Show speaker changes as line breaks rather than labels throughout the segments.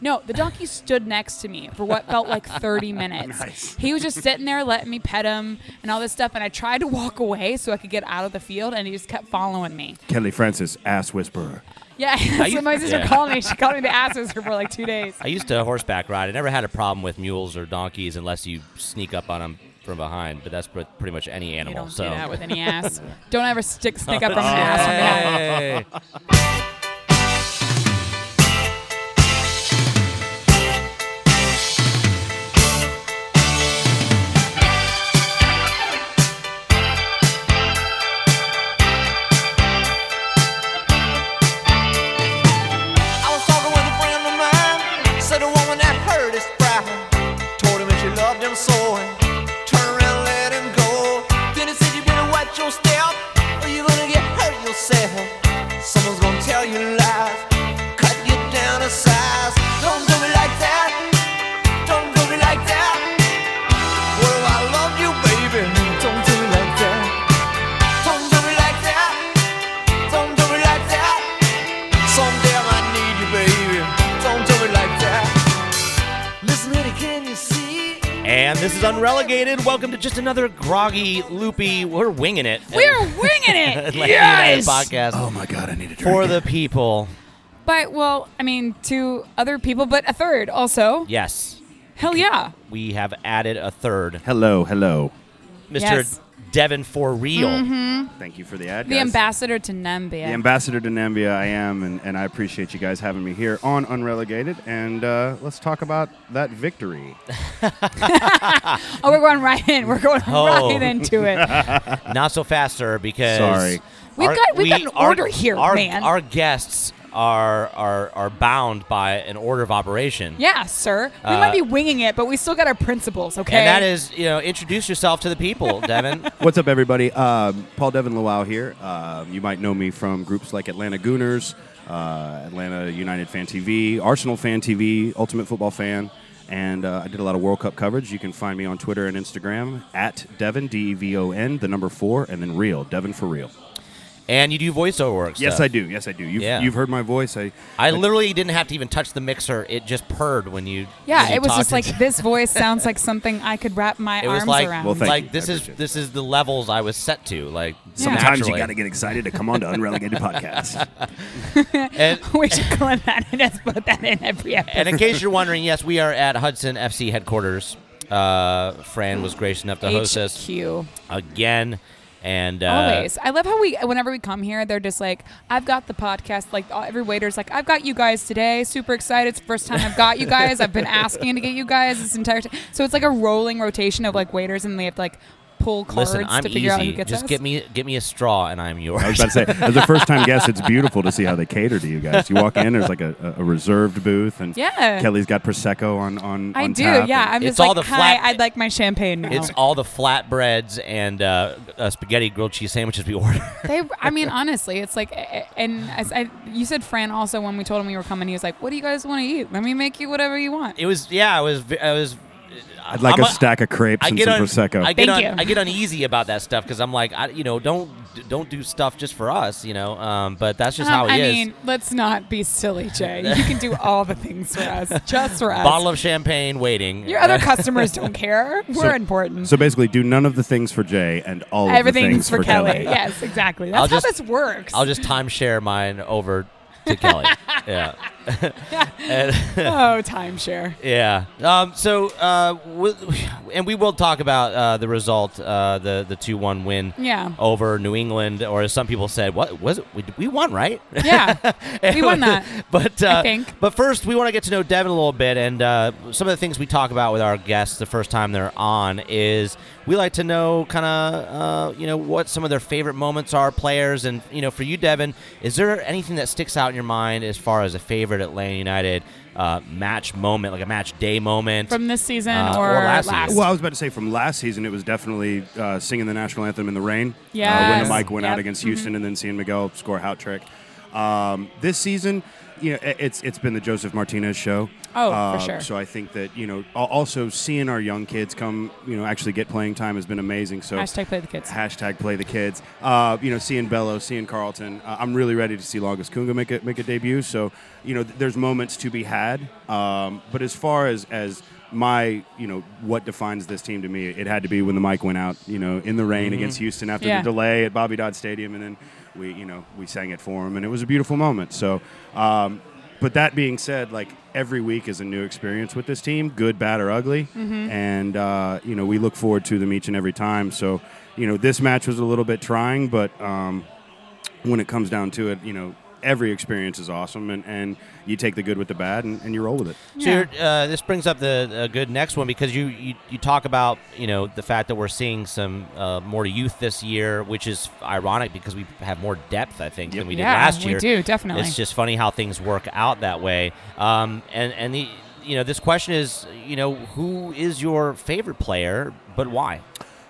No, the donkey stood next to me for what felt like 30 minutes.
Nice.
He was just sitting there letting me pet him and all this stuff. And I tried to walk away so I could get out of the field, and he just kept following me.
Kelly Francis, ass whisperer.
Yeah, that's
you-
what my sister
yeah.
called me. She called me the ass whisperer for like two days.
I used to horseback ride. I never had a problem with mules or donkeys unless you sneak up on them from behind. But that's pr- pretty much any
You
animal.
don't
so
do that with any ass. Don't ever stick stick up from an ass. on behalf.
Hey.
I was talking with a friend of mine. Said a woman that hurt his pride. Told him that she loved him so. And turned around and let him go. Then he said, You better watch your step. Or you're gonna get hurt yourself. Someone's gonna tell you lies. Cut you down to size. Don't do me like that. Don't do me like that. Well, I love you, baby. Don't do me like that. Don't do me like that. Don't do me like that. Someday I might need you, baby. Don't do it like that. Listen, honey, can you see?
and this is Unrelegated. Welcome to just another groggy, loopy. We're winging it.
We're winging it.
Atlanta United
yes.
podcast
Oh my God, I need a drink.
for the people.
But well, I mean, two other people, but a third also.
Yes,
Hell yeah.
we have added a third,
hello, hello.
Mr.
Yes. Mm-hmm.
Devin for real.
Thank you for the ad,
The
guys.
ambassador to Nambia.
The ambassador to Nambia, I am, and, and I appreciate you guys having me here on Unrelegated. And uh, let's talk about that victory.
oh, we're going right in. We're going
Oh.
right into it.
Not so fast, sir, because
Sorry.
We've
our-
got- we've got an
our-
order here,
our,
man.
Our guests are are are bound by an order of operation.
Yeah, sir. We
Uh,
might be winging it, but we still got our principles, okay?
And that is, you know, introduce yourself to the people, Devin.
What's up, everybody? Um, Paul Devin Lawau here. Um, you might know me from groups like Atlanta Gooners, uh, Atlanta United Fan TV, Arsenal Fan TV, Ultimate Football Fan, and uh, I did a lot of World Cup coverage. You can find me on Twitter and Instagram at Devin D E V O N, the number four, and then real Devin for real.
and you do voiceover work.
Yes,
stuff.
I do. Yes, I do. You've,
Yeah.
you've heard my voice. I
I literally didn't have to even touch the mixer; it just purred when you. when
yeah,
you
it was
talked
just like
into-
this voice sounds like something I could wrap my
It
arms
was like,
around.
Well, thank
like
you.
this
I
is
appreciate
this is the levels I was set to. Like
sometimes you
naturally.
got to get excited to come on to Unrelegated Podcast.
And,
we should clip that and just put that in every episode.
and in case you're wondering, yes, we are at Hudson FC headquarters. Uh, Fran was gracious enough to host us
HQ.
again, and uh,
Always. I love how we, whenever we come here, they're just like, I've got the podcast. Like, all- every waiter's like, I've got you guys today. Super excited. It's the first time I've got you guys. I've been asking to get you guys this entire time. So it's like a rolling rotation of like waiters, and they have to like pull cards
Listen, I'm
to figure out who
easy.
gets
Just
us.
get me get me a straw, and I'm yours.
I was about to say, as a first-time guest, it's beautiful to see how they cater to you guys. You walk in, there's like a, a reserved booth, and
Yeah.
Kelly's got prosecco on on.
I
on
do,
tap,
yeah.
and
I'm
It's
just
all
like,
the
hi,
flat-
I'd like my champagne now.
It's all the flatbreads and uh, uh, spaghetti grilled cheese sandwiches we order.
they, I mean, honestly, it's like, eh, eh, and as I, you said, Fran. Also, when we told him we were coming, he was like, "What do you guys want to eat? Let me make you whatever you want."
it was yeah. It was v- I was.
I'd like
I'm
a, stack of crepes
I
and
get
some
un-
prosecco.
I get
Thank
un-
you.
I get uneasy about that stuff because I'm like, I, you know, don't don't do stuff just for us, you know. Um, but that's just how
Um,
it
I
is.
mean, let's not be silly, Jay. You can do all the things for us, just for us.
Bottle of champagne waiting.
Your other customers don't care. We're
So-
important.
so basically, do none of the things for Jay and all of the
Everything's
things
for,
for
Kelly. Yes, exactly. That's
I'll
how
just-
this works.
I'll just timeshare mine over to Kelly. yeah. And-
oh, timeshare.
Yeah. Um, so, uh, w- and we will talk about uh, the result, uh, the the two one win.
Yeah.
Over New England, or as some people said, what was it? We, we won, right?
Yeah, we won that.
but uh,
think.
but first, we want to get to know Devin a little bit, and uh, some of the things we talk about with our guests the first time they're on is we like to know kind of uh, you know what some of their favorite moments are, players, and you know for you, Devin, is there anything that sticks out in your mind as far as a favorite Atlanta United uh, match moment, like a match day moment?
From this season
Uh,
or,
or last
last.
season.
Well, I was about to say from last season, it was definitely uh, singing the national anthem in the rain. Uh, when
Yes.
the mic went out
Yep. Mm-hmm.
against Houston, and then seeing Miguel score a hat trick. Um, this season, you know, i- it's it's been the Joseph Martinez show.
Oh, for
Uh,
sure.
So I think that you know, al- also seeing our young kids come, you know, actually get playing time has been amazing. So
Hashtag play the kids.
Hashtag play the kids. Uh, you know, seeing Bello, seeing Carlton. Uh, I'm really ready to see Longest Kunga make a make a debut. So you know, th- there's moments to be had. Um, but as far as as my you know what defines this team to me, it had to be when the mic went out. You know, in the rain against Houston after
Yeah.
the delay at Bobby Dodd Stadium, and then we you know we sang it for him, and it was a beautiful moment. So. Um, but that being said, like every week is a new experience with this team, good, bad, or ugly.
Mm-hmm.
And, uh, you know, we look forward to them each and every time. So, you know, this match was a little bit trying, but um, when it comes down to it, you know, every experience is awesome. And, and you take the good with the bad and, and you roll with it.
So
Yeah.
you're, uh, this brings up the a good next one because you, you you talk about you know the fact that we're seeing some uh, more youth this year, which is ironic because we have more depth I think
Yep.
than we
Yeah,
did last
we
year.
do, definitely.
It's just funny how things work out that way. Um, and and the you know this question is you know who is your favorite player, but why?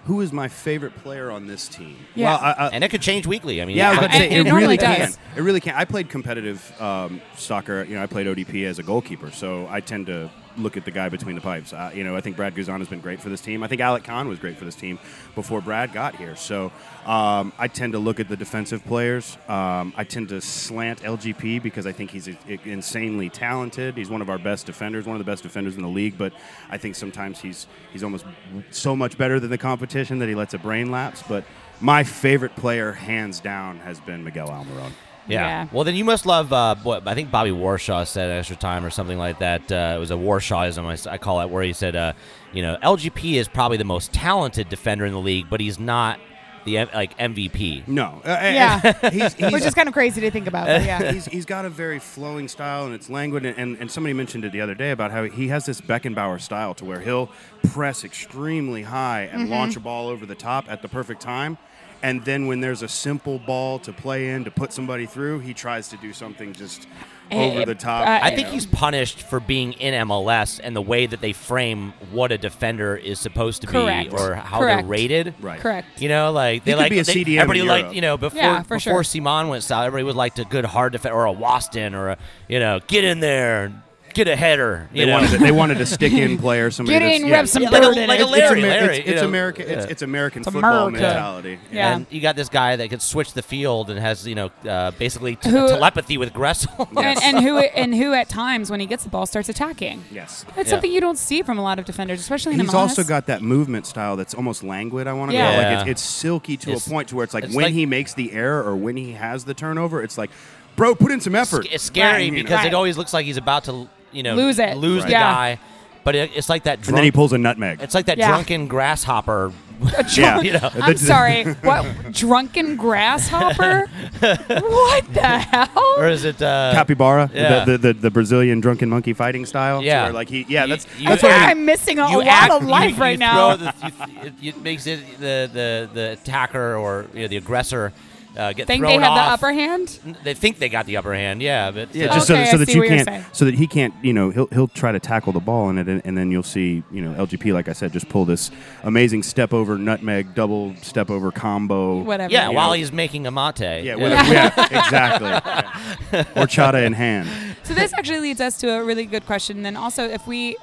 Who is my favorite player on this team?
Yeah.
Well, I, I,
And it could change weekly. I mean,
Uh, Yeah, I was about to
And-
say,
and
it,
it normally
really
does.
can. It really can. I played competitive um, soccer. You know, I played ODP as a goalkeeper, so I tend to look at the guy between the pipes. Uh, you know, I think Brad Guzan has been great for this team. I think Alec Khan was great for this team before Brad got here. So um, I tend to look at the defensive players. Um, I tend to slant LGP because I think he's i- i- insanely talented. He's one of our best defenders, one of the best defenders in the league. But I think sometimes he's he's almost so much better than the competition that he lets a brain lapse. But my favorite player, hands down, has been Miguel Almiron.
Yeah.
Yeah.
Well, then you must love uh, what I think Bobby Warshaw said extra time or something like that. Uh, it was a Warshawism, I s- I, call it, where he said, uh, you know, LGP is probably the most talented defender in the league, but he's not the M- like MVP.
No, Uh,
Yeah.
he's, he's,
Which is kind of crazy to think about. But yeah.
he's, he's got a very flowing style and it's languid. And, and, and somebody mentioned it the other day about how he has this Beckenbauer style to where he'll press extremely high and
Mm-hmm.
launch a ball over the top at the perfect time. And then when there's a simple ball to play in to put somebody through, he tries to do something just over
Eh,
the top.
uh,
I
you
think
know.
he's punished for being in MLS and the way that they frame what a defender is supposed to
Correct.
be or how
Correct.
they're rated.
Right.
Correct.
You know, like they
could
like
be a
they-
CDM in
everybody liked
Europe.
you know before
Yeah, for
before
sure.
Simon went south, everybody liked a good hard defender or a Waston or a you know get in there, get a header. You
They
know?
wanted, to, they wanted to stick in player. Somebody
Get
that's-
in, rub some
Yeah, like a-
dirt in
like
it.
a
It's- it's
Larry,
Amer-
Larry,
it's-
you
It's
know.
America. It's,
Yeah.
it's American
It's
football
America.
mentality.
Yeah.
And you got this guy that could switch the field and has, you know, uh, basically t-
Who-
telepathy with Gressel.
Yes.
And, and who and who at times when he gets the ball starts attacking.
Yes.
That's
Yeah.
something you don't see from a lot of defenders, especially in
He's
MLS.
also got that movement style that's almost languid. I want to
Yeah.
go
Yeah.
like it's, it's silky to
It's-
a point to where it's like
it's
when
like-
he makes the error or when he has the turnover, it's like, bro, put in some effort.
it's scary
Right.
because
Right.
it always looks like he's about to, you know,
Lose it.
lose
Right.
the
Yeah.
guy. But it, it's like that
and then he
drunk,
pulls a nutmeg.
it's like that
Yeah.
drunken grasshopper.
yeah,
you know.
I'm sorry. What drunken grasshopper? what the hell?
or is it uh,
Capybara,
Yeah.
the, the, the the Brazilian drunken monkey fighting style. to
Yeah.
where, like he, yeah,
You-
that's
you
That's
that's
why
what I mean.
I'm missing a
you
lot
act-
of
you-
life
you
right now.
throw the- you- it, it makes it the, the, the attacker or you know, the aggressor uh, get
Think
thrown
they have the
off.
upper hand?
They think they got the upper hand, yeah, but
Yeah,
uh,
just
Okay,
so, so
I
that
see
you
what you're saying.
can't, so that he can't, you know, he'll he'll try to tackle the ball and it, and then you'll see, you know, LGP, like I said, just pull this amazing step over nutmeg, double step over combo,
Whatever.
yeah,
you
while
know.
he's making a mate.
Yeah, with a- yeah, exactly. Yeah. Horchata in hand.
So this actually leads us to a really good question. Then also, if we,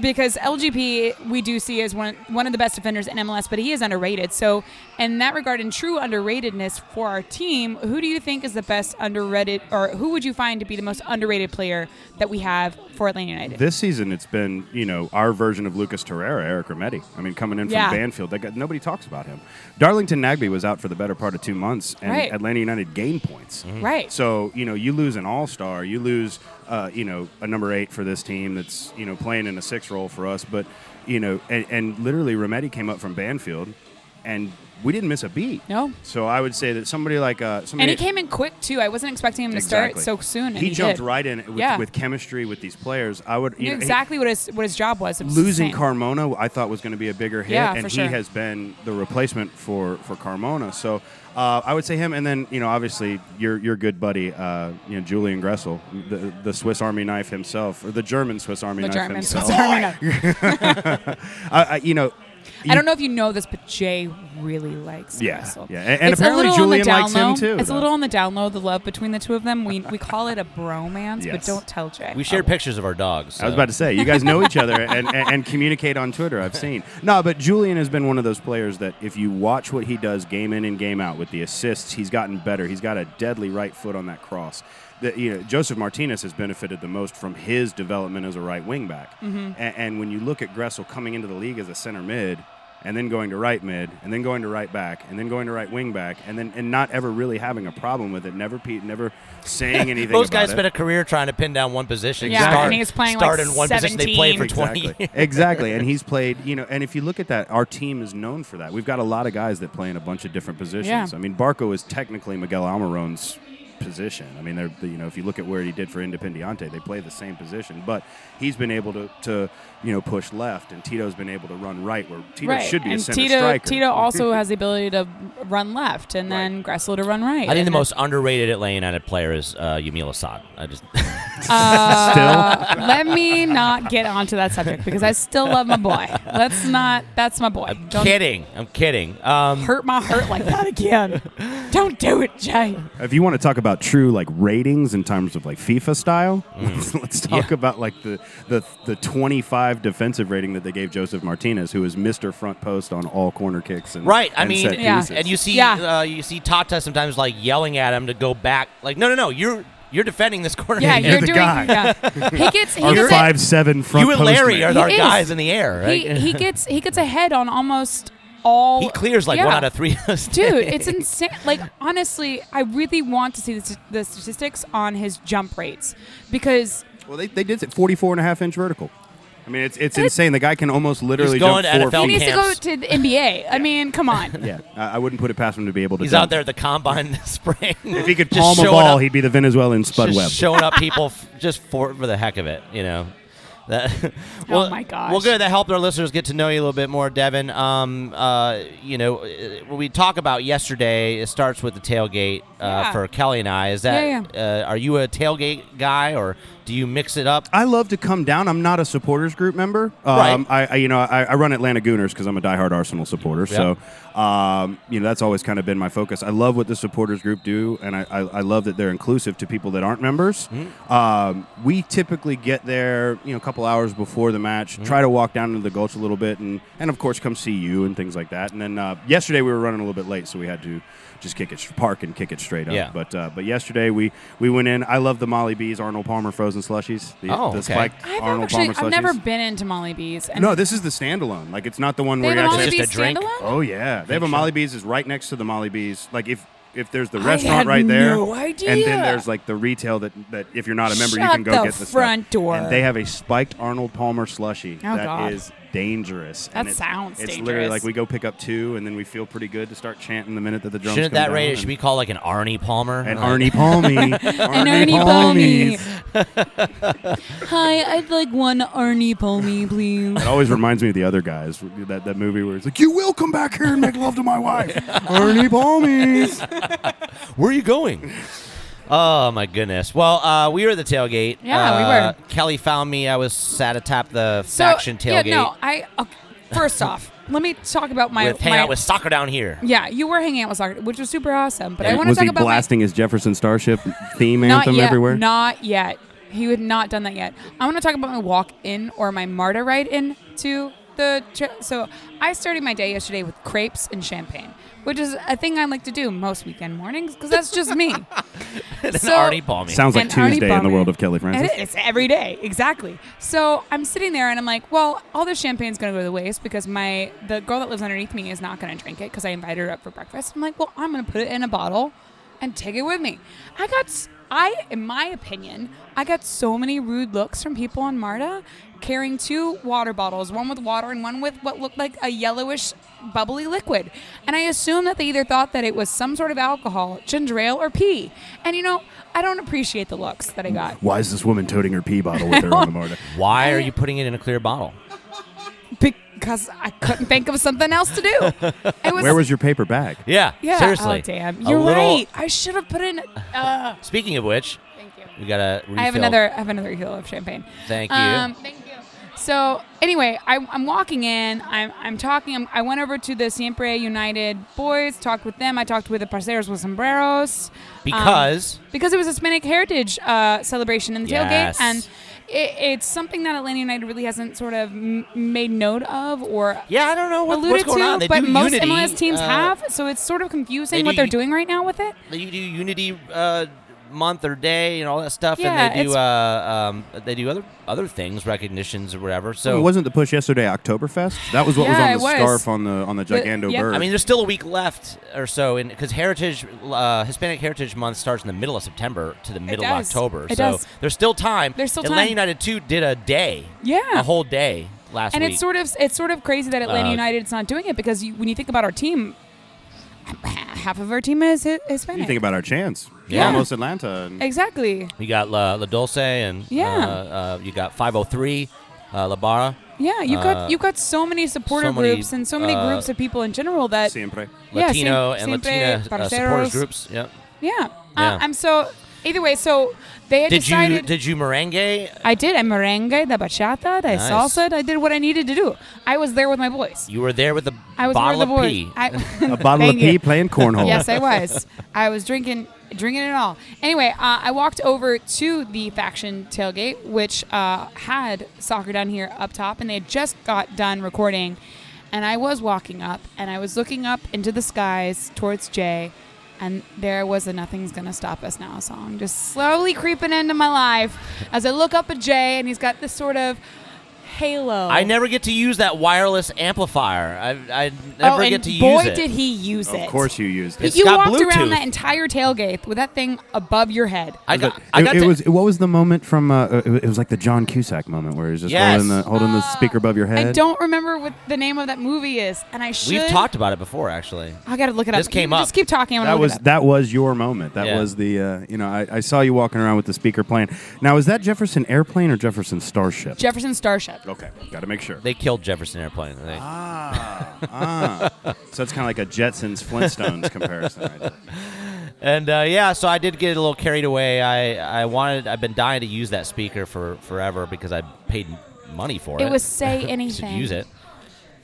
because LGP we do see as one one of the best defenders in MLS, but he is underrated. So in that regard, in true underratedness for our team, who do you think is the best underrated, or who would you find to be the most underrated player that we have for Atlanta United?
This season, it's been you know our version of Lucas Torreira, Eric Rometty. I mean, coming in from
Yeah.
Banfield, that guy, nobody talks about him. Darlington Nagby was out for the better part of two months, and
Right.
Atlanta United gained points.
right.
So you know, you lose an all star, you lose uh, you know a number eight for this team that's you know playing in a six role for us, but you know, and, and literally Rometty came up from Banfield, and we didn't miss a beat.
No.
So I would say that somebody like uh, somebody
and he came in quick too. I wasn't expecting him to
Exactly.
start so soon. And
He,
he,
jumped
did.
right in with,
Yeah.
with chemistry with these players. I would
Knew
you know, he-
exactly what his what his job was. It was
losing
insane.
Carmona. I thought was going to be a bigger hit,
Yeah,
and
for
he
sure.
has been the replacement for for Carmona. So uh, I would say him, and then you know obviously your your good buddy, uh, you know Julian Gressel, the the Swiss Army knife himself, or the German Swiss Army
The
knife
German
himself.
Swiss Army knife.
I, I, you know,
I don't know if you know this, but Jay really likes
Yeah,
Russell.
yeah, a- and
It's a
apparently
little on the
Julian likes him
down low.
too,
It's
though.
a little on the down low, the love between the two of them. We we call it a bromance, but
Yes.
don't tell Jay.
We shared pictures of our dogs.
I was about to say, you guys know each other and, and, and communicate on Twitter. I've seen. No, but Julian has been one of those players that if you watch what he does game in and game out with the assists, he's gotten better. He's got a deadly right foot on that cross. That you know, Joseph Martinez has benefited the most from his development as a right wing back. And, and when you look at Gressel coming into the league as a center mid, and then going to right mid, and then going to right back, and then going to right wing back, and then and not ever really having a problem with it, never pe- never saying anything.
Most
about
guys
it.
spent a career trying to pin down one position.
Yeah,
start,
and he's playing,
start
like,
in one position they played for 20
exactly.
years.
exactly. And he's played, you know, and if you look at that, our team is known for that. We've got a lot of guys that play in a bunch of different positions.
Yeah.
I mean, Barco is technically Miguel Almirón's position. I mean, they're, you know, if you look at where he did for Independiente, they play the same position, but he's been able to, to you know, push left, and Tito's been able to run right where Tito
right.
should be
and
a center
Tito,
striker.
Tito also has the ability to run left, and then Gressel to run right.
I think
And
the most underrated Atlanta United player is uh, Yamil Assad. I just
Uh, let me not get onto that subject because I still love my boy. Let's not. That's my boy.
I'm
Don't
kidding. I'm kidding. Um,
hurt my heart like that again. Don't do it, Jay.
If you want to talk about true like ratings in terms of like FIFA style, let's, let's talk
Mm. Yeah.
about like the, the the 25 defensive rating that they gave Joseph Martinez, who is Mr. Front Post on all corner kicks and
Right. I
and
mean,
set
Yeah.
pieces.
and you see,
Yeah.
uh, you see Tata sometimes like yelling at him to go back. Like, no, no, no. You're you're defending this corner.
Yeah,
You're
you're
the
doing.
guy.
Yeah. He gets. He
our
gets it.
five seven front
you and Larry are
postmen.
He
our
is.
guys in the air. Right.
He, he gets he gets ahead on almost all.
He clears like one
Yeah.
out of three.
Dude, it's insane. Like honestly, I really want to see the, st- the statistics on his jump rates because
well, they, they did it 44 and a half inch vertical. I mean, it's it's insane. The guy can almost literally
going
jump
to
four
NFL
he
feet.
needs
Camps.
to go to the NBA. I mean, come on.
Yeah, I I wouldn't put it past him to be able to.
He's
dunk.
out there at the combine this spring.
If he could
Just
palm a
showing
ball,
up-
he'd be the Venezuelan Spud
just
Webb.
showing up people f- just for for the heck of it, you know. That, well,
Oh my gosh.
Well, good. That helped our listeners get to know you a little bit more, Devin. Um, uh, you know, uh, what we talk about yesterday, it starts with the tailgate uh,
Yeah.
for Kelly and I. Is that,
Yeah,
Uh, are you a tailgate guy or do you mix it up?
I love to come down. I'm not a supporters group member. Um,
Right.
I, I, you know, I, I run Atlanta Gooners because I'm a diehard Arsenal supporter. So, um, you know, that's always kind of been my focus. I love what the supporters group do, and I, I, I love that they're inclusive to people that aren't members.
Mm-hmm.
Um, we typically get there, you know, a couple hours before the match,
Mm-hmm.
try to walk down into the gulch a little bit, and and of course come see you and things like that. And then uh, yesterday we were running a little bit late, so we had to just kick it s- park and kick it straight up.
Yeah.
But uh, but yesterday we we went in. I love the Molly Bees Arnold Palmer frozen slushies. The,
Oh,
the
okay.
spiked
I've
Arnold
actually
Palmer
I've never
slushies.
been into Molly Bees. And
No, this is the standalone. Like it's not the one
they
where
have
you
a Molly
actually.
It's
Bees
just a drink.
standalone.
Oh yeah, they have a
Fiction.
Molly Bee's is right next to the Molly Bee's. Like if if there's the
I
restaurant
had
right there,
no
and
idea.
then there's like the retail that that if you're not a member, you
Shut
can go
the
get the stuff.
front door.
And they have a spiked Arnold Palmer slushie
Oh,
that
God.
is dangerous.
That
and it's-
sounds
It's literally
dangerous.
like we go pick up two, and then we feel pretty good to start chanting the minute that the drums.
Shouldn't
come
that
down
rate it
and-
should be called like an Arnie Palmer?
and
Like,
Arnie Palmy.
An Arnie
Arnie
Palmy.
Palmies.
Hi, I'd like one Arnie Palmy, please.
It always reminds me of the other guys. That, that movie where it's like, you will come back here and make love to my wife. Arnie Palmies.
Where are you going? Oh my goodness! Well, uh, we were at the tailgate.
Yeah, we
Uh,
were.
Kelly found me. I was sat atop the
So
faction tailgate.
yeah, no. I okay, first off, let me talk about my
with hang
my-
out with soccer down here.
Yeah, you were hanging out with soccer, which was super awesome. But I want to
Was
talk
he
about my-
blasting his Jefferson Starship theme
not
anthem
yet,
everywhere?
Not yet. He had not done that yet. I want to talk about my walk in or my MARTA ride in to the. Tra- so I started my day yesterday with crepes and champagne, which is a thing I like to do most weekend mornings because that's just me.
And
So-
Arnie Palmy.
Sounds like
And Arnie
Tuesday in the
Palmy.
world of Kelly Francis.
It is every day, exactly. So I'm sitting there and I'm like, well, all this champagne's gonna go to the waste because my the girl that lives underneath me is not gonna drink it because I invited her up for breakfast. I'm like, well, I'm gonna put it in a bottle and take it with me. I got, s- I, in my opinion, I got so many rude looks from people on Marta carrying two water bottles, one with water and one with what looked like a yellowish bubbly liquid. And I assume that they either thought that it was some sort of alcohol, ginger ale, or pee. And you know, I don't appreciate the looks that I got.
Why is this woman toting her pee bottle with her on the mortar?
Why are you putting it in a clear bottle?
because I couldn't think of something else to do. It was,
Where was your paper bag?
Yeah.
yeah.
Seriously.
Oh damn,
A
you're
little-
right. I should have put in. Uh,
Speaking of which,
thank you.
we got to refill.
I have another. I have another heel of champagne.
Thank you.
Um, thank you. So anyway, I, I'm walking in. I'm, I'm talking. I'm, I went over to the Siempre United boys, talked with them. I talked with the Parceros with Sombreros. um,
Because?
because it was Hispanic Heritage uh, celebration in the
Yes.
tailgate, and it, it's something that Atlanta United really hasn't sort of m- made note of or
Yeah, I don't know what, what's
alluded
going
to.
on. They
but
do
most
Unity,
MLS teams
uh,
have, so it's sort of confusing
they do
what they're
u-
doing right now with it.
They do Unity uh, month or day and all that stuff,
Yeah,
and they do
it's-
uh, um, they do other other things, recognitions or whatever.
I
So
mean, wasn't the push yesterday Oktoberfest? That was what
Yeah,
was on
it
the
was.
scarf on the on the
The-
Gigando
yeah.
bird.
I
I mean, there's still a week left or so, and because Heritage uh, Hispanic Heritage Month starts in the middle of September to the middle of
does.
October,
It
so
does.
there's still time.
There's still
Atlanta
time.
United too did a day,
Yeah.
a whole day last
and
week.
it's sort of it's sort of crazy that Atlanta
Uh,
United's not doing it because you, when you think about our team, half of our team is Hi- Hispanic.
you think about our chance.
Yeah.
Almost Atlanta. And
exactly.
you got La, La Dulce and
Yeah.
uh, uh, you got 503 uh, La Barra.
Yeah, you've
Uh,
got you've got so many supporter
so many,
groups and so many
uh,
groups of people in general that
siempre.
Yeah,
Latino
Sim-
and Latina
Simpe,
uh, supporters
Parceros.
groups. Yep.
yeah.
Yeah.
Uh, I'm so either way. So they had
Did
decided.
you did you merengue?
I did a merengue, the bachata, the
Nice.
salsa. I did what I needed to do. I was there with my boys.
You were there with the
I was
bottle
there with
of
the boys. I,
pee.
A bottle of
Thank you.
pee playing cornhole.
Yes, I was. I was drinking drinking it all. Anyway, uh, I walked over to the faction tailgate, which uh, had soccer down here up top, and they had just got done recording. And I was walking up, and I was looking up into the skies towards Jay, and there was a "Nothing's Gonna Stop Us Now" song just slowly creeping into my life as I look up at Jay, and he's got this sort of halo.
I never get to use that wireless amplifier. I, I never
oh,
get
and
to
boy,
use it.
did he use it!
Of course you used
It's
it.
you
got
walked
Bluetooth.
around that entire tailgate with that thing above your head.
I
It,
got. I got
it
to,
was. What was the moment from? Uh, it was- it was like the John Cusack moment where he's just
Yes.
holding the holding the speaker above your head.
I don't remember what the name of that movie is, and I should. Oh,
We've talked about it before, actually.
I gotta look it up.
This came
You
up.
Just keep talking. I'm
That
gonna
was
look it up.
that was your moment. That
Yeah.
was the uh, you know I, I saw you walking around with the speaker playing. Now is that Jefferson Airplane or Jefferson Starship?
Jefferson Starship.
okay, got to make sure. Ah,
They killed Jefferson Airplane. They,
So it's kind of like a Jetsons Flintstones comparison. Right there.
and uh, yeah, so I did get a little carried away. I, I wanted. I've been dying to use that speaker for forever because I paid money for it.
It was say
to
anything.
use it.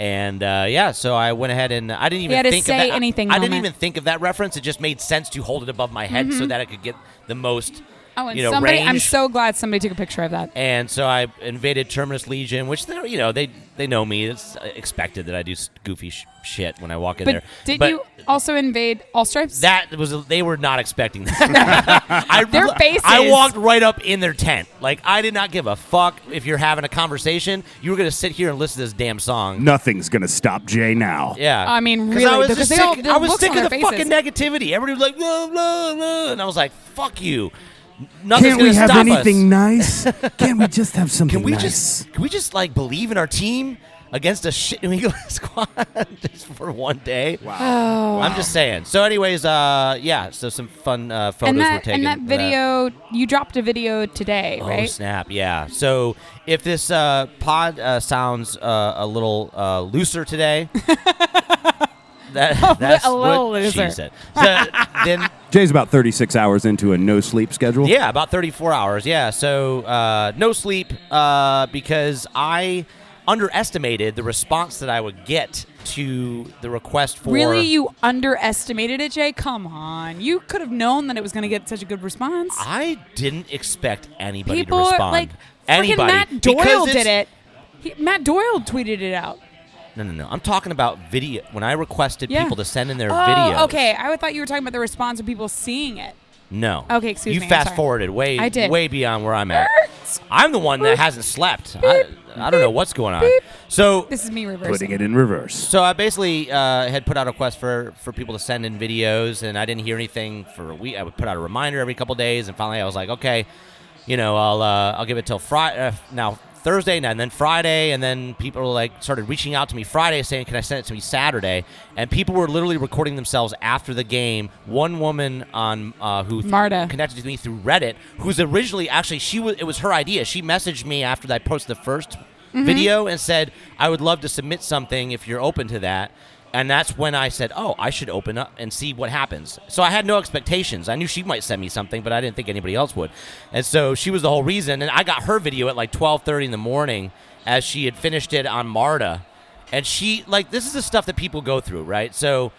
And uh, yeah, so I went ahead and I didn't even
had a
think
say
of that.
anything
I, didn't
moment. Mm-hmm.
even think of that reference. It just made sense to hold it above my head so that I could get the most.
Oh, and
you know,
somebody. I'm
range.
so glad somebody took a picture of that.
And so I invaded Terminus Legion, which they you know they they know me. It's expected that I do s- goofy sh- shit when I walk in
But
there.
did
But
you also invade All Stripes?
That was they were not expecting that. I,
Their faces.
I walked right up in their tent. Like I did not give a fuck if you're having a conversation. You were gonna sit here and listen to this damn song.
Nothing's gonna stop Jay now.
Yeah.
I mean,
'Cause
really,
I was
because
just
they
sick,
all- the
I was
looks
sick
on
of the
their
fucking
faces.
negativity. Everybody was like, blah, blah, blah. And I was like, fuck you. Nothing's gonna stop us.
nice? Can't we just have something
Can we just can we just like believe in our team against a shit New England squad just for one day?
Wow.
Oh.
I'm just saying. So, anyways, uh, yeah. So some fun uh, photos
and
were
that and
taken.
that
of
video, you dropped a video today,
Oh
right?
snap! Yeah. So if this uh, pod uh, sounds uh, a little uh, looser today, that, that's
a little
what she
looser.
said. So then,
Jay's about 36 hours into a no sleep schedule.
yeah, about 34 hours. Yeah. So uh, no sleep uh, because I underestimated the response that I would get to the request for.
Really, you underestimated it, Jay? Come on, you could have known that it was going to get such a good response.
I didn't expect anybody
people
to
are
respond.
like freaking
anybody.
Matt
Because
Doyle
it's-
did it. He, Matt Doyle tweeted it out.
No, no, no. I'm talking about video. When I requested
Yeah.
people to send in their
oh,
videos.
okay. I thought you were talking about the response of people seeing it.
No.
Okay, excuse
you
me, I'm
fast
sorry.
forwarded way
I did.
way beyond where I'm at. I'm the one that hasn't slept. I, I don't know what's going on. So
This is me reversing.
Putting it in reverse.
so I basically uh, had put out a request for for people to send in videos, and I didn't hear anything for a week. I would put out a reminder every couple days, and finally I was like, okay, you know, I'll uh, I'll give it till Friday. Uh, now Thursday, and then Friday, and then people like started reaching out to me Friday saying, can I send it to me Saturday? And people were literally recording themselves after the game. One woman on uh, who th-
Marta.
connected to me through Reddit, who's originally actually she was it was her idea. She messaged me after I posted the 1st video and said, "I would love to submit something if you're open to that." And that's when I said, "Oh, I should open up and see what happens." So I had no expectations. I knew she might send me something, but I didn't think anybody else would. And so she was the whole reason. And I got her video at like 12:30 in the morning, as she had finished it on Marta. And she like this is the stuff that people go through, right? So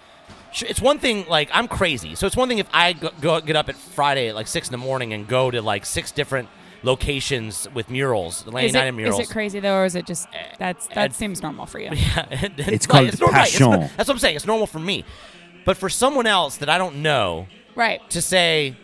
sh- it's one thing like I'm crazy. So it's one thing if I go, go get up at Friday at like six in the morning and go to like six different locations with murals, Atlanta
Is
United
it, is it
murals.
crazy though, or is it just that's that
Ed-
seems normal for you?
Yeah, and- and
It's
not-
called
not right. It's not-
passion.
that's what I'm saying. It's normal for me, but for someone else that I don't know
Right.
to say,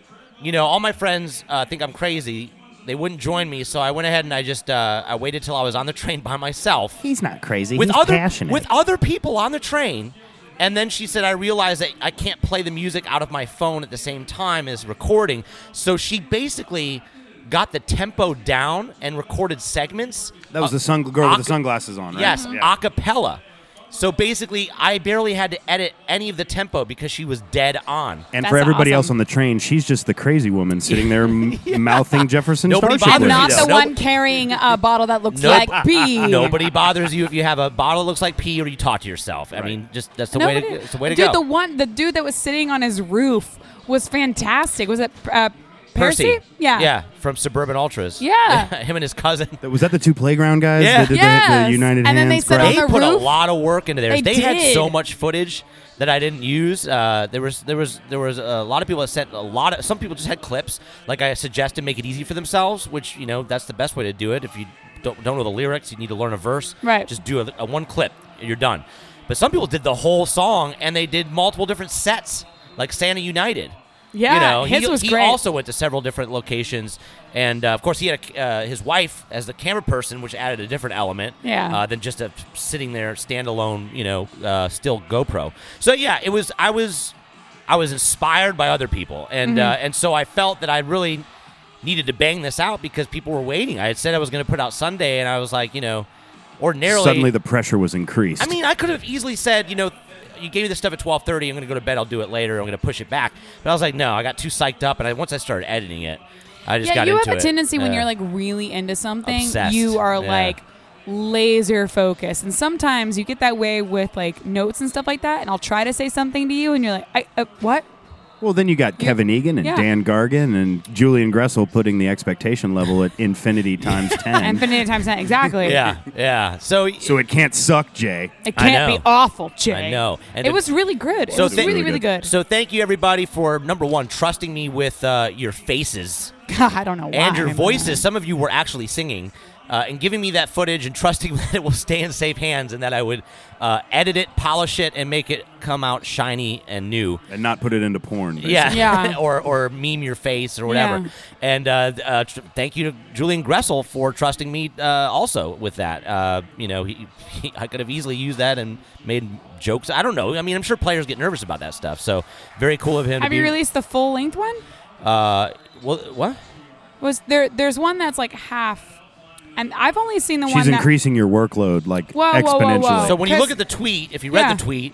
you know, all my friends uh, think I'm crazy. They wouldn't join me, so I went ahead and I just uh, I waited till I was on the train by myself
He's not crazy.
with
He's
other
passionate.
with other people on the train. And then she said, I realized that I can't play the music out of my phone at the same time as recording. So she basically got the tempo down and recorded segments.
That was
Uh,
the sun girl with
Oc-
the sunglasses on, right?
Yes,
Yeah.
a cappella. So basically, I barely had to edit any of the tempo because she was dead on.
And
That's
for everybody else
awesome.
on the train, she's just the crazy woman sitting there m- mouthing Jefferson
Nobody
Starship.
bothered
And
Nobody
not
lyrics.
does.
the
Nope.
one carrying a bottle that looks
Nope.
like pee.
Nobody bothers you if you have a bottle that looks like pee or you talk to yourself. I
Right.
mean, just that's the way. To,
Nobody-
it's the way to
dude,
go.
the one, the dude that was sitting on his roof was fantastic. Was it uh, Percy? Yeah.
Yeah, from Suburban Ultras.
Yeah.
Him and his cousin.
Was that the two playground guys
Yeah.
that did the-
Yes.
the, United
And then they
Hands
said
grab?
on
they
the
put
roof?
a lot of work into theirs.
They
had
did.
so much footage that I didn't use. Uh, there was there was there was a lot of people that sent a lot of some people just had clips. Like I suggested, make it easy for themselves, which you know that's the best way to do it. If you don't don't know the lyrics, you need to learn a verse.
Right.
Just do a, a one clip, and you're done. But some people did the whole song and they did multiple different sets, like Santa United.
Yeah,
you know,
his
he,
was
he
great.
also went to several different locations, and uh, of course he had a, uh, his wife as the camera person, which added a different element
Yeah.
uh, than just a sitting there standalone, you know, uh, still GoPro. So yeah, it was I was I was inspired by other people, and uh, and so I felt that I really needed to bang this out because people were waiting. I had said I was going to put it out Sunday, and I was like, you know, ordinarily
Suddenly the pressure was increased.
I mean, I could have easily said, you know, you gave me this stuff at 12:30. I'm going to go to bed. I'll do it later. I'm going to push it back. But I was like, no, I got too psyched up, and I, once I started editing it, I just
Yeah,
got
you
into
have a
it.
tendency when
Yeah.
you're like really into something,
Obsessed.
you are
Yeah.
like laser focused. And sometimes you get that way with like notes and stuff like that. And I'll try to say something to you, and you're like, I, uh, what?
well, then you got Kevin Egan and
Yeah.
Dan Gargan and Julian Gressel putting the expectation level at infinity times 10.
Infinite times ten. Exactly.
yeah, yeah. So,
so it can't suck, Jay.
It
I
can't
know.
be awful, Jay.
I know. And
it
the-
was really good. it
So
was
thank-
really,
Really
really
good.
good.
so thank you everybody for number one trusting me with uh, your faces
God, I don't know why.
and your
I'm-
voices. Some of you were actually singing. Uh, and giving me that footage and trusting that it will stay in safe hands and that I would uh, edit it, polish it, and make it come out shiny and new.
And not put it into porn. Basically.
Yeah,
Yeah.
or or meme your face or whatever.
Yeah.
And uh, th- uh, tr- thank you to Julian Gressel for trusting me uh, also with that. Uh, you know, he, he, I could have easily used that and made jokes. I don't know. I mean, I'm sure players get nervous about that stuff. So very cool of him.
Have
to
you
be,
released the full length one?
Uh, well, what?
Was there? There's one that's like half, and I've only seen the
She's
one that.
increasing your workload like
Whoa, whoa, whoa,
exponentially.
whoa.
So when you look
Oh, Chris-
at the tweet, if you read
Yeah.
the tweet,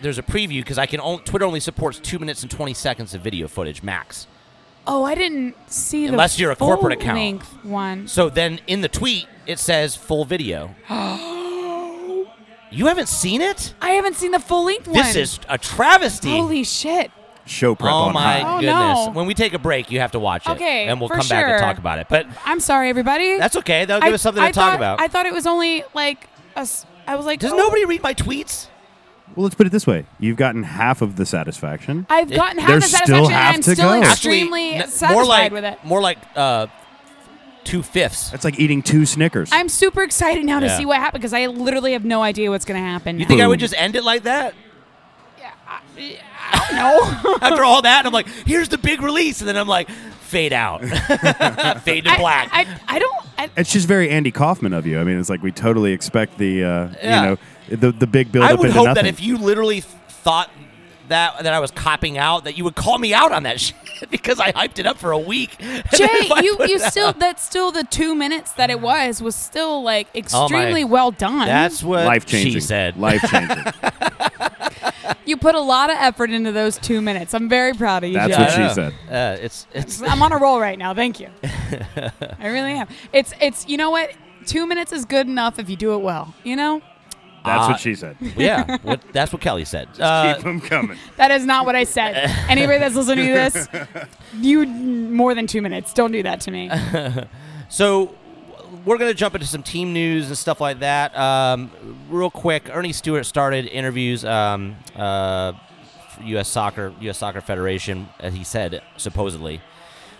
there's a preview because I can only, Twitter only supports two minutes and twenty seconds of video footage max.
Oh, I didn't see the
Unless you're a corporate account.
full-length one.
So then in the tweet, it says full video. Oh, you haven't seen it?
I haven't seen the full length one.
This is a travesty.
holy shit.
Show prep
oh
on high.
my
Oh,
goodness.
no.
When we take a break, you have to watch it.
Okay,
And we'll
for
come back and
sure.
talk about it. But
I'm sorry, everybody.
that's okay. That'll give us something to talk
thought,
about.
I thought it was only like us. I was like,
Does
oh,
nobody read my tweets?
Well, let's put it this way: you've gotten half of the satisfaction.
I've gotten half the
There's
satisfaction,
still half
and I'm
to
still
go.
extremely
n-
satisfied
more like,
with it.
More like uh, two fifths.
That's like eating two Snickers.
I'm super excited now to
Yeah.
see what happens because I literally have no idea what's going to happen.
You think I
Boom.
would just end it like that?
no?
After all that, I'm like, here's the big release. And then I'm like, fade out. fade to black.
I, I, I don't. I,
it's just very Andy Kaufman of you. I mean, it's like we totally expect the uh,
Yeah.
you know the the big build
I
up
would
into
hope
nothing.
that if you literally th- thought that that I was copping out, that you would call me out on that shit because I hyped it up for a week. And then
Jay,
if I
you,
put
you
it out-
still that's still the two minutes that it was was still like
Oh, my.
extremely well done.
That's what
Life changing.
uh, she said.
Life changing.
you put a lot of effort into those two minutes. I'm very proud of you.
That's
Jay.
what she said.
Uh, it's it's
I'm on a roll right now. Thank you. I really am. It's it's you know what? Two minutes is good enough if you do it well. You know,
That's
Uh,
what she said.
yeah, what, that's what Kelly said. Uh,
Keep them coming.
That is not what I said. Anybody that's listening to this, you more than two minutes. Don't do that to me.
So we're going to jump into some team news and stuff like that. Um, real quick, Ernie Stewart started interviews. Um, uh, U.S. Soccer, U.S. Soccer Federation, as he said, supposedly,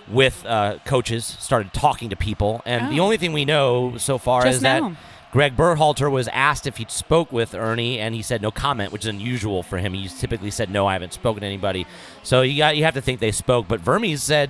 with uh, coaches started talking to people, and the
Oh.
only thing we know so far
Just
is
now.
that Greg Berhalter was asked if he spoke with Ernie, and he said no comment, which is unusual for him. He typically said no, I haven't spoken to anybody. So you got you have to think they spoke, but Vermes said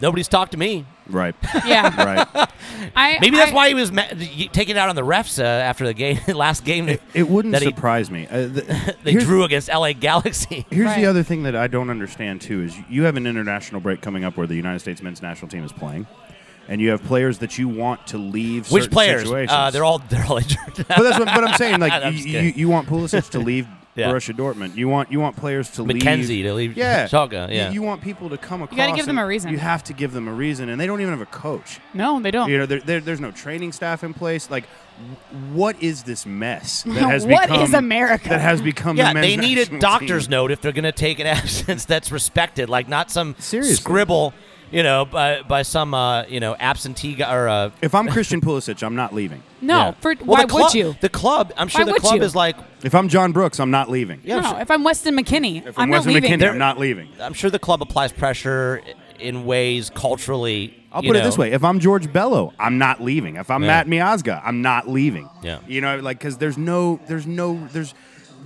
nobody's talked to me.
Right.
Yeah,
Right.
I.
Maybe that's
I-
why he was ma- y- taking it out on the refs uh, after the game, last game. They,
It wouldn't
That he-
surprise me. Uh, th-
they
here's-
drew against LA Galaxy.
Here's
Right.
the other thing that I don't understand too is you have an international break coming up where the United States men's national team is playing, and you have players that you want to leave.
Which
certain
players?
Situations.
Uh, they're all they're all injured.
But that's what but I'm saying. Like
I'm
you,
just
you,
kidding.
you want Pulisic to leave
Yeah.
Borussia Dortmund. You want you want players to
McKenzie
leave.
to leave.
Yeah.
Schalke,
You-
yeah.
You, want people to come across.
gotta give them
and
a reason. Oh.
You have to give them a reason, and they don't even have a coach.
No, they don't.
You know, there, there, there's no training staff in place. Like, w- what is this mess that has
What
become
is America?
That has become
yeah,
the men's
they need a
national
doctor's
team.
note if they're going to take an absence that's respected, like not some
Seriously.
scribble, you know, by, by some uh, you know absentee guy or uh,
If I'm Christian Pulisic, I'm not leaving.
No,
yeah.
for
Well,
why
the club,
would you?
The club, I'm sure
Why
the
would
club
you?
is like,
If I'm John Brooks, I'm not leaving.
yeah, I'm
no,
sure-
if I'm Weston McKinney,
If I'm,
I'm not
Weston
leaving.
McKinney, I'm not leaving.
I'm sure the club applies pressure in ways culturally.
I'll
you
put it this
know.
way: If I'm George Bello, I'm not leaving. If I'm
Yeah.
Matt Miazga, I'm not leaving.
Yeah.
you know, like because there's no, there's no, there's,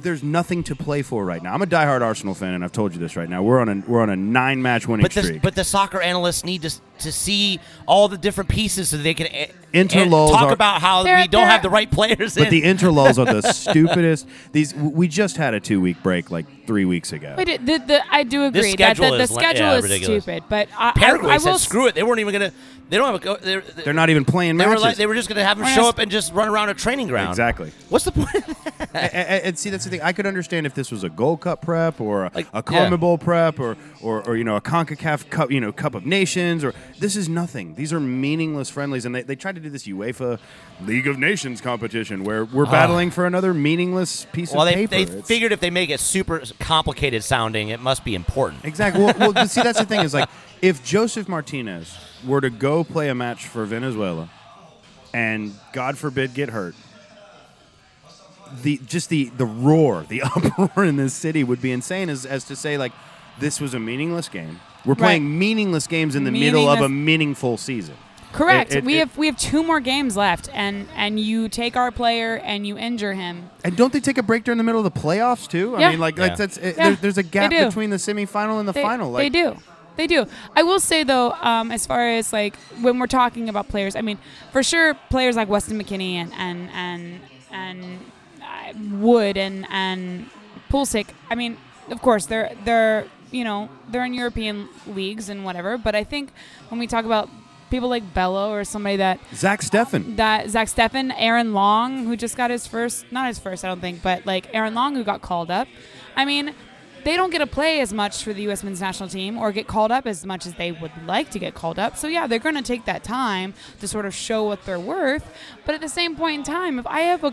there's nothing to play for right now. I'm a diehard Arsenal fan, and I've told you this right now. We're on a we're on a nine match winning
But the,
streak.
but the soccer analysts need to, s- to see all the different pieces so they can a-
Interlose
and talk
are-
about how
They're-
we don't
they're-
have the right players
But
in.
the interlulls are the stupidest. These we just had a two week break like three weeks ago.
Wait, the, the, I do agree
schedule
that the,
is
the
la-
schedule
yeah,
is
ridiculous.
stupid, but I, I,
Paraguay
I will
said,
s-
"Screw it! They weren't even gonna. They don't have a. go- They're, they're,
They're not even playing
they were
matches.
like, they were just gonna have them
We're
show
gonna-
up and just run around a training ground.
Exactly.
What's the point? of that?
A- a- and, see, that's the thing. I could understand if this was a Gold Cup prep or a,
Like,
a
yeah.
CONMEBOL prep or, or or you know a Concacaf Cup, you know Cup of Nations. Or this is nothing. These are meaningless friendlies, and they, they tried to do this UEFA League of Nations competition where we're battling for another meaningless piece
Well,
of
they,
paper.
they
It's-
figured if they make it super complicated sounding, it must be important.
Exactly. Well, well, but see, that's the thing is like if Joseph Martinez were to go play a match for Venezuela, and God forbid get hurt, the just the the roar, the uproar in this city would be insane. As as to say like this was a meaningless game. We're playing
Right.
meaningless games in the middle of a
Meaningless-
meaningful season.
Correct.
It- it-
we
it-
have we have two more games left, and and you take our player and you injure him.
And don't they take a break during the middle of the playoffs too? I
Yeah.
mean, like,
Yeah.
like that's it,
Yeah,
there- there's a
they
gap
do.
between the semifinal and the
They,
final. Like,
they do. They do. I will say though, um, as far as like when we're talking about players, I mean, for sure, players like Weston McKinney and and and and uh, Wood and and Pulisic. I mean, of course, they're they're you know they're in European leagues and whatever. But I think when we talk about people like Bello or somebody that
Zach Steffen.
that Zach Steffen, Aaron Long, who just got his first, not his first, I don't think, but like Aaron Long, who got called up. I mean, they don't get to play as much for the U.S. men's national team or get called up as much as they would like to get called up. So, yeah, they're going to take that time to sort of show what they're worth. But at the same point in time, if I have a,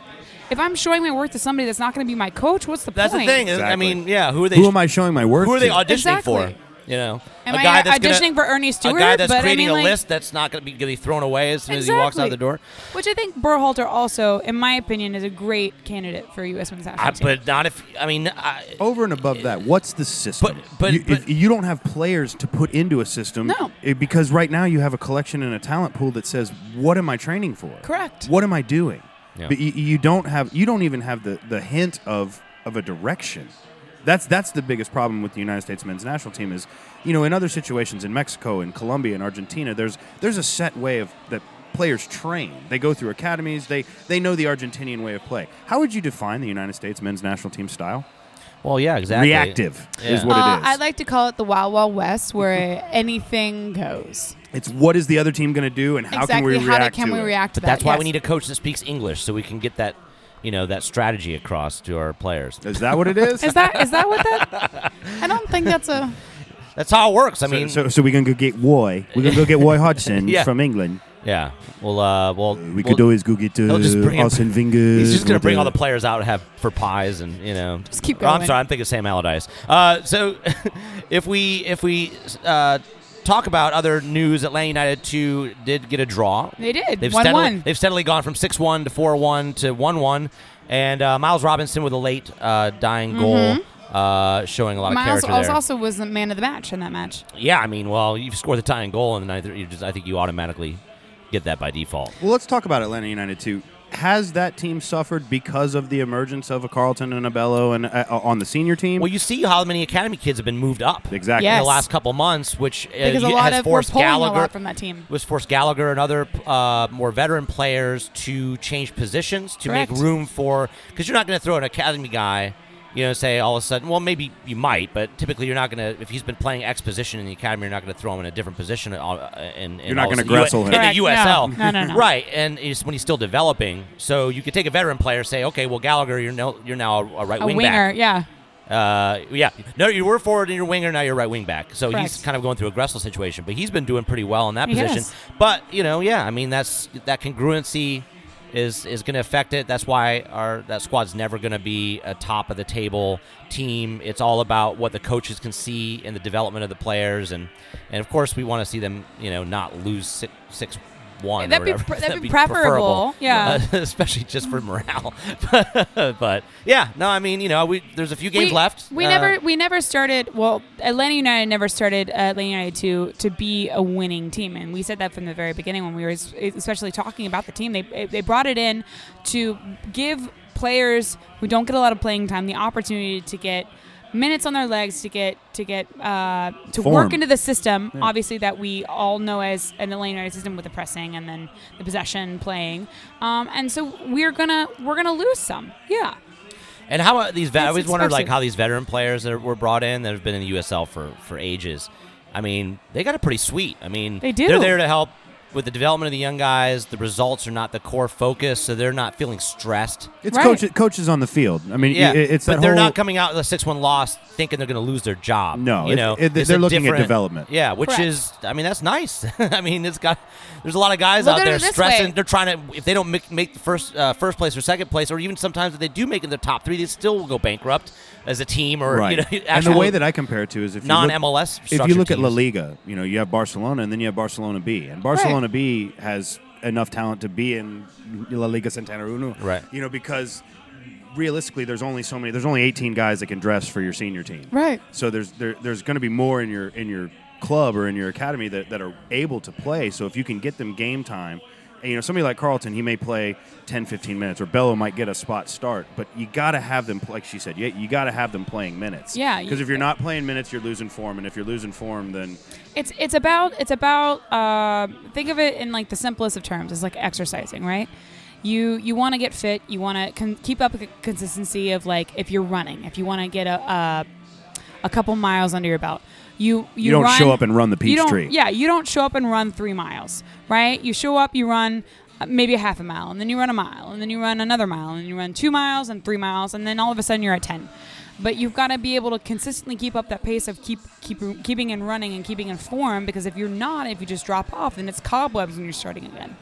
if I'm showing my worth to somebody that's not going to be my coach, what's the
That's the
point?
thing. I
Exactly.
mean, yeah. Who are they?
Who am I showing my worth?
who are they
to?
auditioning for?
Exactly.
You know,
Am
a
I
guy that's gonna-
auditioning for Ernie Stewart?
a guy that's
But I
creating
mean, like-
a list that's not going to be gonna be thrown away as soon as he walks out
Exactly.
the door.
Which I think Burhalter also, in my opinion, is a great candidate for U.S. men's national
I,
team.
but not if I mean, I,
over and above that, what's the system?
But- but-
you, if
but-
you don't have players to put into a system.
No.
eh, because right now you have a collection and a talent pool that says, "What am I training for?
Correct.
What am I doing?"
Yeah.
But you, you don't have, you don't even have the the hint of of a direction. That's that's the biggest problem with the United States men's national team is, you know, in other situations in Mexico and Colombia and Argentina, there's there's a set way of that players train. They go through academies. They they know the Argentinian way of play. How would you define the United States men's national team style?
well, yeah, exactly.
Reactive is
Yeah.
what
Uh,
it is.
I like to call it the Wild Wild West, where anything goes.
it's what is the other team going to do, and how
exactly
can we
how
react
they- can
to
we
it?
react to
But
that?
that's why
yes.
we need a coach that speaks English so we can get that, you know, that strategy across to our players.
Is that what it is?
Is that is that what that? I don't think that's a.
That's how it works. I
so,
mean,
so, so we're gonna go get Roy. We're gonna go get Roy Hodgson
Yeah.
from England.
Yeah. Well, uh, well,
We could always go get uh,
They'll just bring him-
Arsene Wenger.
He's just gonna
with,
bring
uh,
all the players out and have for pies and you know.
Just keep
Oh, I'm
going.
sorry, I'm thinking Sam Allardyce. Uh, so, if we if we uh, talk about other news, Atlanta United two did get a draw.
They did.
They've
1-1.
steadily, They've steadily gone from six one to four one to one one, and uh, Miles Robinson with a late uh, dying goal. Uh, showing a lot
Mm-hmm. Miles
of character there. Uh,
also was the man of the match in that match.
yeah, I mean, well, you've scored the tying goal, and neither you just, I think you automatically get that by default.
Well, let's talk about Atlanta United too. Has that team suffered because of the emergence of a Carlton and a Bello and uh, on the senior team?
Well, you see how many academy kids have been moved up.
exactly.
Yeah.
in
Yes.
the last couple months, which uh,
Because a
y-
lot
has
of we're
forced
pulling
Gallagher
a lot from that team.
was forced Gallagher and other uh, more veteran players to change positions to
Correct.
make room for because you're not going to throw an academy guy. You know, say all of a sudden, well, maybe you might, but typically you're not going to. If he's been playing X position in the academy, you're not going to throw him in a different position. all- uh, In, in
You're not
all of a
gonna
sudden-
Gressel him.
in
Correct.
the USL,
No. No, no, no.
right? And it's when he's still developing, so you could take a veteran player, say, okay, well, Gallagher, you're no, you're now a, a right
A
wing
winger,
back.
yeah.
Uh, yeah. No, you were forward and your winger. Now you're right wing back. So he's
Correct.
kind of going through a Gressel situation, but he's been doing pretty well in that
He
position.
has.
But you know, yeah, I mean that's that congruency is is going to affect it. That's why our that squad's never going to be a top of the table team. It's all about what the coaches can see and the development of the players, and and of course we want to see them you know not lose six six one.
That'd be
or whatever.
pre- that'd be preferable, yeah.
Uh, especially just for morale. but yeah, no, I mean you know we there's a few games
we,
left.
We
Uh,
never we never started. Well, Atlanta United never started uh, Atlanta United to to be a winning team, and we said that from the very beginning when we were es- especially talking about the team. They they brought it in to give players who don't get a lot of playing time the opportunity to get minutes on their legs to get to get uh, to
Form.
work into the system obviously that we all know as an Atlanta United system with the pressing and then the possession playing um, and so we're gonna we're gonna lose some yeah
And how about these? Ve- I
That's
always wondered like
expensive.
how these veteran players that were brought in that have been in the USL for for ages. I mean, they got it pretty sweet. I mean,
They do.
They're there to help with the development of the young guys. The results are not the core focus, so they're not feeling stressed.
it's
Right.
coach, coaches on the field. I mean,
Yeah,
i- it's
but
that
they're
whole,
not coming out with a six-one loss thinking they're going to lose their job.
No,
you
it's-
know
it- they're
It's a
looking at
different-
development.
Yeah, which
Correct.
is, I mean, that's nice. I mean, it's got there's a lot of guys
Look
out
at it
there
this
stressing.
way.
They're trying to if they don't make, make the first uh, first place or second place, or even sometimes if they do make it in the top three, they still will go bankrupt as a team or
right.
you know
and the
actual
way that I compare it to is if you look-
non-MLS.
if you look at La
Lily,
Liga, you know you have Barcelona and then you have Barcelona B, and Barcelona B has enough talent to be in La Liga Santander Uno.
Right.
You know because realistically, there's only so many. There's only 18 guys that can dress for your senior team.
Right.
So there's there, there's going to be more in your in your club or in your academy that, that are able to play. So if you can get them game time. And, you know, somebody like Carlton, he may play 10, 15 minutes, or Bello might get a spot start. But you got to have them, like she said, you, you got to have them playing minutes.
Yeah, you-
Because if you're not playing minutes, you're losing form, and if you're losing form, then
It's it's about it's about uh, think of it in like the simplest of terms. It's like exercising, right? You you want to get fit. You want to con- keep up a c- consistency of like if you're running, if you want to get a, a a couple miles under your belt. You you,
You don't
run-
show up and run the
you don't-
Peachtree.
Yeah, you don't show up and run three miles, right? You show up, you run uh, maybe a half a mile, and then you run a mile, and then you run another mile, and you run two miles and three miles, and then all of a sudden you're at ten. But you've got to be able to consistently keep up that pace of keep keep keeping and running and keeping in form because if you're not, if you just drop off, then it's cobwebs and you're starting again.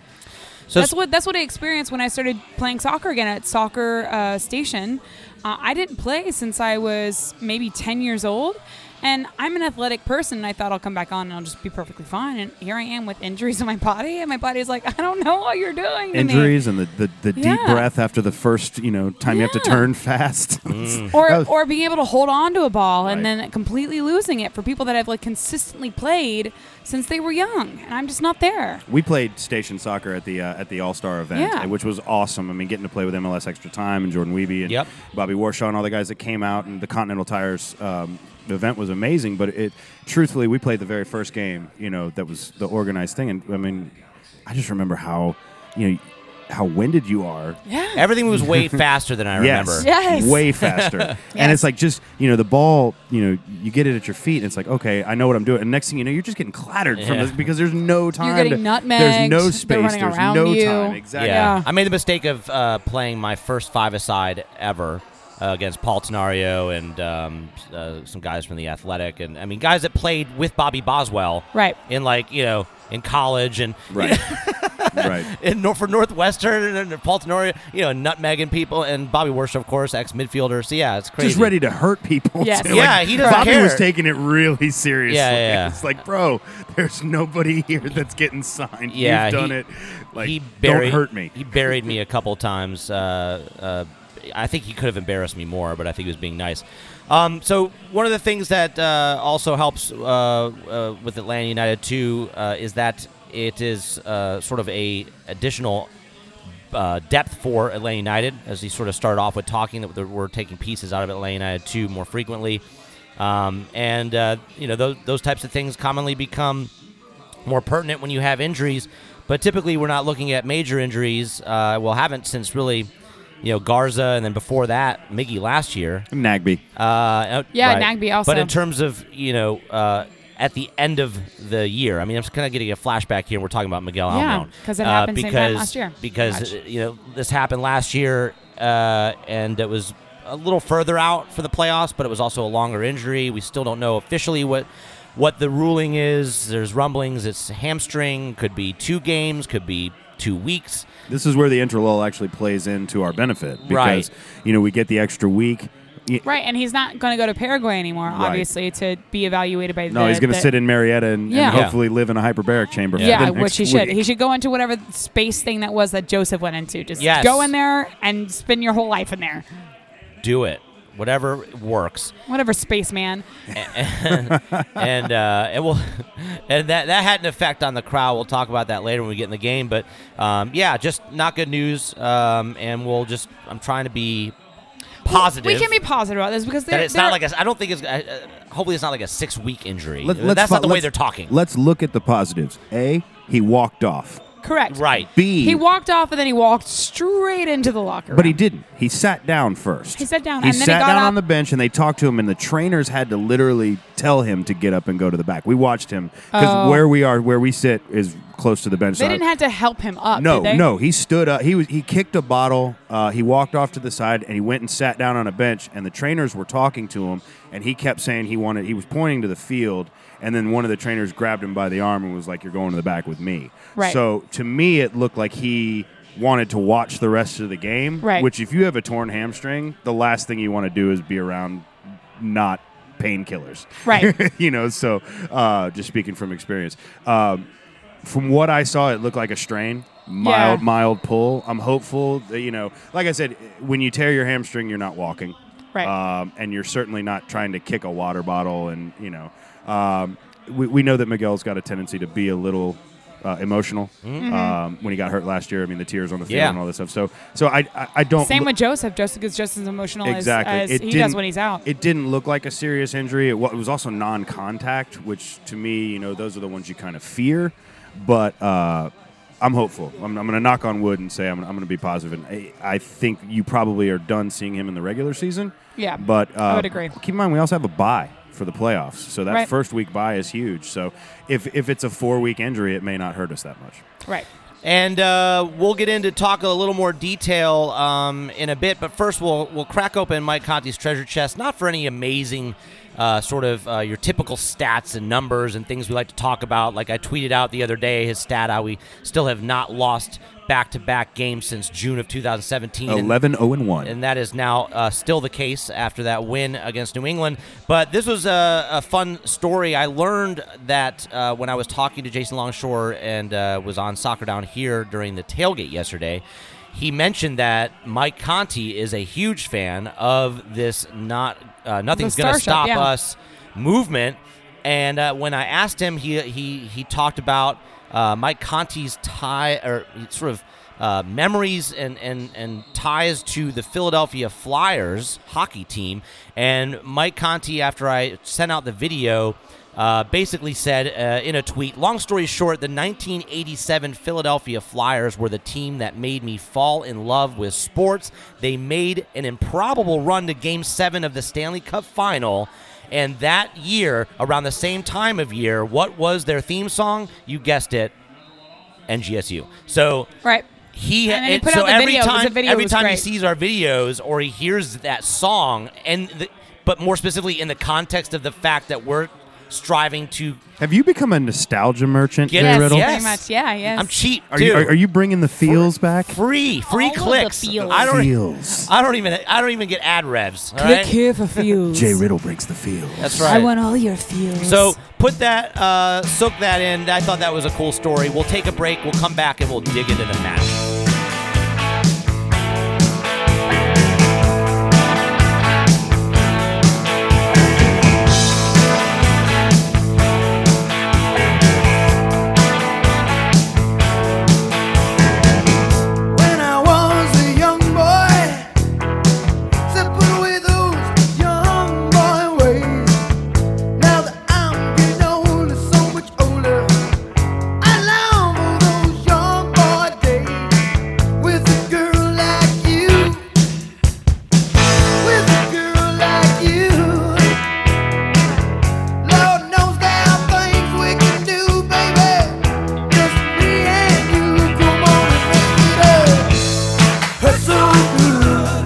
so
That's what that's what I experienced when I started playing soccer again at soccer uh, station. Uh, I didn't play since I was maybe ten years old, and I'm an athletic person. And I thought I'll come back on and I'll just be perfectly fine. And here I am with injuries in my body, and my body's like, I don't know what you're doing. To
injuries and the, the, the deep
Yeah.
breath after the first you know time you have to
Yeah.
turn fast.
me. or
That was-
or being able to hold on to a ball and
Right.
then completely losing it for people that have like consistently played since they were young, and I'm just not there.
we played station soccer at the uh, at the All Star event,
Yeah.
which was awesome. I mean, getting to play with MLS Extra Time and Jordan Wiebe and
Yep.
Bobby Warshaw and all the guys that came out, and the Continental Tires um, event was amazing. But it, truthfully, we played the very first game. You know, that was the organized thing, and I mean, I just remember how you know how winded you are
Yeah.
everything was way faster than I remember.
Yes.
Yes.
Way faster. And it's like just, you know, the ball, you know, you get it at your feet and it's like, okay, I know what I'm doing. And next thing you know, you're just getting clattered from
Yeah.
this because there's no time.
getting
to,
nutmegged.
There's no
They're
space.
running
There's
around
no
you.
time. Exactly.
Yeah.
Yeah.
I made the mistake of uh, playing my first five-a-side ever uh, against Paul Tenario and um, uh, some guys from the Athletic, and I mean guys that played with Bobby Boswell,
Right.
In like you know in college, and
Right. Right.
in Nor- for Northwestern and Paul Tenorio, you know, nutmegging people, and Bobby Worsham, of course, ex midfielder. So yeah, it's crazy.
Just ready to hurt people.
Yes.
too.
Yeah,
Like,
he doesn't
Bobby
care.
was taking it really seriously.
Yeah, yeah, yeah.
It's like, bro, there's nobody here that's getting signed.
Yeah,
You've done
he-
it. Like,
he
don't
buried,
hurt me.
He buried me a couple times. Uh, uh, I think he could have embarrassed me more, but I think he was being nice. Um, so one of the things that uh, also helps uh, uh, with Atlanta United too uh, is that it is uh, sort of a additional uh, depth for Atlanta United as he sort of started off with talking that there- we're taking pieces out of Atlanta United too more frequently. Um, and uh, you know those, those types of things commonly become more pertinent when you have injuries. But typically, we're not looking at major injuries. Uh, well, haven't since really, you know, Garza, and then before that, Miggy last year.
Nagby.
Uh,
Yeah, Nagbe also.
But in terms of you know, uh, at the end of the year, I mean, I'm just kind of getting a flashback here. We're talking about Miguel
Yeah,
Almiron
'cause it
Uh,
happened same time
because-
last year.
Because
Gotcha.
uh, you know this happened last year, uh, and it was a little further out for the playoffs, but it was also a longer injury. We still don't know officially what what the ruling is. There's rumblings. It's hamstring. Could be two games. Could be two weeks.
This is where the interlull actually plays into our benefit because
Right.
you know we get the extra week. Y-
Right, and he's not going to go to Paraguay anymore,
Right.
obviously, to be evaluated by the.
No, he's going to
the-
sit in Marietta and,
Yeah.
and hopefully live in a hyperbaric chamber. for
Yeah,
the
which
next
he should.
week.
He should go into whatever space thing that was that Joseph went into. Just
Yes.
go in there and spend your whole life in there.
Do it. Whatever works.
Whatever space, man.
and uh, and we'll and that that had an effect on the crowd. We'll talk about that later when we get in the game. But um, yeah, just not good news. Um, and we'll just I'm trying to be positive.
We can be positive about this because
that
there-
it's
there-
not like a, I don't think it's uh, uh, hopefully it's not like a six week injury.
Let- let's
That's
fo-
not the way
let's-
they're talking.
Let's look at the positives. A, he walked off.
correct.
right.
B,
He walked off and then he walked straight into the locker.
But he
room.
didn't. He sat down first.
He sat down,
He
and then he
sat
got
down
up.
on the bench, and they talked to him, and the trainers had to literally tell him to get up and go to the back. We watched him because
Oh.
where we are, where we sit, is close to the bench.
They
so I-
didn't have to help him up.
no,
did they?
no. He stood up. He was. He kicked a bottle. Uh, he walked off to the side, and he went and sat down on a bench. And the trainers were talking to him, and he kept saying he wanted. He was pointing to the field, and then one of the trainers grabbed him by the arm and was like, "You're going to the back with me."
Right.
So to me, it looked like he wanted to watch the rest of the game.
Right.
Which, if you have a torn hamstring, the last thing you want to do is be around not painkillers.
Right.
you know. So uh, just speaking from experience. Um, from what I saw, it looked like a strain. Mild,
Yeah.
mild pull. I'm hopeful that, you know, like I said, when you tear your hamstring, you're not walking.
Right.
Um, and you're certainly not trying to kick a water bottle. And, you know, um, we, we know that Miguel's got a tendency to be a little uh, emotional
Mm-hmm.
um, when he got hurt last year. I mean, the tears on the field
Yeah.
and all this stuff. So, so I, I, I don't.
Same
look-
with Joseph. Joseph is just as emotional
exactly.
as, as
it
he
didn't-
does when he's out.
It didn't look like a serious injury. It, wa- it was also non-contact, which to me, you know, those are the ones you kind of fear. But uh, I'm hopeful. I'm, I'm going to knock on wood and say I'm, I'm going to be positive. And I, I think you probably are done seeing him in the regular season.
Yeah,
But uh,
I would agree.
Keep in mind, we also have a bye for the playoffs, so that
Right.
first week bye is huge. So if if it's a four week injury, it may not hurt us that much.
right.
And uh, we'll get into talk a little more detail um, in a bit, but first we'll we'll crack open Mike Conti's treasure chest, not for any amazing uh, sort of uh, your typical stats and numbers and things we like to talk about. Like I tweeted out the other day his stat how we still have not lost back-to-back games since June of 2017. And-
11 0 1.
and that is now uh, still the case after that win against New England. But this was a, a fun story. I learned that uh, when I was talking to Jason Longshore and uh, was on Soccer Down here during the tailgate yesterday. He mentioned that Mike Conti is a huge fan of this. Not uh, nothing's going to
Starship,
stop
yeah.
us movement. And uh, when I asked him, he he he talked about uh, Mike Conti's tie or sort of uh, memories and, and and ties to the Philadelphia Flyers hockey team. And Mike Conti, after I sent out the video. Uh, basically said uh, in a tweet, long story short, the 1987 Philadelphia Flyers were the team that made me fall in love with sports. They made an improbable run to Game 7 of the Stanley Cup Final, and that year, around the same time of year, what was their theme song? You guessed it, NGSU. So
Right.
he,
And then he
it-
put
so
out the
every
video, 'cause
time
the video
every
was
time he
great.
sees our videos or he hears that song, and the, but more specifically in the context of the fact that we're striving to.
Have you become a nostalgia merchant,
Get-
Jay
Yes,
Riddle?
yes.
Pretty much, yeah, yes.
I'm cheap.
Are you,
dude.
are, are you bringing the feels back?
free? Free
All of the
clicks.
feels.
I don't.
feels.
I don't even. I don't even get ad revs. all
Click
right?
here for feels.
Jay Riddle breaks the feels.
That's
I
right.
want all your feels.
So put that, uh, soak that in. I thought that was a cool story. We'll take a break. We'll come back and we'll dig into the match.
When I was a young boy, said put away those young boy ways. Now that I'm getting older, so much older, I long for those young boy days with a girl like you, with a girl like you. Lord knows there are things we can do, baby. Just me and you, come on and make it up. Hurt so good.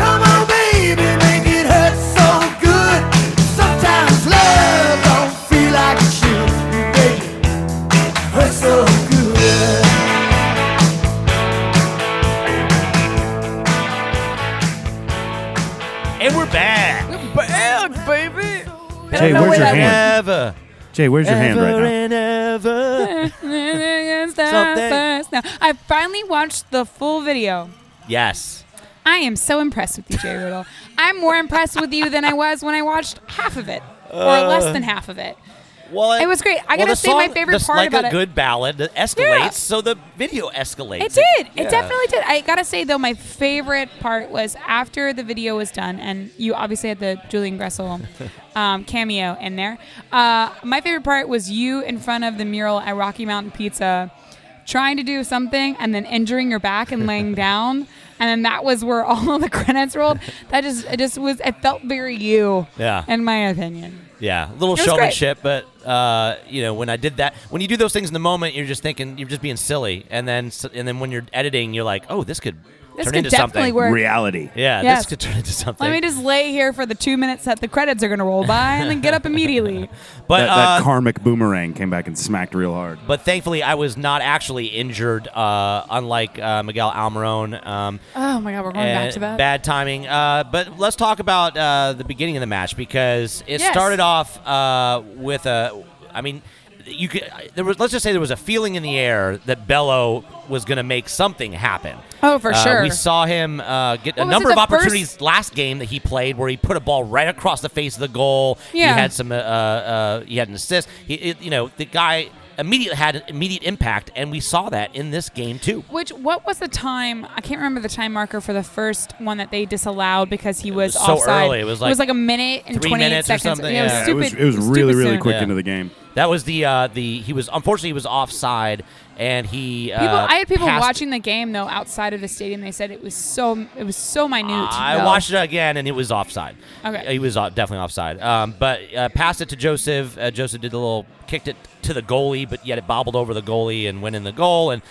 Come on, baby, make it hurt so good. Sometimes love don't feel like it should, baby. Hurt so good.
And we're back.
baby.
Jay, where's your hand?
Ever,
Jay, where's your hand
ever
right
and ever. Something.
Now, I finally watched the full video.
Yes.
I am so impressed with you, Jay Riddle. I'm more impressed with you than I was when I watched half of it, or less than half of it.
Well,
It was great. I
well,
gotta
the
say my
song-
favorite
the-
part
like
about
a
it-
good ballad that escalates,
Yeah.
so the video escalates.
It did. It
yeah.
definitely did. I gotta say though, my favorite part was after the video was done, and you obviously had the Julian Gressel um, cameo in there. Uh, my favorite part was you in front of the mural at Rocky Mountain Pizza, trying to do something and then injuring your back and laying down, and then that was where all the credits rolled. That just it just was. It felt very you.
Yeah.
In my opinion.
Yeah, a little
was great.
showmanship, but uh, you know, when I did that, when you do those things in the moment, you're just thinking, you're just being silly, and then s- and then when you're editing, you're like, oh, this could
This
turn
could
into
definitely
something.
now?
work.
Reality.
Yeah,
Yes.
this could turn into something.
Let me just lay here for the two minutes that the credits are gonna roll by, and then get up immediately.
but
That,
uh,
that karmic boomerang came back and smacked real hard.
but thankfully, I was not actually injured, uh, unlike uh, Miguel Almiron. Um,
Oh my god, we're going back
and
to that.
Eh, Bad timing. Uh, but let's talk about uh, the beginning of the match because it
Yes.
started off uh, with a. I mean, you could. There was. Let's just say there was a feeling in the air that Bello was going to make something happen.
Oh, for
Uh,
sure.
We saw him uh, get
What
a
was it,
number of
the first-
opportunities last game that he played where he put a ball right across the face of the goal.
Yeah.
He had some. Uh, uh, he had an assist. He, it, you know, the guy immediately had an immediate impact, and we saw that in this game too.
Which what was the time? I can't remember the time marker for the first one that they disallowed because he was,
was so
offside.
early. It was like
a minute and
three
twenty eight
minutes or
seconds.
something,
it was
yeah.
it was,
stupid-
it was
stupid
really, really
soon.
quick
Yeah.
into the game.
That was the uh, the he was unfortunately he was offside and he uh,
People, I had people
passed-
watching the game though outside of the stadium. They said it was so it was so minute.
I
though.
watched it again and it was offside.
Okay.
he was off, definitely offside. Um, but uh, passed it to Joseph. Uh, Joseph did a little kicked it to the goalie, but yet it bobbled over the goalie and went in the goal and.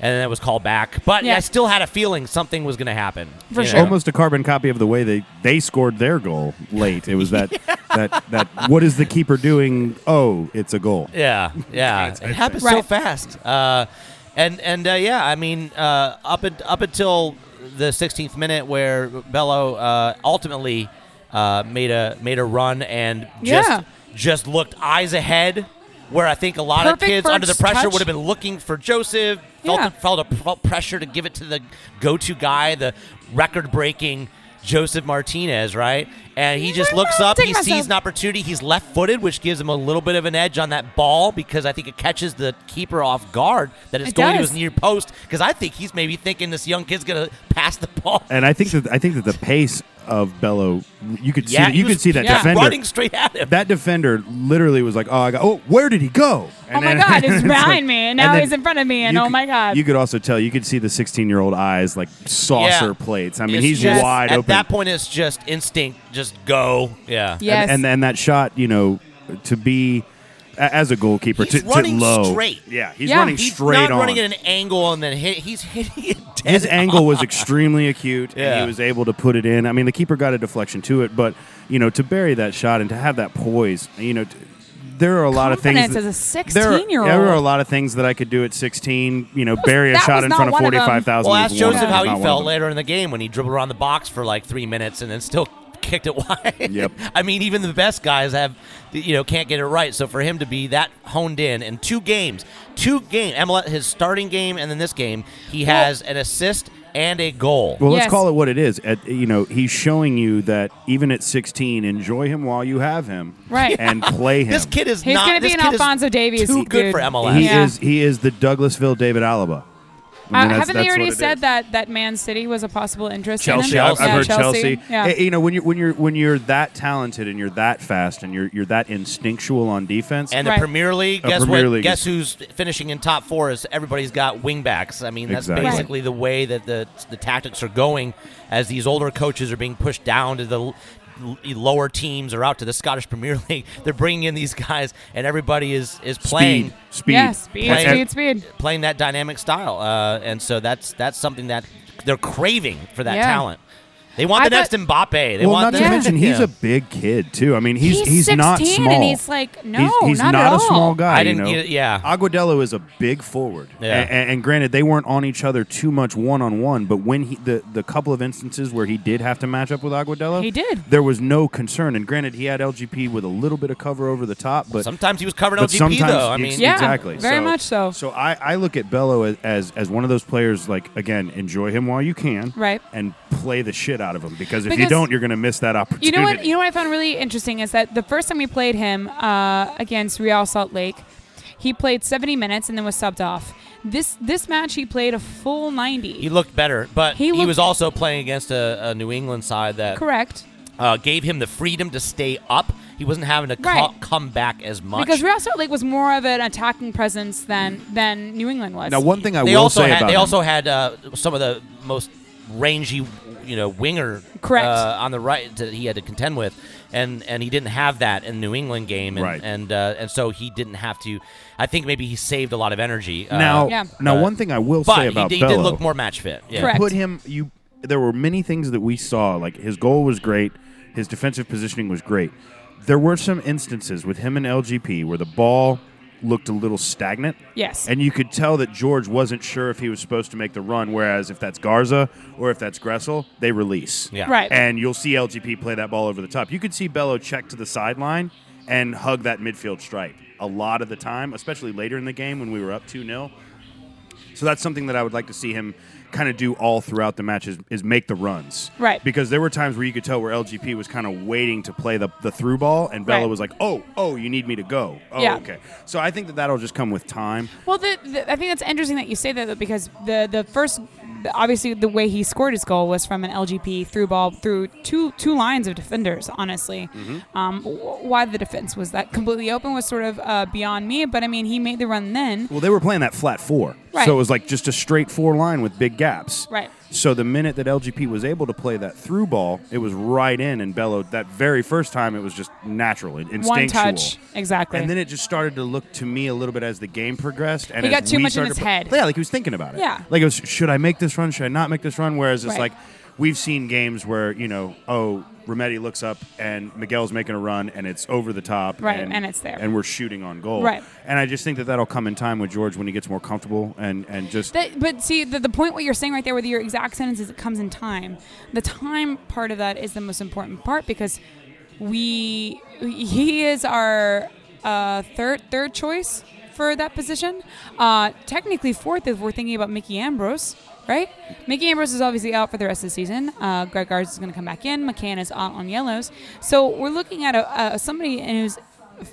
And then it was called back, but
Yeah.
I still had a feeling something was going to happen.
For
you
sure.
know?
Almost a carbon copy of the way they, they scored their goal late. It was that, that, that, what is the keeper doing? Oh, it's a goal.
Yeah, yeah, it happens so
Right.
fast. Uh, and and uh, yeah, I mean, uh, up and, up until the 16th minute, where Bello uh, ultimately uh, made a made a run and just
Yeah.
just looked eyes ahead, where I think a lot of
Perfect
kids under the
first
pressure
touch.
would have been looking for Joseph. Felt,
Yeah.
felt a felt pressure to give it to the go-to guy, the record-breaking Joseph Martinez, right? And he just
like,
looks
"I'll
up,
take
he sees
myself."
an opportunity. He's left footed, which gives him a little bit of an edge on that ball because I think it catches the keeper off guard that it's
It
going
does.
to his near post because I think he's maybe thinking this young kid's going to pass the ball.
And I think that I think that the pace of Bello, you could see that,
he
you could
was-
see that
he was
defender.
running straight at him.
That defender literally was like, "Oh, I got, oh, where did he go?" And
Oh my God, he's behind me, and now he's in front of me, and
you
oh
could-
my God.
You could also tell you could see the 16 year old eyes like saucer
Yeah.
plates. I mean,
It's
he's
just-
wide
at
open.
that point, it's just instinct. Just go. Yeah.
Yeah. Yes.
and, and and that shot, you know, to be a- as a goalkeeper
He's
to,
running
to low.
straight.
Yeah, he's
Yeah.
running
He's
straight
He's not
on.
running at an angle and then hit, he's hitting it dead.
His angle was extremely acute, and
Yeah.
he was able to put it in. I mean, the keeper got a deflection to it, but you know, to bury that shot and to have that poise, you know, t- there are a lot
Confidence
of things.
as a
there are-
16-year-old.
There are a lot of things that I could do at 16. You know, bury a
that
shot
was
in
not
front of
one of them.
45,000.
Well,
with
ask
one
Joseph
was not
how he
one
felt
of them.
later in the game when he dribbled around the box for like three minutes and then still kicked it wide.
Yep.
I mean, even the best guys have, you know, can't get it right. So for him to be that honed in in two games, two game, MLS, his starting game and then this game, he has an assist and a goal.
Well, let's
Yes.
call it what it is. At, you know, he's showing you that even at 16, enjoy him while you have him,
Right.
And play him.
this kid is
He's
not.
gonna be
this
an
kid is
Alphonso Davies,
Too good
dude.
for MLS.
he
Yeah.
is he is the Douglasville David Alaba. I
Uh,
mean, that's-
haven't
that's
they already
what it
said
is.
that that Man City was a possible interest?
Chelsea.
in him?
I've, I've
Yeah,
heard Chelsea.
Yeah.
Eh, you know, when you're when you're when you're that talented and you're that fast and you're you're that instinctual on defense.
And
Right.
the Premier League,
A
guess
Premier
what?
League
guess
is-
who's finishing in top four is everybody's got wingbacks. I mean, that's
Exactly. Right.
basically the way that the the tactics are going as these older coaches are being pushed down to the l- l- lower teams or out to the Scottish Premier League. They're bringing in these guys, and everybody is is playing
speed, speed,
Yeah, speed,
And-
speed, speed.
playing that dynamic style. Uh, and so that's that's something that they're craving for that
Yeah.
talent. They want
I
the
thought-
next Mbappe. They
Well,
want
not
the,
to mention he's
Yeah.
a big kid too. I mean, he's
He's
not
16 and
small.
he's like, no,
he's, he's
not at
not a
all.
small guy.
I
you
didn't
know?
get- yeah.
Agudelo is a big forward.
Yeah.
A- a- And, granted, they weren't on each other too much one on one, but when he the, the couple of instances where he did have to match up with Agudelo,
He did.
There was no concern. And granted, he had LGP with a little bit of cover over the top, but
Sometimes he was covering
but
LGP
sometimes
though. I
ex-
mean,
Yeah,
exactly,
very much so.
So I, I look at Bello as, as as one of those players. Like again, enjoy him while you can,
Right.
And play the shit out of him because if you
Because-
don't, you're going to miss that opportunity.
You know what? You know what I found really interesting is that the first time we played him uh, against Real Salt Lake, he played 70 minutes and then was subbed off. This this match he played a full 90.
He looked better, but
He
he,
looked-
was also playing against a, a New England side that
Correct.
uh, gave him the freedom to stay up. He wasn't having to co-
Right.
come back as much.
Because Real Salt Lake was more of an attacking presence than than New England was.
now, one thing I
they
will
also
say
had
about
they
him-
also had uh, some of the most rangy, you know, winger
Correct.
Uh, on the right that he had to contend with, and and he didn't have that in New England game, and
Right.
and, uh, and so he didn't have to. I think maybe he saved a lot of energy. Uh,
Now,
Yeah.
now
Uh,
one thing I will
but
say
he
about
did- he,
Bello,
did look more match fit. Yeah.
Correct.
put him. You there were many things that we saw. Like his goal was great, his defensive positioning was great. There were some instances with him and LGP where the ball looked a little stagnant.
Yes.
And you could tell that George wasn't sure if he was supposed to make the run. Whereas if that's Garza or if that's Gressel, they release.
Yeah.
Right.
And you'll see LGP play that ball over the top. You could see Bello check to the sideline and hug that midfield stripe a lot of the time, especially later in the game when we were up 2 0. So that's something that I would like to see him kind of do all throughout the match is, is make the runs.
Right.
Because there were times where you could tell where LGP was kind of waiting to play the, the through ball, and Bello
Right.
was like, oh, oh, you need me to go. Oh,
Yeah.
okay. So I think that that'll just come with time.
Well, the, the, I think that's interesting that you say that though, because the the first, the- obviously, the way he scored his goal was from an LGP through ball through two two lines of defenders. Honestly, um, wh- why the defense was that completely open was sort of uh, beyond me. But I mean, he made the run then.
Well, they were playing that flat four.
Mm-hmm. Right.
So it was like just a straight four line with big gaps.
Right.
So the minute that LGP was able to play that through ball, it was right in and bellowed. That very first time, it was just natural, and instinctual.
One touch, exactly.
And then it just started to look to me a little bit as the game progressed. And
He
as
got too
we
much in
started
his
to-
head.
Yeah, like he was thinking about it.
Yeah.
Like it was, should I make this run? Should I not make this run? Whereas it's
Right.
like we've seen games where you know, oh, Rometty looks up and Miguel's making a run and it's over the top.
Right, and it's there.
And we're shooting on goal.
Right.
And I just think that that'll come in time with George when he gets more comfortable and and just
That, but see, the, the point what you're saying right there with your exact sentence is it comes in time. The time part of that is the most important part because we he is our uh, third third choice for that position. Uh, technically fourth if we're thinking about Mickey Ambrose, right? Mickey Ambrose is obviously out for the rest of the season. Uh, Greg Garza is going to come back in. McCann is out on yellows. So we're looking at a, a somebody who's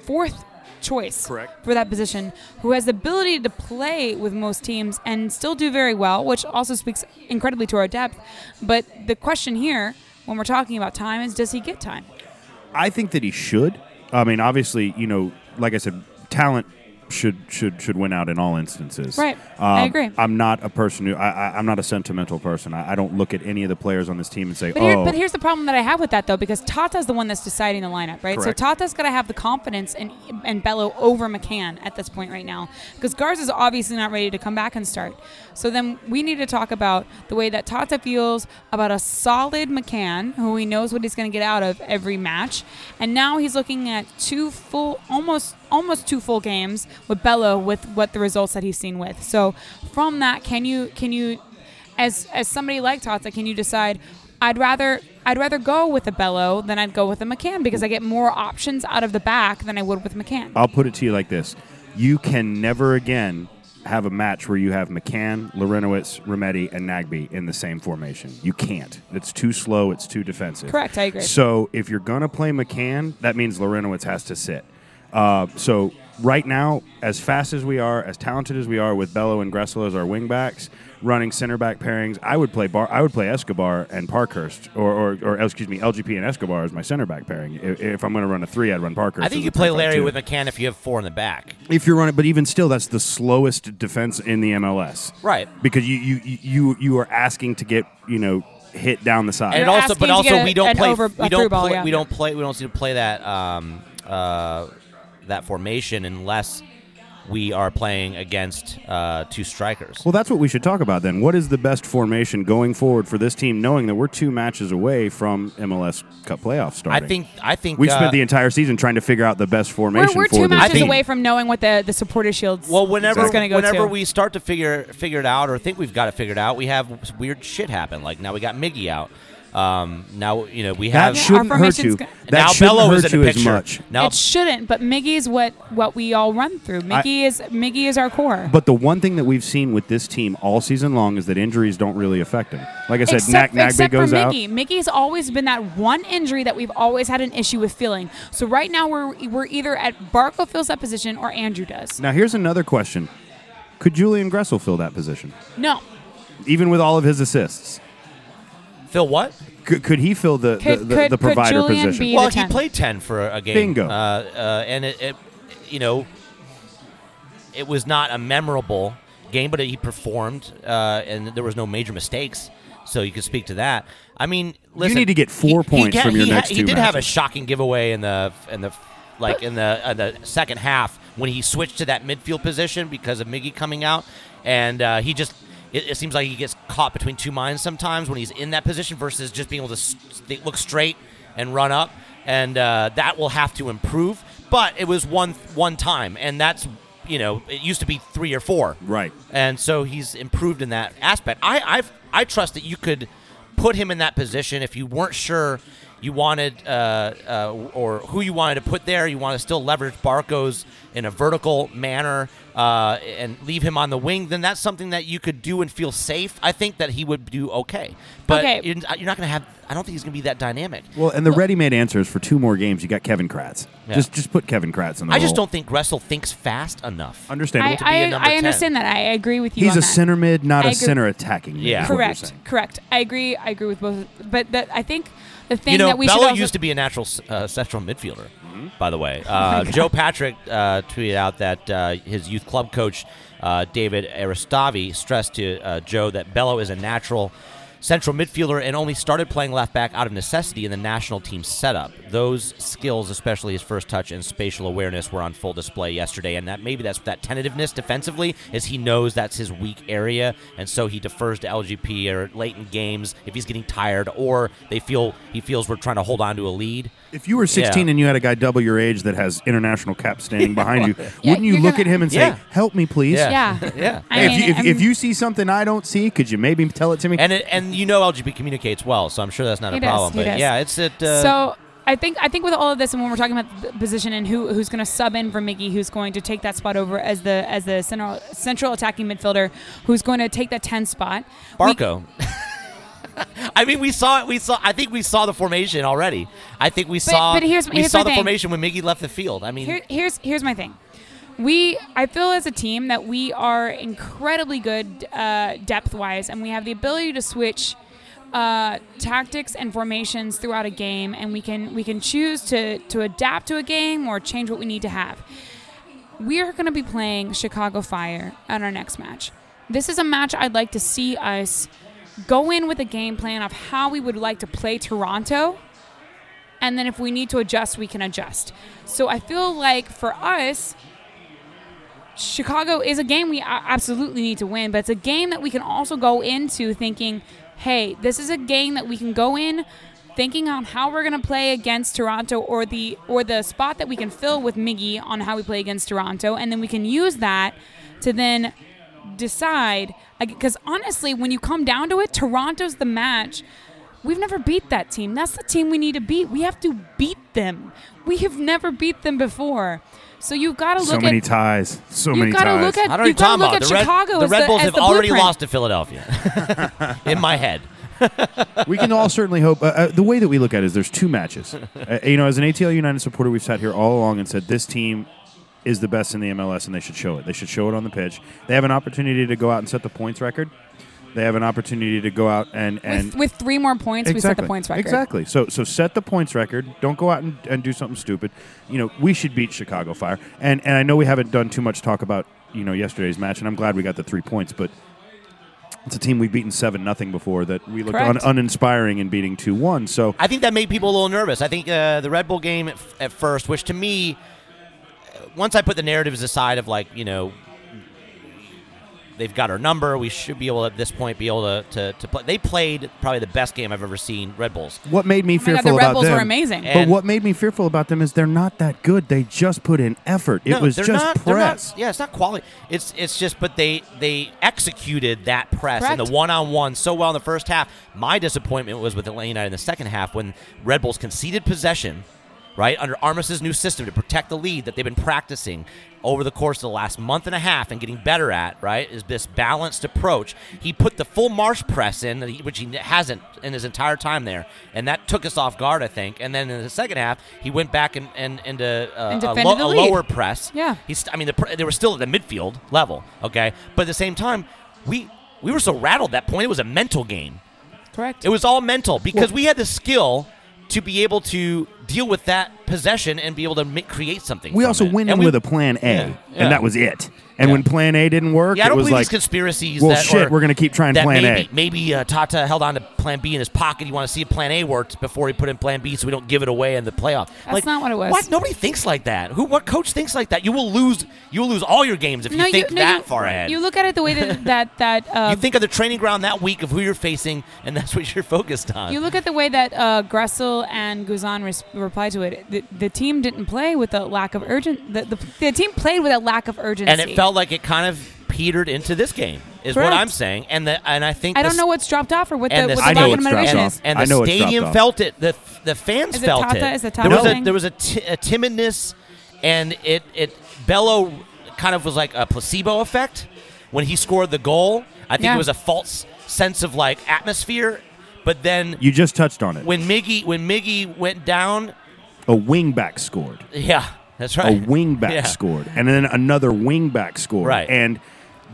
fourth choice
Correct.
for that position who has the ability to play with most teams and still do very well, which also speaks incredibly to our depth. But the question here, when we're talking about time, is does he get time?
I think that he should. I mean, obviously, you know, like I said, talent should should should win out in all instances. Um,
Right. I agree.
I'm not a person who I, I I'm not a sentimental person. I, I don't look at any of the players on this team and say,
But, here,
oh,
but here's the problem that I have with that though, because Tata's the one that's deciding the lineup, right?
Correct.
So Tata's got to have the confidence and and Bello over McCann at this point right now, because Garza's obviously not ready to come back and start. So then we need to talk about the way that Tata feels about a solid McCann, who he knows what he's going to get out of every match, and now he's looking at two full, almost almost two full games with Bello with what the results that he's seen with. So from that, can you can you as as somebody like Tata, can you decide? I'd rather I'd rather go with a Bello than I'd go with a McCann because I get more options out of the back than I would with McCann.
I'll put it to you like this: You can never again have a match where you have McCann, Lorenowitz, Rometty, and Nagby in the same formation. You can't. It's too slow. It's too defensive.
Correct, I agree.
So if you're gonna play McCann, that means Lorenowitz has to sit. Uh, so right now, as fast as we are, as talented as we are, with Bello and Gressel as our wing backs, running center back pairings, I would play Bar. I would play Escobar and Parkhurst, or, or, or excuse me, LGP and Escobar as my center back pairing. If, if I'm gonna run a three, I'd run Parkhurst.
I think
as
you
a
play
3-5-2.
Larry with McCann if you have four in the back.
If you're running, but even still, that's the slowest defense in the MLS.
Right.
Because you you you you are asking to get you know hit down the
And
side.
it
You're
also,
asking
but
to
also,
get a-
we don't
an
play.
over-
we
a
don't
through ball,
play.
yeah.
We don't play. We don't seem to play that um, uh, that formation unless we are playing against uh, two strikers.
Well, that's what we should talk about then. What is the best formation going forward for this team, knowing that we're two matches away from MLS Cup playoffs
I
starting?
think. I think
we
uh,
spent the entire season trying to figure out the best
We're,
formation
we're
for
two
this
matches
team.
away from knowing what the the supporter shields.
Well, whenever
is gonna go
whenever
to.
we start to figure figure it out or think we've got it figured out, we have weird shit happen. Like now we got Miggy out. Um, now you know we
that
have
shouldn't hurt
formation's
you.
go-
That
now
shouldn't
Bello
hurt
is in
you
the
as
picture.
much.
Now
it shouldn't, but Miggy's what what we all run through. Miggy is Miggy is our core.
But the one thing that we've seen with this team all season long is that injuries don't really affect them. Like I said,
except,
Nag- Nagbe
except
goes
for
out.
Mickey. Mickey's always been that one injury that we've always had an issue with feeling. So right now we're we're either at Barco fills that position or Andrew does.
Now here's another question: Could Julian Gressel fill that position,
No,
even with all of his assists?
Phil what?
Could, could he fill the
Could-
the, the,
could-
the
could
provider
Julian
position?
be-
Well,
the
he
10.
played ten for a game.
Bingo.
Uh, uh, and it, it, you know, it was not a memorable game, but he performed, uh, and there was no major mistakes. So you could speak to that. I mean, listen,
need to get four
he- he
points
ca-
from your
he
next
He
two
did have a
matches.
shocking giveaway in the in the like in the uh, the second half when he switched to that midfield position because of Miggy coming out, and uh, he just. It, it seems like he gets caught between two minds sometimes when he's in that position versus just being able to s- th- look straight and run up, and uh, that will have to improve. But it was one one time, and that's you know it used to be three or four,
Right.
and so he's improved in that aspect. I I've, I trust that you could put him in that position if you weren't sure you wanted uh, uh, or who you wanted to put there. You want to still leverage Barco's in a vertical manner uh, and leave him on the wing. Then that's something that you could do and feel safe. I think that he would do okay, but
Okay.
you're, you're not going to have. I don't think he's going to be that dynamic.
Well, and the ready-made answers for two more games, you got Kevin Kratz.
Yeah.
Just just put Kevin Kratz in the
I just
role.
don't think Gressel thinks fast enough.
I,
understandable.
be a
I,
number
I
10.
understand that. I agree with you.
He's
on
a
that.
center mid, not
I
a
agree.
center attacking. mid,
Yeah.
is what you're
Correct.
saying.
Correct. I agree. I agree with both. But that I think the thing
You know,
that we
Bello
should also
used to be a natural s- uh, central midfielder, by the way.
Oh
Uh, Joe Patrick uh, tweeted out that uh, his youth club coach, uh, David Aristavi, stressed to uh, Joe that Bello is a natural central midfielder and only started playing left back out of necessity in the national team setup. Those skills, especially his first touch and spatial awareness, were on full display yesterday, and that maybe that's that tentativeness defensively is he knows that's his weak area, and so he defers to LGP or late in games if he's getting tired or they feel he feels we're trying to hold on to a lead.
If you were 16
Yeah.
and you had a guy double your age that has international cap standing behind you, wouldn't you
you're
look
gonna-
at him and say,
Yeah.
"Help me, please"?
Yeah.
yeah.
I
Hey,
mean, um,
if, you, if,
I'm-
if you see something I don't see, could you maybe tell it to me?
And it, and you know LGP communicates well, so I'm sure that's not
He
a
does,
problem.
he
but
does.
yeah, it's at uh,
so I think I think with all of this and when we're talking about the position and who who's going to sub in for Miggy, who's going to take that spot over as the as the central central attacking midfielder, who's going to take that ten spot. we-
Barco. I mean, we saw it. We saw. I think we saw the formation already. I think we saw.
but here's-
we
here's
saw
my
the
thing.
formation when Miggy left the field. I mean,
Here, here's here's my thing. We I feel as a team that we are incredibly good uh, depth wise, and we have the ability to switch uh, tactics and formations throughout a game, and we can we can choose to to adapt to a game or change what we need to have. We are going to be playing Chicago Fire on our next match. This is a match I'd like to see us go in with a game plan of how we would like to play Toronto. And then if we need to adjust, we can adjust. So I feel like for us, Chicago is a game we a- absolutely need to win, but it's a game that we can also go into thinking, hey, this is a game that we can go in thinking on how we're going to play against Toronto or the or the spot that we can fill with Miggy on how we play against Toronto and then we can use that to then decide because honestly when you come down to it Toronto's the match We've never beat that team. That's the team we need to beat. We have to beat them. We have never beat them before. So you've got to look
So
at
many ties. So many
You've got to
ties.
look at,
I don't
you've
even
got
talk
to look
about
at
the Red,
Chicago
the
as
Red
the,
Bulls
as
have
the
already
blueprint.
lost to Philadelphia in my head.
we can all certainly hope. Uh, uh, the way that we look at it is there's two matches. Uh, you know, as an ATL United supporter, we've sat here all along and said this team is the best in the MLS and they should show it. They should show it on the pitch. They have an opportunity to go out and set the points record. They have an opportunity to go out and and
With, with three more points, we set the points record.
Exactly. So so set the points record. Don't go out and, and do something stupid. You know, we should beat Chicago Fire. And and I know we haven't done too much talk about, you know, yesterday's match, and I'm glad we got the three points, but it's a team we've beaten seven nothing before that we looked un-
Correct.
uninspiring in beating two one. So
I think that made people a little nervous. I think uh, the Red Bull game at, f- at first, which to me, uh, once I put the narratives aside of like, you know, they've got our number, we should be able at this point be able to, to, to play. They played probably the best game I've ever seen, Red Bulls.
what made me
Oh my God,
fearful
the Red
about
Bulls
them?
were amazing.
But
And-
what made me fearful about them is they're not that good. They just put in effort. It
No,
was
they're
just
not- they're not-
press.
yeah, it's not quality. It's it's just, but they they executed that press and
Correct.
the one on one so well in the first half. My disappointment was with Atlanta United in the second half when Red Bulls conceded possession, right under Armis's new system to protect the lead that they've been practicing over the course of the last month and a half and getting better at. Right, is this balanced approach? He put the full Marsh press in, that he- which he hasn't in his entire time there, and that took us off guard, I think. And then in the second half, he went back and and into uh,
And
a,
defended the
a
lead.
lower press.
Yeah.
He's. I mean, the, pr- they were still at the midfield level. Okay, but at the same time, we we were so rattled at that point. It was a mental game.
Correct.
It was all mental because we had the skill to be able to deal with that possession and be able to ma- create something.
We
from
also
it.
went
And
in
we-
with a plan A,
Yeah, yeah.
and that was it. And when plan A didn't work,
Yeah, I
it
don't
was
believe
like
these conspiracies.
well,
that
shit,
are-
we're gonna keep trying
that
plan A.
maybe, Maybe uh, Tata held on to Plan B in his pocket. You want to see if Plan A worked before he put in Plan B, so we don't give it away in the playoff.
That's not what it was.
Nobody thinks like that. Who? What coach thinks like that? You will lose. You will lose all your games if you think that far ahead.
You look at it the way that that, that uh,
you think of the training ground that week of who you're facing, and that's what you're focused on.
You look at the way that uh, Gressel and Guzan res- replied to it. The, the team didn't play with a lack of urgent. The, the, the team played with a lack of urgency.
and it felt like it kind of petered into this game, is
Correct.
what I'm saying. And the and I think
I
the
don't know what's dropped off or what the,
and
what
the
the
I know
lack of
what's dropped
motivation
off.
is.
And
I
the
know it's dropped
stadium
off.
felt it. The the fans
Is it
felt
Tata?
it.
Is it
there was
Tata
a
thing?
there was a, t- a timidness, and it it Bello kind of was like a placebo effect when he scored the goal. I think
Yeah.
it was a false sense of like atmosphere, but then.
you just touched on it.
when Miggy when Miggy went down,
a wing back scored.
yeah, that's
A
right.
wing back
Yeah.
scored. And then another wing back scored.
Right.
And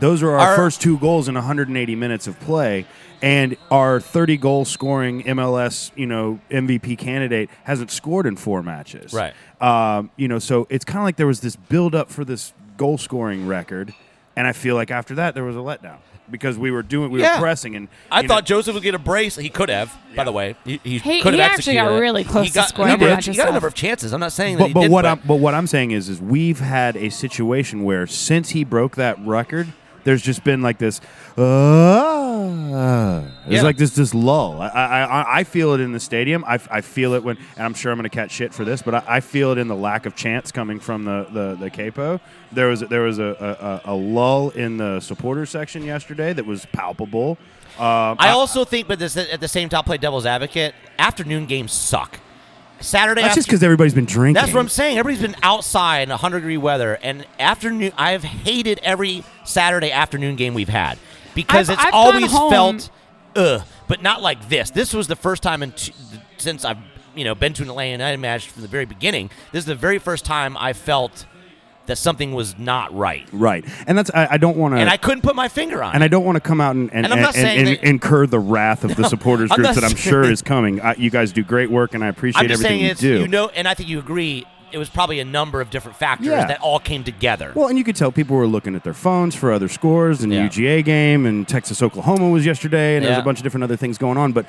those are our,
Our-
first two goals in 180 minutes of play. And our 30 goal scoring MLS, you know, MVP candidate hasn't scored in four matches.
Right.
Um, you know, so it's kind of like there was this build up for this goal scoring record. And I feel like after that, there was a letdown because we were doing, we
Yeah.
were pressing. And
I
you know,
thought Joseph would get a brace. He could have, by the way. He, he,
He-
could
he
have
actually
executed
got
it.
really close
he
to
got, a
scoring
number
a
of-
bunch
he
of
got a
stuff.
number of chances. I'm not saying that
but,
he
but
didn't,
what
but
I'm but what I'm saying is is we've had a situation where since he broke that record, there's just been like this. Uh, there's
Yeah.
like this this lull. I, I I- I feel it in the stadium. I, I feel it when, and I'm sure I'm gonna catch shit for this, but I, I feel it in the lack of chance coming from the the, the capo. There was there was a, a, a a lull in the supporter section yesterday that was palpable. Um,
Uh,
I also think, but this at the same time, play devil's advocate. Afternoon games suck. Saturday.
that's
after-
just because everybody's been drinking.
that's what I'm saying. Everybody's been outside in 100 degree weather, and afternoon. I've hated every Saturday afternoon game we've had because
I've-
it's
I've gone
always
home-
felt, ugh, but not like this. This was the first time in t- since I've you know been to an Atlanta United match from the very beginning. This is the very first time I felt that something was not right,
Right, and that's I, I don't want to.
and I couldn't put my finger on
and
it.
I don't want to come out and and,
And I'm not
and-
saying
and
that-
incur the wrath of the supporters
I'm
group
not
that I'm
saying-
sure is coming. I, you guys do great work, and I appreciate
I'm just
everything
saying
you
it's
do.
you know, and I think you agree. it was probably a number of different factors
Yeah.
that all came together.
Well, and you could tell people were looking at their phones for other scores, and
Yeah.
UGA game, and Texas Oklahoma was yesterday, and there's
Yeah.
a bunch of different other things going on. But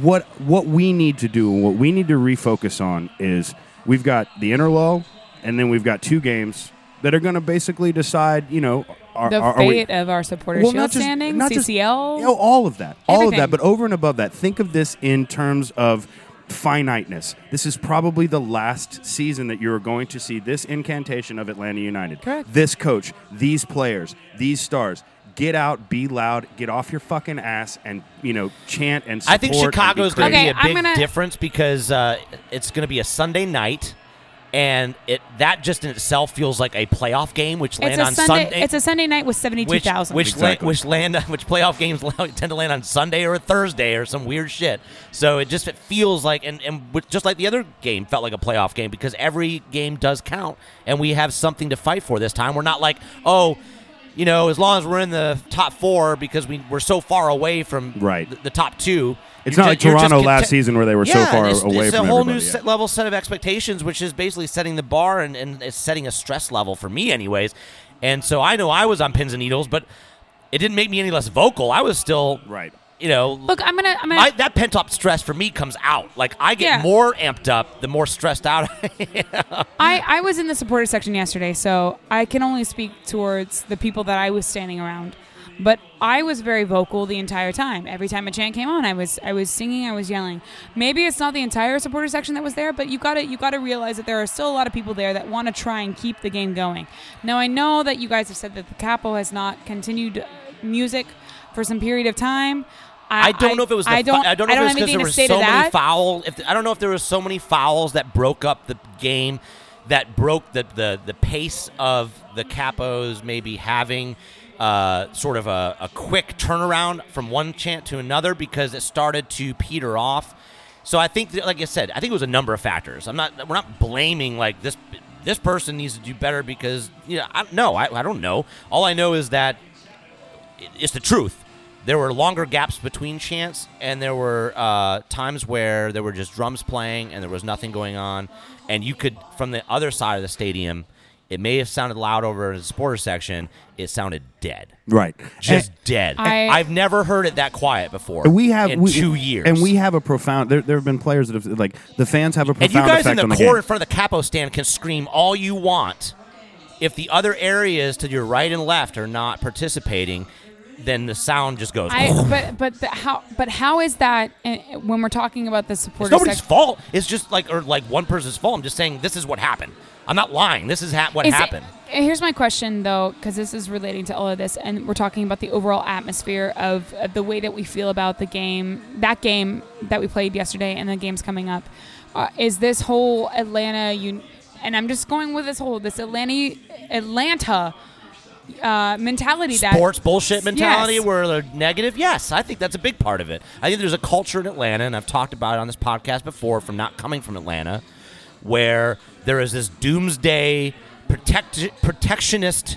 what what we need to do and what we need to refocus on is we've got the interlull, and then we've got two games that are going to basically decide, you know, are,
the
are, are we,
fate of our supporters shield standing, CCL.
you know, Oh, all of that, all of that.
Everything.
But over and above that, think of this in terms of finiteness. This is probably the last season that you are going to see this incantation of Atlanta United.
Correct.
This coach, these players, these stars. Get out, be loud, get off your fucking ass, and you know chant and support.
I think Chicago's
going
going
crazy. Okay,
to be a
I'm
big
gonna-
difference because uh, it's going to be a Sunday night, and it that just in itself feels like a playoff game, which
it's
land
a
on
Sunday.
Sunday.
It's a Sunday night with seventy-two
which
thousand.
which la-
Exactly.
which land which playoff games tend to land on Sunday or a Thursday or some weird shit. So it just it feels like and and with- just like the other game felt like a playoff game because every game does count and we have something to fight for this time. We're not like oh. You know, as long as we're in the top four, because we we're so far away from
Right.
the, the top two.
It's not
you're ju-
like
you're just
Toronto last
content-
season where they were so
Yeah,
far
it's,
away
it's
from
a whole new
everybody.
set, level set of expectations, which is basically setting the bar and, and it's setting a stress level for me, anyways. And so I know I was on pins and needles, but it didn't make me any less vocal. I was still
Right.
You know,
Look, I'm gonna. I'm gonna.
my, that pent up stress for me comes out. Like I get
Yeah.
more amped up the more stressed out.
I, I was in the supporter section yesterday, so I can only speak towards the people that I was standing around. But I was very vocal the entire time. Every time a chant came on, I was I was singing, I was yelling. Maybe it's not the entire supporter section that was there, but you gotta you gotta realize that there are still a lot of people there that want to try and keep the game going. Now I know that you guys have said that the capo has not continued music for some period of time.
I don't know if it was. The
I don't.
fou- I don't know
have
if it was because
anything
there
to
were
say
so
to
many
that.
fouls. If I don't know if there were so many fouls that broke up the game, that broke the the, the pace of the Capos maybe having. Uh, sort of a, a quick turnaround from one chant to another because it started to peter off. So I think, that, like I said, I think it was a number of factors. I'm not, we're not blaming like this. This person needs to do better because you know, I, no, I, I don't know. All I know is that it's the truth. There were longer gaps between chants, and there were uh, times where there were just drums playing and there was nothing going on. And you could, from the other side of the stadium, it may have sounded loud over in the supporter section. It sounded dead,
Right.
just dead.
I-
have never heard it that quiet before.
And Eh, we have
in
we-
two years,
and we have a profound. There, there have been players that have like the fans have a
and
profound
you guys in
effect
the
on the
court
game.
in front of the capo stand can scream all you want. If the other areas to your right and left are not participating, then the sound just goes.
I but but the, how but how is that uh, when we're talking about the
It's
supporter
nobody's
section?
fault. It's just like or like one person's fault. I'm just saying this is what happened. I'm not lying. This is ha- what
Is it- eh,
happened.
here's my question though, because this is relating to all of this, and we're talking about the overall atmosphere of, of the way that we feel about the game, that game that we played yesterday, and the games coming up. Uh, is this whole Atlanta? Un- and I'm just going with this whole this Atlanta Atlanta uh, mentality that
Sports bullshit mentality
Yes.
where they're negative. Yes, I think that's a big part of it. I think there's a culture in Atlanta, and I've talked about it on this podcast before from not coming from Atlanta, where there is this doomsday protect- protectionist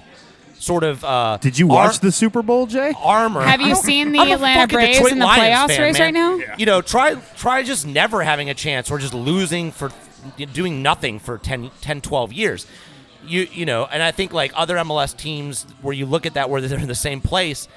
sort of. Uh,
Did you
ar-
watch the Super Bowl, Jay?
armor.
Have
I
you
don't-
seen the
I'm a
Atlanta
fucking
Braves
Detroit
in the
Lions
playoffs
fan,
race
man.
right now?
You know, try try just never having a chance or just losing for doing nothing for 10, 10 12 years. You you know, and I think like other MLS teams where you look at that where they're in the same place,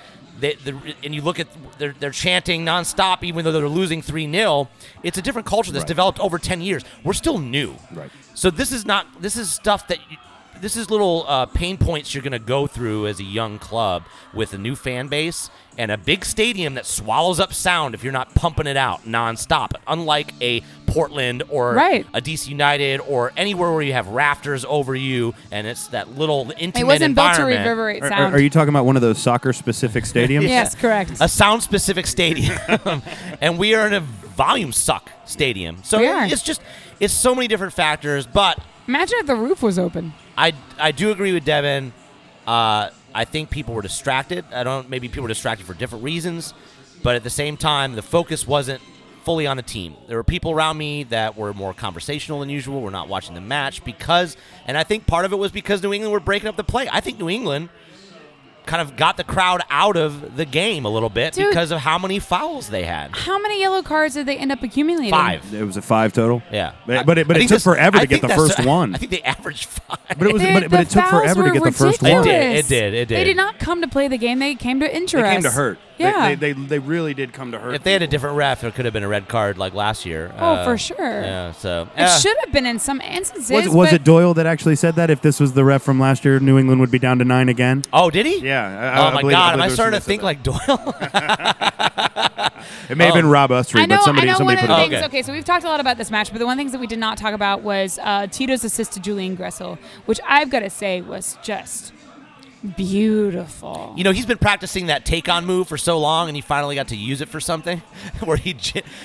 they, the and you look at they're, they're chanting nonstop even though they're losing 3-0. It's a different culture that's
Right.
developed over 10 years. We're still new.
Right.
So this is not. This is stuff that. You, this is little uh, pain points you're going to go through as a young club with a new fan base and a big stadium that swallows up sound if you're not pumping it out nonstop. Unlike a Portland or
Right.
a DC United or anywhere where you have rafters over you and it's that little intimate
it wasn't built to
environment.
reverberate
Are,
sound.
are- are you talking about one of those soccer specific stadiums?
yes, correct.
a sound specific stadium and we are in a volume suck stadium so
We are.
it's just it's so many different factors but
Imagine if the roof was open.
I I do agree with Devin. Uh, I think people were distracted. I don't. Maybe people were distracted for different reasons, but at the same time, the focus wasn't fully on the team. There were people around me that were more conversational than usual. We're not watching the match because, and I think part of it was because New England were breaking up the play. I think New England kind of got the crowd out of the game a little bit
Dude.
because of how many fouls they had.
How many yellow cards did they end up accumulating?
Five.
It was a five total.
Yeah.
But but it, but
I
it
think
took
this-
forever
I
to get
think
the
that's-
first one.
I think they averaged five.
But it was
They-
but, it- but
the
it took
fouls
forever to
were
get the first
ridiculous.
one.
It did, it did, it
They
did.
did not come to play the game. They came to injure
They
us.
came to hurt. They-
Yeah.
They, they, they really did come to hurt.
if they had a
people.
different ref, there could have been a red card like last year.
Oh, for sure.
Uh, Yeah. So
it
uh,
should have been in some instances.
Was, it- was
but
it Doyle that actually said that? If this was the ref from last year, New England would be down to nine again.
Oh, did he?
Yeah, I- I-
oh
I
my
believe- I
God! Am
believe
I
there was
starting to
somebody
think like Doyle?
It may have been Rob Ustry,
Oh. I know,
but somebody
I know
somebody
one of
put it
the
up.
things.
Oh, Okay.
Okay. so we've talked a lot about this match, but the one things that we did not talk about was uh, Tito's assist to Julian Gressel, which I've got to say was just beautiful.
you know, he's been practicing that take on move for so long, and he finally got to use it for something where he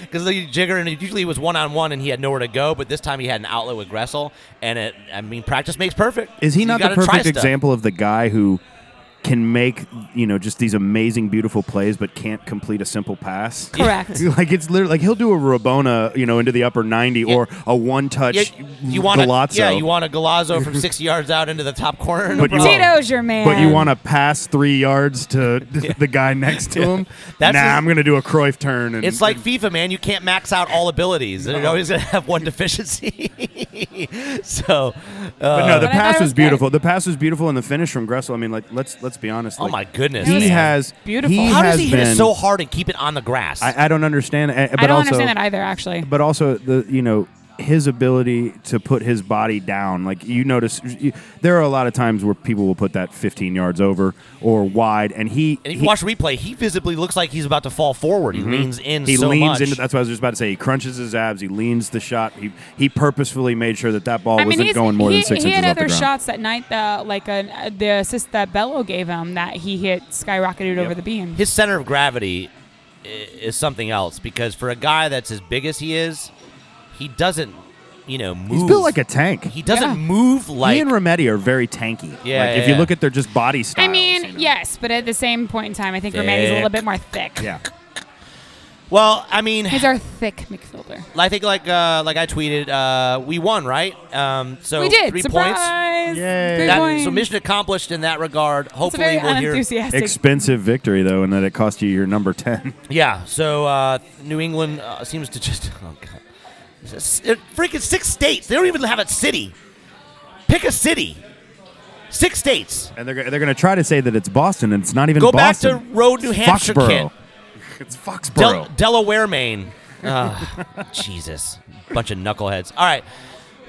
because the jigger and it usually was one on one, and he had nowhere to go. But this time he had an outlet with Gressel, and it. I mean, practice makes perfect.
Is he
You
not the
gotta try
perfect
stuff.
example of the guy who can make you know just these amazing, beautiful plays, but can't complete a simple pass?
Correct.
like it's literally like he'll do a Rabona, you know, into the upper ninety or a one touch
Yeah, you want
Galazzo,
a yeah, you want a Galazzo from sixty yards out into the top corner. No
But you
problem.
want-
Tito's your man.
but you want to pass three yards to the guy next to him.
That's
nah,
his-
I'm gonna do a Cruyff turn. And,
It's like FIFA, man. You can't max out all abilities. You're always gonna have one deficiency. so, uh,
But no, the
But I thought
pass
it
was
was good.
beautiful. The pass was beautiful, and the finish from Gressel. I mean, like let's let's be honest.
oh
like,
my goodness,
It
he
was
man.
has
beautiful.
He
How
has
does he
been,
hit it so hard and keep it on the grass?
I, I don't understand. uh, But
I don't
also,
understand that either, actually.
but also the you know his ability to put his body down like you notice you, there are a lot of times where people will put that 15 yards over or wide and he
and if
he,
you watch replay, he visibly looks like he's about to fall forward. He leans in.
he
so
leans
much.
into that's what I was just about to say he crunches his abs he leans the shot he he purposefully made sure that that ball
I mean,
wasn't
he's-
going more
he,
than 6
he
inches
had
off the
other
ground
shots that night, uh, like uh, the assist that Bello gave him that he hit skyrocketed over the beam.
his center of gravity i- is something else because for a guy that's as big as he is, he doesn't, you know, move.
he's built like a tank
he doesn't
Yeah.
move like.
he and Rometty are very tanky
Yeah,
like if
yeah,
you
yeah.
look at their just body
I
styles
mean,
you know.
yes, but at the same point in time, I think Romandy's a little
Thick.
bit more thick.
yeah
well, I mean,
He's our thick midfielder.
I think like uh, like I tweeted, uh, we won, right? Um, so
we did.
three points.
Surprise!
Yay.
Three
That,
points.
so mission accomplished in that regard.
It's a
Hopefully
very
we'll hear.
unenthusiastic.
expensive victory though and that it cost you your number 10
Yeah. So uh, New England uh, seems to just oh god, It's just- it- freaking six states. They don't even have a city. Pick a city. Six states.
and they're, go- they're going to try to say that it's Boston and it's not even
Go
Boston
back to Road, New
It's
Hampshire,
Foxborough.
kid.
It's
Del-
Foxborough.
Delaware, Maine. Ah, Jesus, bunch of knuckleheads. All right.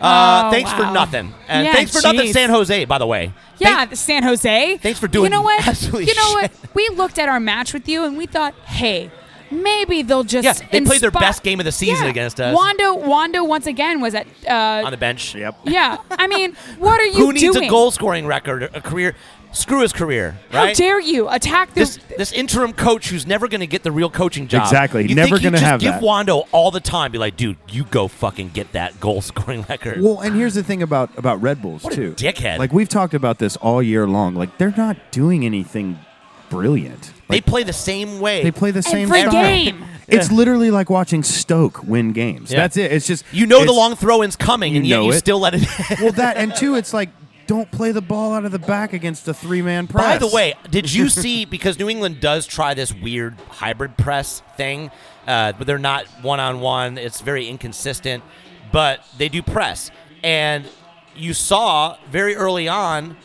Uh,
Oh,
thanks for
wow.
nothing, and
Yeah,
thanks for nothing,
jeez.
San Jose. By the way,
yeah, the San Jose.
Thanks for doing
You know what?
absolutely
you know
shit.
what? We looked at our match with you and we thought, hey, maybe they'll just.
Yeah, they played their
inspi-
best game of the season
Yeah.
against us.
Wando, Wando once again was at. Uh,
on the bench.
Yep.
yeah, I mean, what are you
Who needs
doing?
a goal scoring record, a career? Screw his career,
How
right?
dare you attack the?
this this interim coach who's never going to get the real coaching job.
Exactly.
You
Never
think he'd
gonna
just
have
give
that.
Wando all the time. Be like, dude, you go fucking get that goal scoring record.
Well, and here's the thing about about Red Bulls
What a
too.
dickhead.
Like we've talked about this all year long. Like they're not doing anything brilliant.
they
Like,
play the same way.
they, play the same
Every
style.
game.
It's literally like watching Stoke win games.
Yeah.
That's it. It's just
You know the
it's-
long throw in's coming,
You
and yet
know
you
it.
still let it.
Well, that and two, it's like don't play the ball out of the back against a three man press.
By the way, did you see? Because New England does try this weird hybrid press thing, uh, but they're not one on one. It's very inconsistent, but they do press. And you saw very early on.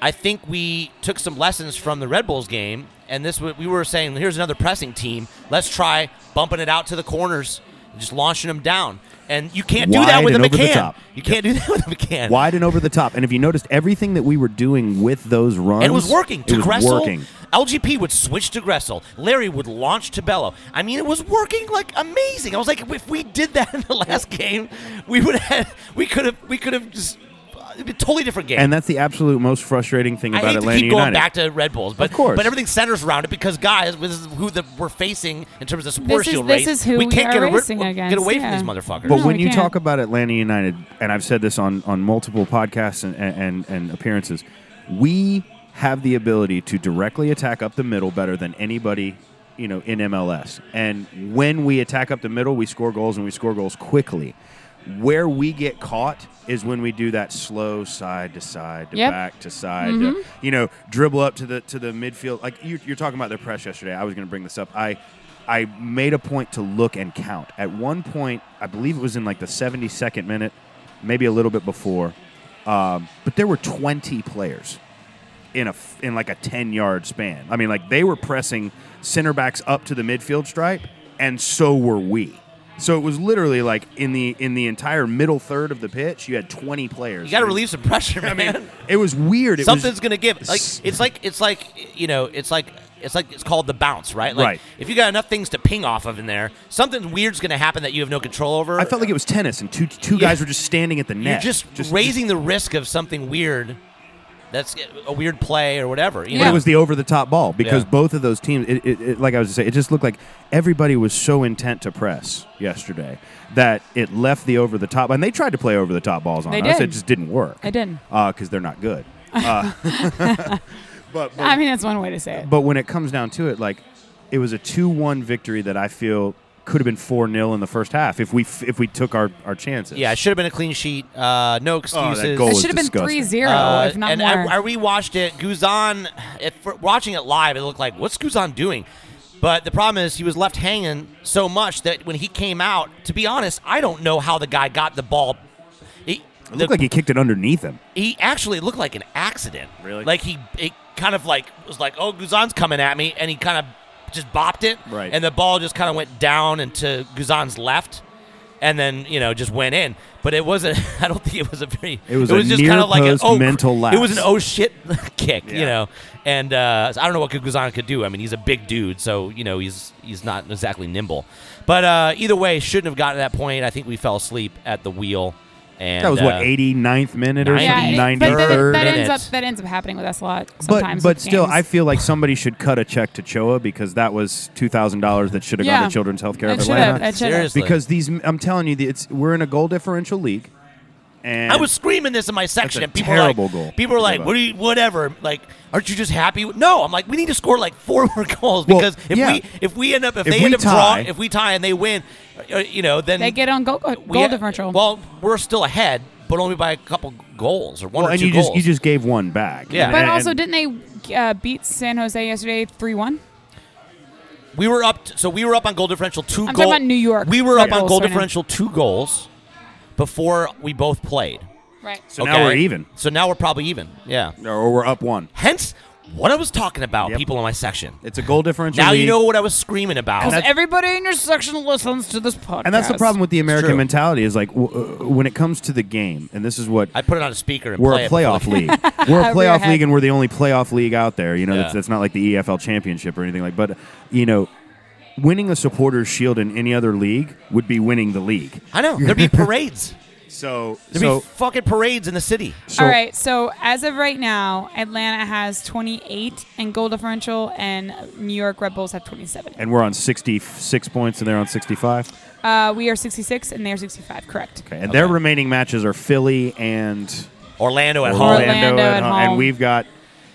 I think we took some lessons from the Red Bulls game, and this wa- we were saying, here's another pressing team. Let's try bumping it out to the corners, just launching them down. And you can't do that
Wide
with a
and over the
McCann.
top.
You can't do that with a McCann.
wide and over the top. And if you noticed, everything that we were doing with those runs,
And it was working. To
It was
Gressel,
working.
LGP would switch to Gressel. Larry would launch to Bello. I mean, it was working like amazing. I was like, if we did that in the last game, we would have, we could have, we could have just it'd be a totally different game.
And that's the absolute most frustrating thing
I
about
hate
Atlanta
to keep
United.
going back to Red Bulls, but
Of course.
but everything centers around it because guys, this is who the, we're facing in terms of support
This is-
shield
this
race.
is who
we
we
can't
are
get, a-
racing
get
against,
away
yeah.
from these motherfuckers.
But
No,
when
we
you
can't.
talk about Atlanta United, and I've said this on, on multiple podcasts and, and, and appearances, we have the ability to directly attack up the middle better than anybody you know in MLS. And when we attack up the middle, we score goals and we score goals quickly. Where we get caught is when we do that slow side to side to
Yep.
back to side, to, you know, dribble up to the to the midfield. Like you, you're talking about the press yesterday. I was going to bring this up. I I made a point to look and count. At one point, I believe it was in like the 72nd minute, maybe a little bit before, um, but there were 20 players in a f- in like a 10 yard span. I mean, like they were pressing center backs up to the midfield stripe, and so were we. So it was literally like in the in the entire middle third of the pitch, you had 20 players.
You got to
And-
relieve some pressure, man.
I mean, it was weird. It
Something's
was,
gonna give. Like it's like it's like you know it's like it's like it's called the bounce, right? Like
Right.
If you got enough things to ping off of in there, something weird's gonna happen that you have no control over.
I felt like it was tennis, and two two
Yeah.
guys were just standing at the
you're
net.
just, raising the risk of something weird. That's a weird play or whatever. You
Yeah.
know?
But it was the over the top ball because
Yeah.
both of those teams, it, it, it, like I was saying, it just looked like everybody was so intent to press yesterday that it left the over the top. And they tried to play over the top balls on
They
us.
did.
It just didn't work.
It didn't.
Because they're not good. Uh, but, but,
I mean, that's one way to say it.
but when it comes down to it, like it was a 2 1 victory that I feel could have been 4 0 in the first half if we f- if we took our, our chances.
yeah, it should have been a clean sheet. Uh, no
Oh, that
excuses.
goal
It
was
should have been
disgusting.
3 0,
Uh,
if not
and
more.
I, I rewatched it. Guzan, if we're watching it live, it looked like what's Guzan doing? But the problem is he was left hanging so much that when he came out, to be honest, I don't know how the guy got the ball. He,
It looked like he kicked it underneath him.
he actually looked like an accident.
Really?
Like he it kind of like was like, oh, Guzan's coming at me, and he kind of just bopped it,
Right.
And the ball just kind of went down into Guzan's left, and then you know just went in. But it wasn't. I don't think it was a very.
It was a
just kind of like an
near-post
oh, cr-
mental lapse.
It was an oh shit kick,
Yeah.
you know. And uh, so I don't know what Guzan could do. I mean, he's a big dude, so you know he's he's not exactly nimble. But uh, either way, shouldn't have gotten to that point. I think we fell asleep at the wheel. And
That was
uh,
what, 89th minute or
Yeah,
something?
it- but
93rd?
that, that ends up
minute.
that ends up happening with us a lot
But,
sometimes.
but
with
still,
games.
I feel like somebody should cut a check to Choa because that was two thousand dollars that should have
Yeah.
gone to Children's Healthcare of
It should have.
Atlanta.
It should have.
Seriously.
Because these, I'm telling you, the- it's we're in a goal differential league, and
I was screaming this in my section.
a
and people were like-
terrible goal.
People were
Give
like,
up.
"What do you? Whatever. Like, aren't you just happy?" with-" No, I'm like, we need to score like four more goals
Well,
because if
yeah.
we if we end up if,
If
they
we
end up
tie-
drawing, if we tie and they win, uh, you know, then
they get on goal, goal
we-
differential.
Well, we're still ahead, but only by a couple goals or one
well,
or
and
two
you
goals.
just you just gave one back.
Yeah.
And-
but
and-
also, didn't they uh, beat San Jose yesterday 3 1?
we were up. T- so we were up on goal differential 2
I'm
goal-
talking about New York.
We were up
Red
on
Bulls
goal
right now.
differential two goals before we both played.
Right.
so now we're
Okay?
even,
So now we're probably even. Yeah.
or we're up one.
Hence, what I was talking about,
Yep.
people in my section.
It's a goal differential.
Now you
league.
know what I was screaming about.
Because
that's-
everybody in your section listens to this podcast.
and that's the problem with the American
true.
mentality is like w- uh, when it comes to the game, and this is what
I put it on a speaker and
we're
play
a
it before
playoff
the-
league. We're a
Over your
playoff
head.
league, and we're the only playoff league out there. You know, that's,
Yeah.
that's not like the EFL championship or anything like. But you know, winning the Supporters Shield in any other league would be winning the league.
I know. There'd be parades.
So,
There'd
so,
be fucking parades in the city.
so
All right. So as of right now, Atlanta has 28 in goal differential, and New York Red Bulls have 27.
and we're on sixty-six points, and they're on sixty-five.
Uh, we are 66, and they are 65. Correct.
Okay, and their remaining matches are Philly and
Orlando at
Orlando,
home.
Orlando
and,
at
home. and
home.
we've got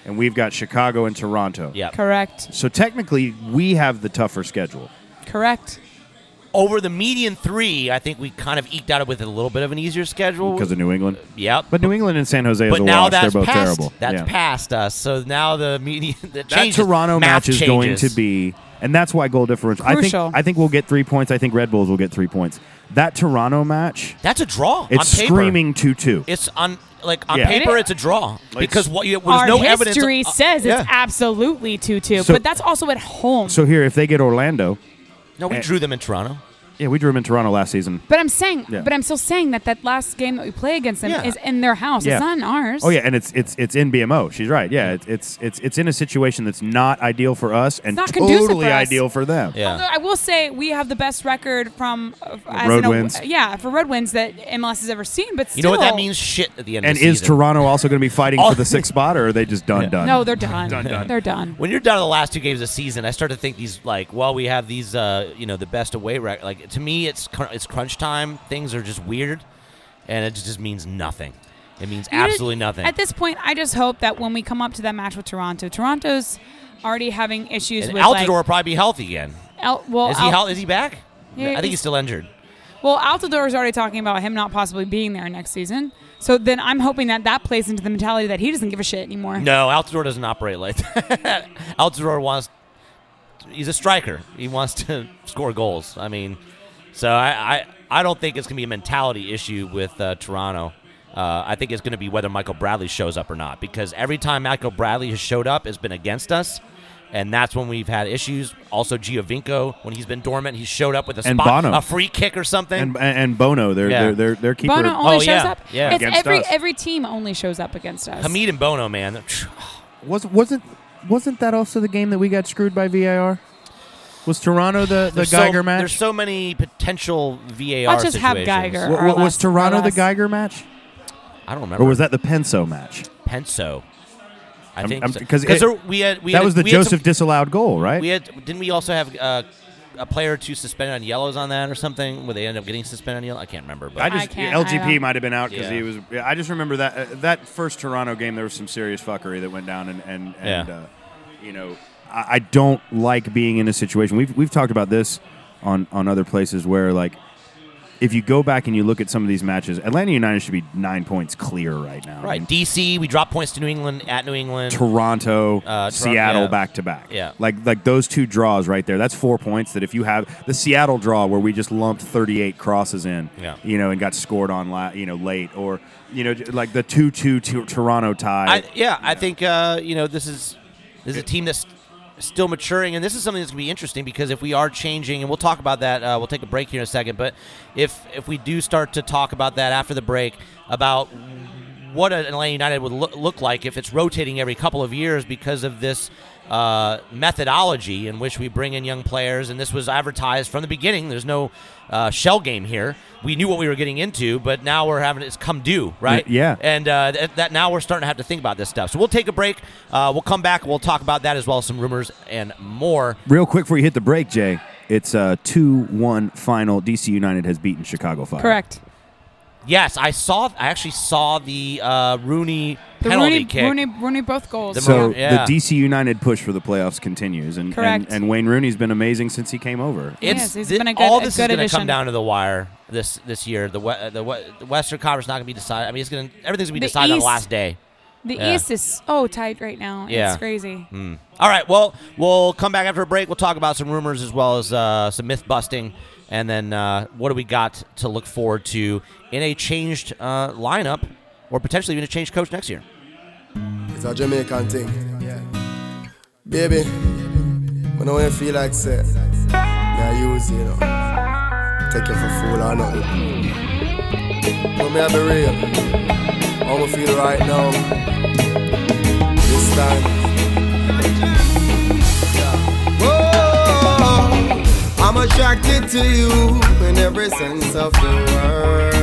and we've got Chicago and Toronto.
Yeah.
Correct.
So technically, we have the tougher schedule.
Correct.
Over the median three, I think we kind of eked out with a little bit of an easier schedule.
Because of New England,
yep.
but New England and San Jose is
But
a
now
wash.
that's
They're both
past.
terrible.
That's
Yeah.
past us. So now the median the
that
changes.
Toronto
Math
match is going to
changes.
be, and that's why goal differential. I
Crucial.
think I think we'll get three points. I think Red Bulls will get three points. That Toronto match,
That's a draw.
it's
on paper.
screaming two two.
It's on like on
Yeah.
paper.
It-
It's a draw because what you,
Our
there's no evidence.
history
uh,
says
yeah.
it's absolutely 2 2,
So-
but that's also at home.
So here, if they get Orlando,
no. We
eh.
drew them in Toronto.
yeah, we drew them in Toronto last season.
but I'm saying,
Yeah.
but I'm still saying that that last game that we play against them
Yeah.
is in their house.
Yeah.
It's not in ours.
Oh yeah, and it's it's it's in BMO. She's right. Yeah, it's it's it's, it's in a situation that's not ideal for us and
not conducive
totally
for us.
ideal for them.
Yeah.
Although I will say we have the best record from uh, as
Road
in a-
wins.
Yeah, for road wins that MLS has ever seen. But still,
You know what that means? Shit at the end.
And
of the
is
season.
Toronto also going to be fighting
All-
for the sixth spot, or are they just done done?
No, they're done.
done.
They're done.
when you're down to the last two games of the season, I start to think these like, well, we have these, uh, you know, the best away record. Like to me, it's cr- it's crunch time. Things are just weird, and it just means nothing. It means
You
absolutely
just-
nothing.
At this point, I just hope that when we come up to that match with Toronto, Toronto's already having issues
and
with
Altidore
like
will probably be healthy again.
El- well,
Is he
Al-
healthy? Is he back?
Yeah,
I think he's
he's-
still injured.
Well, Altidore is already talking about him not possibly being there next season. So then I'm hoping that that plays into the mentality that he doesn't give a shit anymore.
No, Altidore doesn't operate like that. Altidore wants. He's a striker. He wants to score goals. I mean, so I, I, I don't think it's going to be a mentality issue with uh, Toronto. Uh, I think it's going to be whether Michael Bradley shows up or not because every time Michael Bradley has showed up, it's been against us. And that's when we've had issues. Also, Giovinco, when he's been dormant, he showed up with a
And
spot,
Bono.
a free kick or something.
And, and Bono, their
Yeah.
their their, their keeper.
Bono only
Oh,
shows
yeah.
up.
Yeah.
It's
Against
every
us.
every team only shows up against us.
Hamid and Bono, man.
Was wasn't wasn't that also the game that we got screwed by VAR? Was Toronto the the
There's so-
Geiger
There's
match?
so many potential VAR
I'll just have
situations.
Geiger.
Wa- wa-
Our
was
last-
Toronto
our
the
last-
Geiger match?
I don't remember.
Or was that the Penso match?
Penso. I
I'm-
think
I'm-
so.
'cause it-
there- we had we
That
had-
was the
we had
Joseph
some-
disallowed goal, right?
we had didn't we also have uh, a player or two suspended on yellows on that or something? Where they end up getting suspended on yellow? I can't remember. But
I
I
just
can't- I
LGP
don't-
might have been out because
Yeah.
he was. yeah, I just remember that uh, that first Toronto game. There was some serious fuckery that went down, and and, and
Yeah.
uh, you know, I, I don't like being in a situation. We've we've talked about this on on other places where like. If you go back and you look at some of these matches, Atlanta United should be nine points clear right now.
right, DC. We dropped points to New England at New England.
Toronto,
Toron- Uh, yeah.
Seattle back to back.
Yeah.
Like like those two draws right there. That's four points that if you have the Seattle draw where we just lumped 38 crosses in,
Yeah.
you know, and got scored on la- you know late or you know j- like the 2-2 to- Toronto tie.
I, yeah, I think uh, you know this is this is a team that's still maturing, and this is something that's going to be interesting because if we are changing, and we'll talk about that, uh, we'll take a break here in a second. But if if we do start to talk about that after the break about what an Atlanta United would look, look like if it's rotating every couple of years because of this uh, methodology in which we bring in young players, and this was advertised from the beginning. There's no uh, shell game here. We knew what we were getting into, but now we're having it's come due, right?
Yeah.
and uh, th- that now we're starting to have to think about this stuff. So we'll take a break. Uh, we'll come back. We'll talk about that as well as some rumors and more.
Real quick before you hit the break, Jay. It's a 2-1 final. DC United has beaten Chicago Fire.
Correct.
Yes, I saw. I actually saw the uh, Rooney
The
penalty
Rooney,
kick.
Rooney, Rooney, both goals.
The
So
Maroon- yeah.
the DC United push for the playoffs continues, and,
Correct.
and and Wayne Rooney's been amazing since he came over.
It's
Yes, he's
thi-
been a good-
all
a
this
good
is going to
addition.
come down to the wire this this year. The we- uh, the, we- the Western Conference not going to be decided. I mean, it's going to everything's going to
The
be decided on the
East-
last day.
the
yeah.
East is so tight right now.
Yeah.
It's crazy.
All right. Well, we'll come back after a break. We'll talk about some rumors as well as uh, some myth busting, and then uh, what do we got to look forward to in a changed uh, lineup, or potentially even a changed coach next year.
It's a Jamaican thing. Yeah. Baby, when I when you feel like say, me I use you, you know. Take you for fool or nothing. But me I be real. How I feel right now. This time.
Oh, I'm attracted to you in every sense of the word.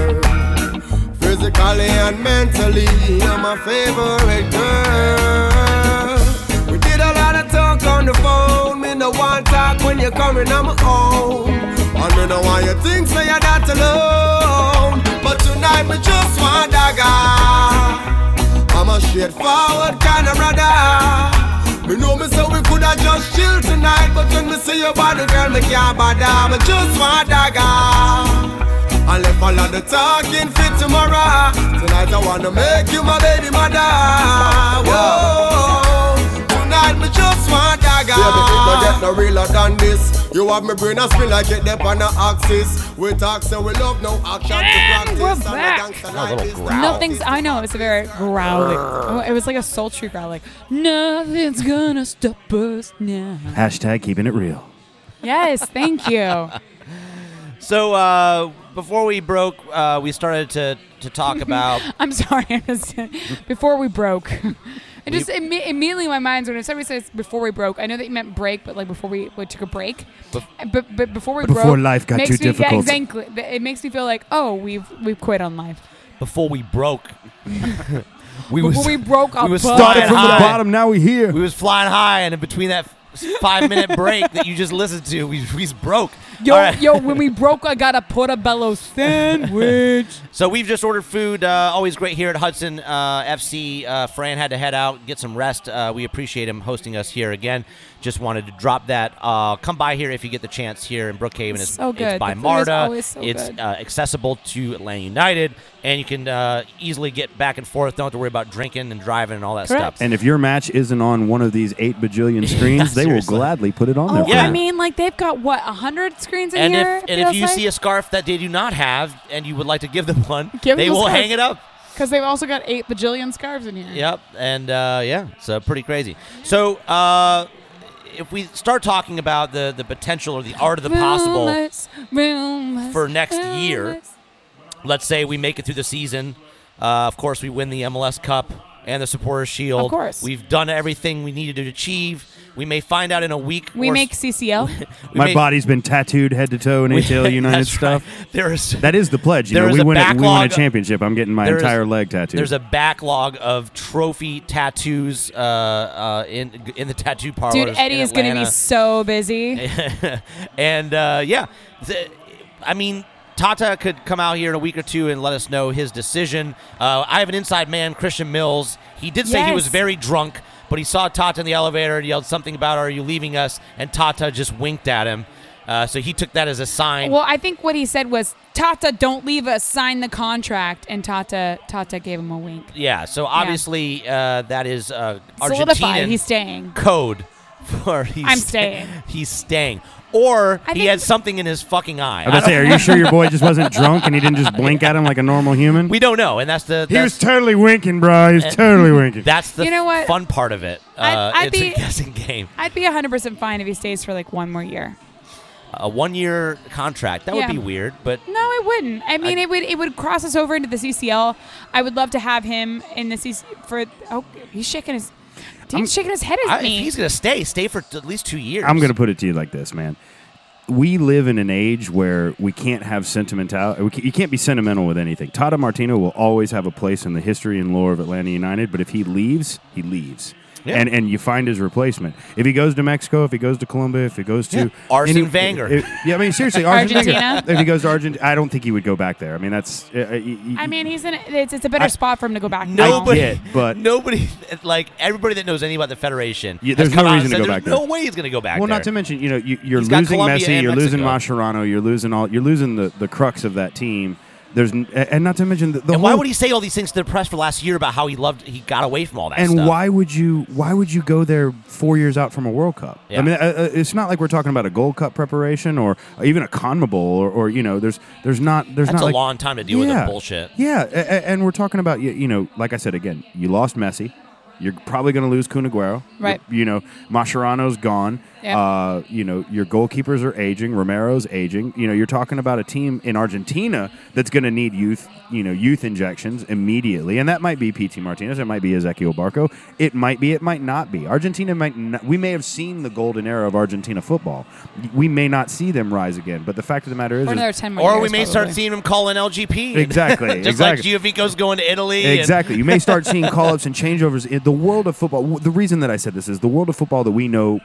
Physically and mentally, you're my favorite girl. We did a lot of talk on the phone. Me no want talk when you're coming on my own. And me no want you think say you're not alone. But tonight me just want dagger. I'm a straightforward kind of brother. Me know me so we coulda just chill tonight, but when me see your body, girl, me can't bother. Me just want dagger. I left all of the talking for tomorrow. Tonight I wanna make you my baby mother. Whoa. Tonight me just want dagger.
Baby, it no get no realer than this. You have me brain a spin like it dep on the axis. We talk so we love no action
And
to practice.
we're
And a
back.
gangster
A little
life is the
growl.
Nothing's. I know it was a very growly. Oh, it was like a sultry growl. Like nothing's gonna stop us now.
Hashtag keeping it real.
Yes, thank you.
So uh, before we broke, uh, we started to to talk about
I'm sorry. I just, before we broke, it just imme- immediately in my mind's when somebody says before we broke, I know that you meant break, but like before we, we took a break,
Bef-
but but before we
Before
broke,
life got
makes
too
me, yeah,
difficult.
exactly. Th- It makes me feel like oh, we've we've quit on life.
before we broke. we
Before
was
we broke up,
was
but-
started
Started from the
high.
bottom, now we here.
we was flying high, and in between that five minute break that you just listened to, we we broke.
Yo,
All right.
yo, when we broke, I got a portobello sandwich.
So we've just ordered food. Uh, always great here at Hudson uh, FC. Uh, Fran had to head out, get some rest. Uh, we appreciate him hosting us here again. Just wanted to drop that. Uh, come by here if you get the chance here in Brookhaven. It's,
So good.
it's by
The food is
MARTA.
always so
it's
good.
uh, accessible to Atlanta United, and you can uh, easily get back and forth. Don't have to worry about drinking and driving and all that
Correct.
stuff.
And if your match isn't on one of these eight bajillion screens, they will
seriously.
gladly put it on there.
Oh,
for you.
I mean, like they've got what hundred screens a
and
year.
if and if you see a scarf that they do not have and you would like to give them one,
Give
they
them a
will
scarf.
hang it up.
because they've also got eight bajillion scarves in here.
Yep, and uh, yeah, so pretty crazy. So uh, if we start talking about the the potential or the art of the possible,
Rumors, rumors,
for next year.
rumors.
let's say we make it through the season. Uh, of course, we win the MLS Cup and the Supporters Shield.
Of course.
we've done everything we needed to achieve. We may find out in a week.
We
or s-
make CCL.
we
My
may-
body's been tattooed head to toe in ATL United
That's
stuff.
right. There is
That is the pledge. You
There
know,
is
we
a
win, a, we win a
backlog-
championship. I'm getting my
there is-
entire leg tattooed.
There's a backlog of trophy tattoos uh, uh, in in the tattoo parlor.
Dude, Eddie is going to be so busy.
and uh, yeah, the, I mean, Tata could come out here in a week or two and let us know his decision. Uh, I have an inside man, Christian Mills. He did say he was
Yes.
very drunk, but he saw Tata in the elevator and yelled something about, "Are you leaving us?" And Tata just winked at him. Uh, so he took that as a sign.
Well, I think what he said was, "Tata, don't leave us. Sign the contract." And Tata, Tata gave him a wink.
yeah. So obviously uh, that is uh,
Solidified.
Argentinian
He's staying.
code for he's
I'm staying.
He's staying. Or
I
he
think-
had something in his fucking eye.
I was
I
about to say,
don't-
are you sure your boy just wasn't drunk and he didn't just blink at him like a normal human?
we don't know, and that's the
he
that's, Eh.
was totally winking, bro. He was
And-
totally winking.
That's the
You know what?
fun part of it. Uh,
I'd- I'd
it's
be-
a guessing game.
I'd be 100% fine if he stays for like one more year.
A one-year contract that
Yeah.
would be weird, but
No, I wouldn't. I mean,
I-
it would it would cross us over into the CCL. I would love to have him in the CC for. Oh, he's shaking his. Dean's shaking his head at
I, if
me.
he's gonna stay, stay for t- at least two years.
I'm going to put it to you like this, man. We live in an age where we can't have sentimentality. We can, you can't be sentimental with anything. Tata Martino will always have a place in the history and lore of Atlanta United, but if he leaves, he leaves.
Yeah.
And and you find his replacement. If he goes to Mexico, if he goes to Colombia, if he goes to
Yeah. Arsene
any-
Wenger.
if- yeah, I mean seriously, Arsene
Argentina?
Wenger. If he goes to Argentina, I don't think he would go back there. I mean that's. Uh,
I mean, he's in. It's, it's a better
I-
spot for him to go back. now.
Nobody,
get, but-
nobody, like everybody that knows anything about the federation,
Yeah,
has
there's no
come out and
reason to
said
go
there's
back there.
No way he's gonna go back.
Well,
there.
not to mention, you know, you, you're
He's got
losing
Colombia
Messi,
and
you're losing
Mexico.
Mascherano, you're losing all, you're losing the, the crux of that team. There's n- a- and not to mention the, the
and why
whole-
would he say all these things to the press for last year about how he loved, he got away from all that
and
stuff?
why would you why would you go there four years out from a World Cup?
Yeah.
I mean, uh, uh, it's not like we're talking about a Gold Cup preparation or even a CONMEBOL or, or you know, there's there's not there's
That's
not
a
like,
long time to deal with the bullshit.
Yeah, a- a- and we're talking about you, you know, like I said again, you lost Messi. You're probably going to lose Kun Aguero.
Right.
You're- you know, Mascherano's gone.
Yeah.
Uh, you know, your goalkeepers are aging. Romero's aging. You know, you're talking about a team in Argentina that's going to need youth, you know, youth injections immediately. And that might be PT Martinez. It might be Ezekiel Barco. It might be. It might not be. Argentina might not. We may have seen the golden era of Argentina football. We may not see them rise again. But the fact of the matter is,
Or
is
another 10 more
Or
years,
we may start
Oh probably.
seeing him call in LGP.
Exactly,
Just
exactly.
like Giovico's going to Italy. and-
Exactly. You may start seeing call ups and changeovers in the world of football. w- The reason that I said this is the world of football that we know.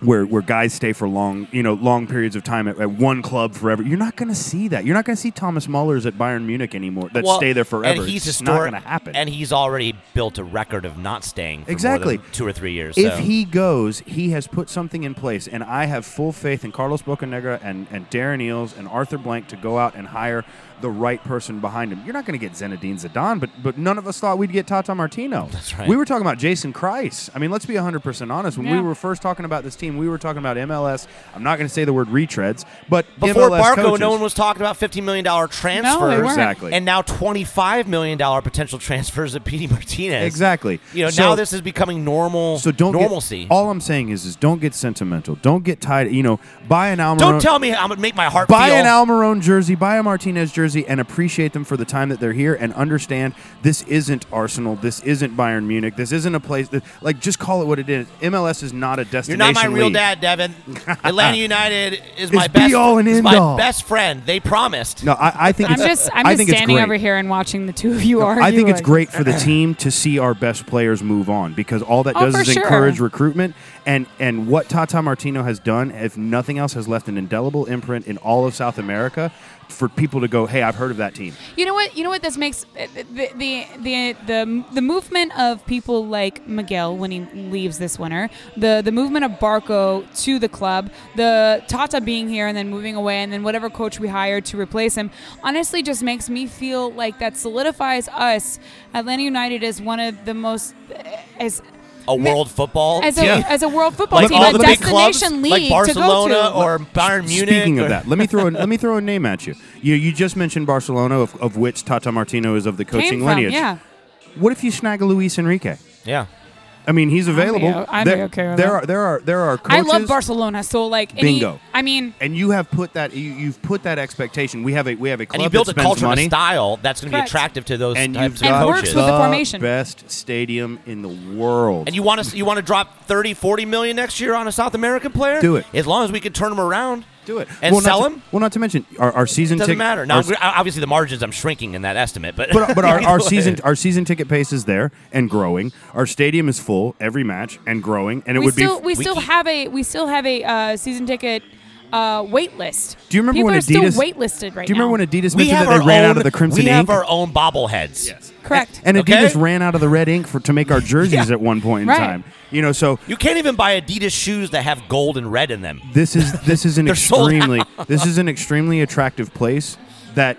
Where, where guys stay for long, you know, long periods of time at, at one club forever. You're not going to see that. You're not going to see Thomas Mullers at Bayern Munich anymore that
Well,
stay there forever.
And he's
it's just not
historic-
going to happen.
And he's already built a record of not staying for
Exactly.
more than two or three years.
if
so.
he goes, he has put something in place, and I have full faith in Carlos Bocanegra and, and Darren Eels and Arthur Blank to go out and hire the right person behind him. You're not going to get Zinedine Zidane, but but none of us thought we'd get Tata Martino. That's
right.
We were talking about Jason Christ. I mean, let's be 100% honest. When we
Yeah.
were first talking about this team, we were talking about MLS. I'm not going to say the word retreads, but
before
MLS
Barco,
coaches.
no one was talking about fifteen million dollar transfers.
weren't.
Exactly.
And now twenty-five million dollar potential transfers of Petey Martinez.
Exactly.
You know,
So-
now this is becoming normal.
So don't get-
normalcy.
all I'm saying is, is don't get sentimental. Don't get tied. You know, buy an Almiron.
don't tell me I'm gonna make my heart
buy
feel.
an Almiron jersey, buy a Martinez jersey, and appreciate them for the time that they're here, and understand this isn't Arsenal, this isn't Bayern Munich, this isn't a place that like just call it what it is. MLS is not a
You're
destination
not my real
Clean.
dad, Devin. Atlanta United is my
It's
best.
be all and
is
end
my
all.
best friend. They promised.
No, I, I think
I'm
it's,
just I'm
I
just
think it's
standing
great.
over here and watching the two of you argue.
I think it's
like-
great for the team to see our best players move on because all that
Oh,
does
for
is
sure.
encourage recruitment and and what Tata Martino has done, if nothing else, has left an indelible imprint in all of South America for people to go, hey, I've heard of that team.
You know what? You know what? This makes eh, the the the the, the movement of people like Miguel when he leaves this winter, the the movement of Barco to the club, the Tata being here and then moving away, and then whatever coach we hired to replace him. Honestly, just makes me feel like that solidifies us. Atlanta United is one of the most eh, as
a world football
as a,
team.
as a world football
Oh, like
team,
all
a
the big clubs,
destination
like
league to
Barcelona
go to.
or Bayern Munich.
Speaking
or-
of that, let me throw a, let me throw a name at you. You you just mentioned Barcelona, of, of which Tata Martino is of the
Came
coaching
from,
lineage.
yeah.
What if you snag a Luis Enrique?
yeah,
I mean, he's available.
I'd be
there,
okay with
there
that.
are there are there are
I
coaches.
love Barcelona, so like any,
Bingo.
I mean,
And you have put that you, you've put that expectation. We have a we have a club
and you built
that
a
spends
culture and
money.
a style that's going to be
Correct.
attractive to those
and you've
types
And
got
of
works
coaches.
with the formation.
best stadium in the world.
and you want to you want to drop 30, 40 million next year on a South American player?
Do it.
as long as we can turn them around.
do it
and
well, not
sell
to-
him.
Well, not to mention our, our season
It doesn't
ticket
matter. Now,
our-
we're- obviously, the margins I'm shrinking in that estimate, but
but, but our,
either
our
way.
season our season ticket pace is there and growing. Our stadium is full every match and growing. And it
we
would
still
be.
we still
keep-
have a we still have a uh, season ticket uh, wait list.
Do you remember
People
when
are
Adidas-
still waitlisted right
do you
now?
remember when Adidas
we
mentioned
have
that
our
they ran
own,
out of the crimson
We have
ink?
our own bobbleheads.
Correct.
And
Okay.
Adidas ran out of the red ink for to make our jerseys
Yeah.
at one point in
Right.
time. You know, so
You can't even buy Adidas shoes that have gold and red in them.
this is this is an
They're sold
extremely this is an extremely attractive place that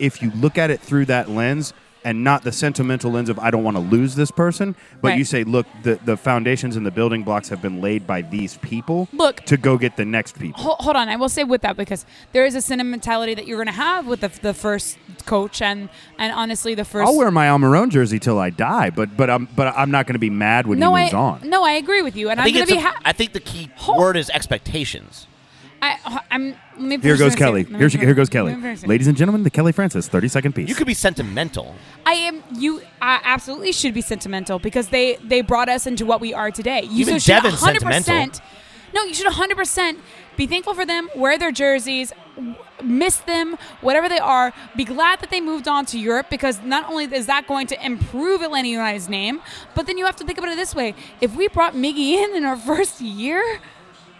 if you look at it through that lens and not the sentimental lens of I don't want to lose this person, but you
Right.
say, look, the, the foundations and the building blocks have been laid by these people
Look-
to go get the next people.
Hol- hold on, I will say with that because there is a sentimentality that you're going to have with the, the first coach and and honestly the 1st
I'll wear my Almarone jersey till I die, but but I'm but I'm not going to be mad when
no,
he moves
I
on.
no, I agree with you, and I'm
I think,
going
it's
to be.
a-
Ha-
I think the key
Hold-
word is expectations.
I, I'm. Let me
Here
finish
goes
this.
Kelly.
Let me
Here, she,
finish-
here goes
let
Kelly.
me finish this.
Ladies and gentlemen, the Kelly Francis 30 second piece.
You could be sentimental.
I am you. I absolutely should be sentimental because they they brought us into what we are today. You
Even
should
Devin's
100%,
sentimental.
No, you should 100 percent be thankful for them. Wear their jerseys. w- Miss them, whatever they are. Be glad that they moved on to Europe because not only is that going to improve Atlanta United's name, but then you have to think about it this way: if we brought Miggy in in our first year,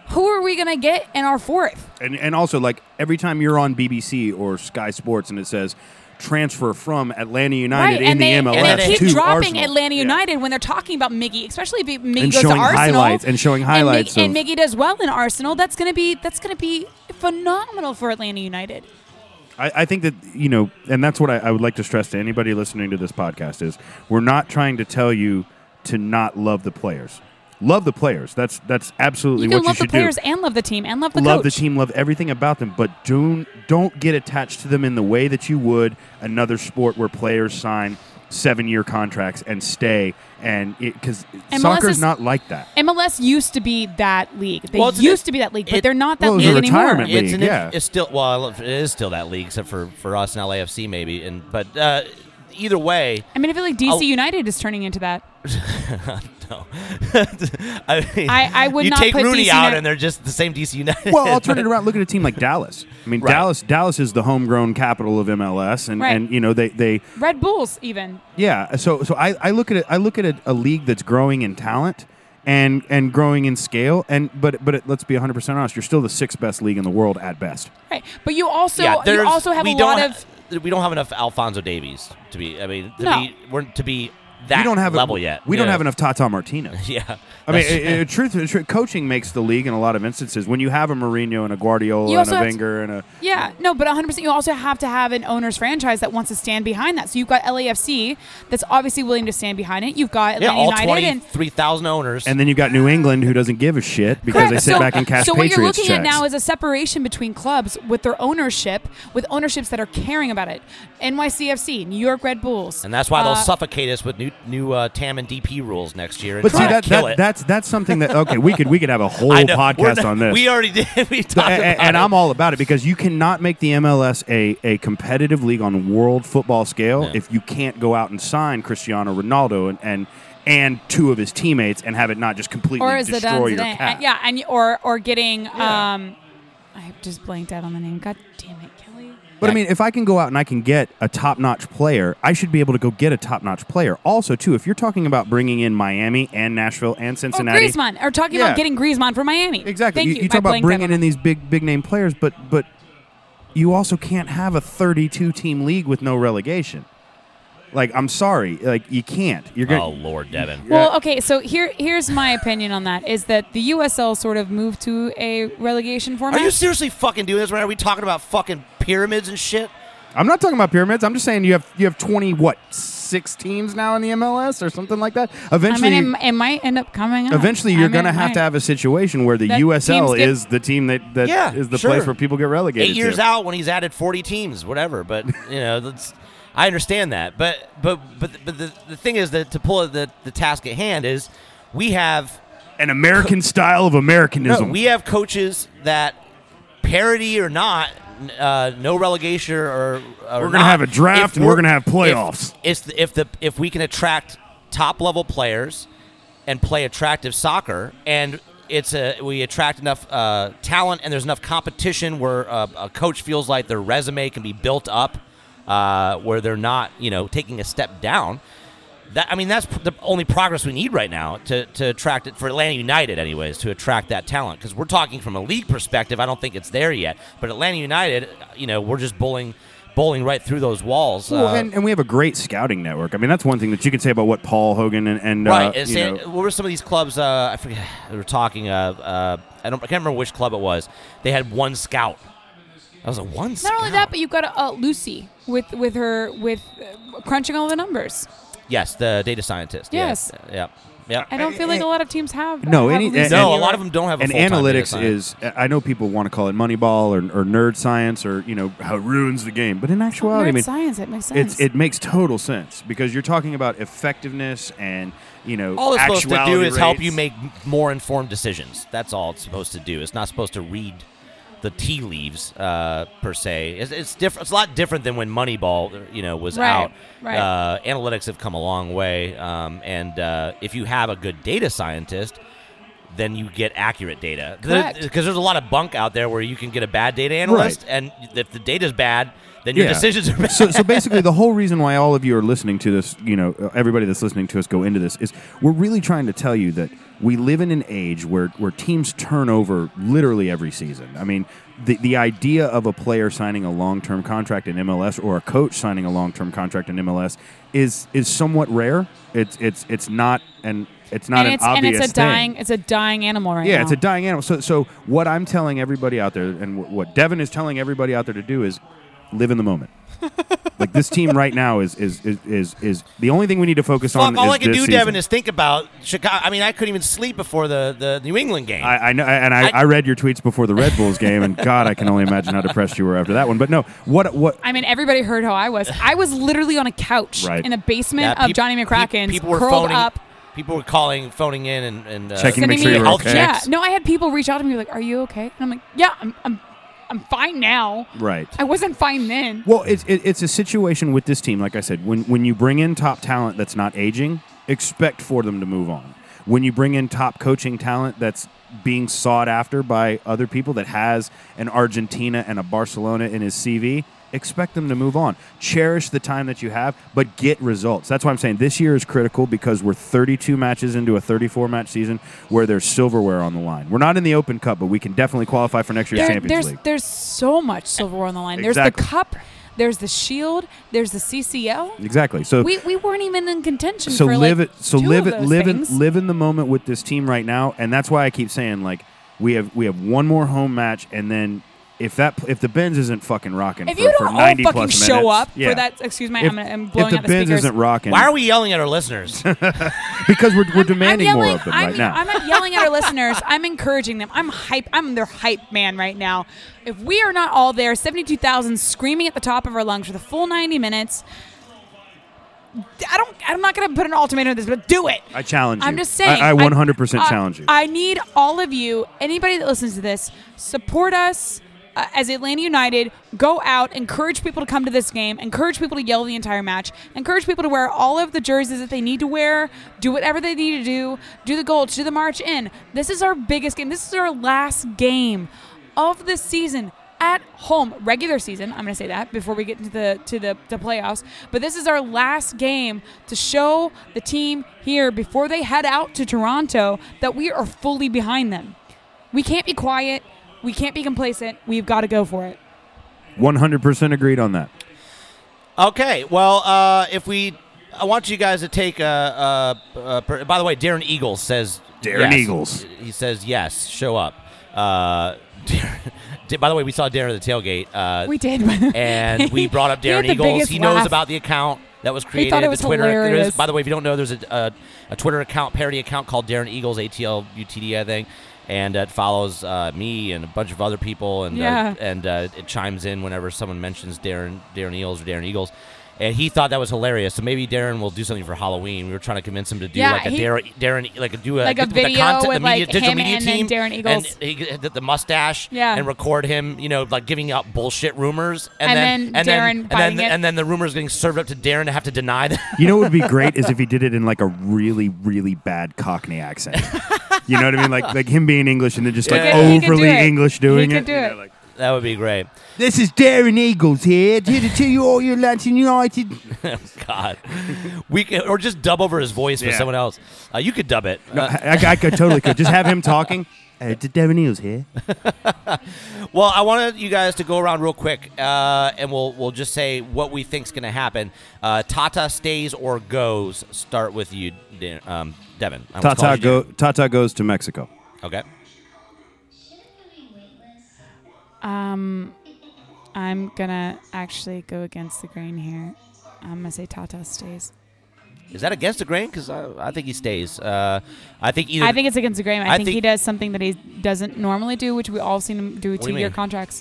who are we gonna get in our fourth?
And and also like every time you're on BBC or Sky Sports and it says transfer from Atlanta United
right,
in
and they,
the MLS
and they
to
keep dropping
Arsenal.
Atlanta United when they're talking about Miggy, especially if Miggy
And
goes
showing
to Arsenal
highlights- and showing
Mig-
highlights
And,
of-
Miggy does well in Arsenal. That's gonna be that's gonna be phenomenal for Atlanta United.
I, I think that you know, and that's what I, I would like to stress to anybody listening to this podcast is we're not trying to tell you to not love the players. Love the players. That's that's absolutely
You can
what you
love the
should
players
do.
and love the team and love the
love
coach.
the team, love everything about them, but don't don't get attached to them in the way that you would another sport where players sign seven year contracts and stay and because
MLS
soccer's
is-
not like that.
MLS used to be that league. They
Well, it's-
used to be that league, but
it-
they're not that
Well, it was
league
a
anymore.
retirement league.
It's an,
yeah.
It's still well, I love- it is still that league, except for for us and LAFC maybe. And but uh, either way,
I mean, I feel like DC
I'll-
United is turning into that.
no. I, mean,
I- I would
you
not
take
put
Rooney
DC
out,
Uni-
and they're just the same DC United.
Well, I'll turn it around. Look at a team like Dallas. I mean,
Right.
Dallas. Dallas is the homegrown capital of MLS, and,
Right.
and you know they, they
Red Bulls, even.
yeah. So so I, I look at it. I look at a, a league that's growing in talent and and growing in scale. And but but it, let's be 100 percent honest. You're still the sixth best league in the world at best.
Right. But you also you
there's-
also have
we
a
don't
lot
ha-
of
we don't have enough Alfonso Davies to be. I mean, to
No.
be we're to be that
we don't have
level
a,
yet.
We don't
Yeah.
have enough Tata Martino.
Yeah,
I mean, uh, uh, truth, truth, coaching makes the league in a lot of instances. When you have a Mourinho and a Guardiola
You
and
also
a
have to-
Wenger and a
Yeah, no, but 100%. You also have to have an owner's franchise that wants to stand behind that. So you've got LAFC that's obviously willing to stand behind it. You've got
yeah,
Atlanta
all
United and.
twenty-three thousand owners.
and then you got New England who doesn't give a shit because they
Correct.
sit
so,
back and cash
so what
Patriots
you're looking
checks.
at now is a separation between clubs with their ownership, with ownerships that are caring about it. NYCFC, New York Red Bulls,
And that's why they'll
uh,
suffocate us with new new uh, TAM and DP rules next year. And
But see,
try to
that,
kill
that
it.
that's that's something that okay, we could we could have a whole
I know. We're
podcast
not-
on this.
We already did. we
A- a-
talked
and,
about it.
I'm all about it because you cannot make the MLS a, a competitive league on world football scale if you can't go out and sign Cristiano Ronaldo and and, and two of his teammates and have it not just completely
or is it
destroy your
Zidane?
cat.
Uh, yeah, and y- or or getting um, I just blanked out on the name. God damn it, Kelly. Oh,
But I
Yeah.
mean, if I can go out and I can get a top-notch player, I should be able to go get a top-notch player. Also, too, if you're talking about bringing in Miami and Nashville and
Oh,
Cincinnati,
Griezmann. Or talking
Yeah.
about getting Griezmann from Miami.
Exactly.
Thank
you,
you.
you
I
talk about
blanked out
bringing
on
in these big big name players, but but you also can't have a 32 team league with no relegation. Like I'm sorry, like you can't. You're gonna
Oh Lord, Devin.
Well, okay, so here here's my opinion on that is that the USL sort of moved to a relegation format.
Are you seriously fucking doing this right? now? Are we talking about fucking pyramids and shit?
I'm not talking about pyramids. I'm just saying you have you have 20 what six teams now in the MLS or something like that.
I
Eventually,
mean, it, m- it might end up coming up.
eventually
I
you're
mean,
gonna
it
have to
might.
have a situation where the
That
USL
teams get-
is the team that that is
Yeah,
the
sure.
place where people get relegated.
Eight years
to.
out when he's added 40 teams, whatever. But you know, that's I understand that. But but but but the, the thing is that to pull the the task at hand is we have
An American style of
no,
Americanism.
we have coaches that parody or not. n- Uh, no relegation or, or
We're gonna have a draft and we're gonna have playoffs.
If, if, if the if we can attract top level players and play attractive soccer and it's a we attract enough uh, talent and there's enough competition where uh, a coach feels like their resume can be built up uh, where they're not you know taking a step down that I mean that's pr- the only progress we need right now to, to attract it for Atlanta United anyways to attract that talent because we're talking from a league perspective I don't think it's there yet but Atlanta United you know we're just bowling bowling right through those walls
Well,
uh,
and, and we have a great scouting network. I mean, that's one thing that you could say about what Paul Hogan and, and
Right.
uh,
and
you
San-
know,
what were some of these clubs? Uh, I forget. We were talking. Uh, uh, I don't. I can't remember which club it was. They had one scout. I was like, one.
Not
scout?
only that, but you've got uh, Lucy with with her with uh, crunching all the numbers.
yes, the data scientist.
Yes.
Yeah. Yeah.
I don't feel like a lot of teams have.
No,
have
any-
Lucy
and-
no, a
anymore.
lot of them don't have a
and
full-time data
analytics
scientist.
is. I know people want to call it Moneyball or, or nerd science or you know how it ruins the game, but in
Well,
actuality, I mean,
science. It makes sense.
it's it makes total sense because you're talking about effectiveness and you know
all it's supposed to do
actuality
is help
rates.
you make m- more informed decisions. That's all it's supposed to do. It's not supposed to read the tea leaves uh, per se. It's, it's different. It's a lot different than when Moneyball, uh, you know, was
Right,
out.
right.
Uh, analytics have come a long way, um, and uh, if you have a good data scientist. Then you get accurate data
Correct.
because there's a lot of bunk out there where you can get a bad data analyst, and if the data's bad, then your
Yeah.
decisions are bad.
so, so basically, the whole reason why all of you are listening to this, you know, uh, everybody that's listening to us go into this is we're really trying to tell you that we live in an age where, where teams turn over literally every season. I mean, the, the idea of a player signing a long term contract in MLS or a coach signing a long term contract in MLS is is somewhat rare. It's it's it's not an it's not
and
an
it's,
obvious
and it's a
thing.
dying. It's a dying animal right
Yeah,
now.
it's a dying animal. So, so what I'm telling everybody out there, and wh- what Devin is telling everybody out there to do is live in the moment. like this team right now is is is is, is the only thing we need to focus on.
Fuck, all
is
I can
this
do,
season.
Devin, is think about Chicago. I mean, I couldn't even sleep before the, the New England game.
I, I know, and I, I,
I-
read your tweets before the Red Bulls game, and God, I can only imagine how depressed you were after that one. But no, what what?
I mean, everybody heard how I was. I was literally on a couch
Right.
in the basement
Yeah,
of
peop-
Johnny
peop-
McCracken's,
people were
curled
phoning,
up,
People were calling, phoning in, and, and uh,
Checking to
sending
make sure
me
you're
health
okay.
Yeah,
checks.
no, I had people reach out to me like, "Are you okay?" And I'm like, "Yeah, I'm, I'm, I'm fine now.
Right.
I wasn't fine then."
Well, it's it, it's a situation with this team. Like I said, when when you bring in top talent that's not aging, expect for them to move on. When you bring in top coaching talent that's being sought after by other people that has an Argentina and a Barcelona in his CV, expect them to move on. Cherish the time that you have, but get results. That's why I'm saying this year is critical because we're 32 matches into a 34 match season where there's silverware on the line. We're not in the Open Cup, but we can definitely qualify for next year's
There-
Champions
there's
League.
there's so much silverware on the line.
Exactly.
There's the cup. There's the shield. There's the CCL.
Exactly. So
We, we weren't even in contention.
so
for
live
like
it so
two
live
of
it
those
live
things.
in live in the moment with this team right now and that's why i keep saying like we have we have one more home match and then if that if the Benz isn't fucking rocking
If
for,
you
for
don't all
90
fucking
plus
show
minutes-
up
yeah.
for that, excuse me,
if,
I'm, gonna- I'm
if
blowing
the
out the
Benz
speakers.
isn't rocking
Why are we yelling at our listeners?
because we're, we're
I'm
demanding
yelling,
more of them
I'm,
right now
I'm not yelling at our listeners. I'm encouraging them. I'm hype. I'm their hype man right now. If we are not all there, 72,000 screaming at the top of our lungs for the full 90 minutes, I don't. I'm not going to put an ultimatum to this, but do it.
I challenge
I'm
you.
just saying.
I- I 100%
I-
challenge you.
I need all of you, anybody that listens to this, support us. uh, as Atlanta United, go out, encourage people to come to this game, encourage people to yell the entire match, encourage people to wear all of the jerseys that they need to wear, do whatever they need to do, do the goals, do the march in. This is our biggest game. This is our last game of the season at home regular season i'm going to say that before we get into the to the, the playoffs but this is our last game to show the team here before they head out to toronto that we are fully behind them we can't be quiet we can't be complacent we've got to go for it
100% agreed on that.
Okay. Well, uh, if we, I want you guys to take a. Uh, uh, per- by the way, Darren Eagles says.
Darren
yes.
Eagles.
He says yes. Show up. Uh, by the way, we saw Darren at the tailgate, uh,
we did but-
and we brought up
He had
Darren
the
Eagles.
biggest
He knows
laugh.
about the account that was created.
thought it
the
was
Twitter. there is-
hilarious.
by the way, if you don't know, there's a, a, a Twitter account, parody account called Darren Eagles ATL UTD, I think, and it follows uh, me and a bunch of other people, and
Yeah.
uh, and uh, it chimes in whenever someone mentions Darren Darren Eagles or Darren Eagles. And he thought that was hilarious, so maybe Darren will do something for Halloween. We were trying to convince him to do
Yeah,
like a
he-
Darren, Darren, like a do a
Like a
the
video
content,
with,
the media,
like,
digital
him
media
and then
team,
Darren Eagles.
and he had the, the mustache,
Yeah.
and record him, you know, like giving out bullshit rumors, and,
And
then,
then Darren
and then,
fighting
and then,
it.
and then the rumors getting served up to Darren to have to deny them.
You know what would be great is if he did it in like a really, really bad Cockney accent. You know what I mean? Like like him being English and then just like
Yeah.
He could do
overly
it.
English
He
doing
could
it.
do
You know,
it.
like,
that would be great.
this is Darren Eagles here. Here to tell you all your Latin United.
God, we could, or just dub over his voice for
Yeah.
someone else. Uh, you could dub it.
No,
Uh,
I, I could totally could just have him talking. Uh, it's Darren Eagles here.
well, I wanted you guys to go around real quick, uh, and we'll we'll just say what we think's going to happen. Uh, Tata stays or goes. Start with you, Dan, um, Devin. I almost
Tata
called you
go, Tata goes to Mexico.
Dan. Okay.
um i'm gonna actually go against the grain here i'm gonna say tata stays
Is that against the grain? Because I, I think he stays. Uh, I think either.
i think it's against the grain i,
I
think,
think-
he does something that he doesn't normally do which we all seen him do with
What do you
two-year
mean?
contracts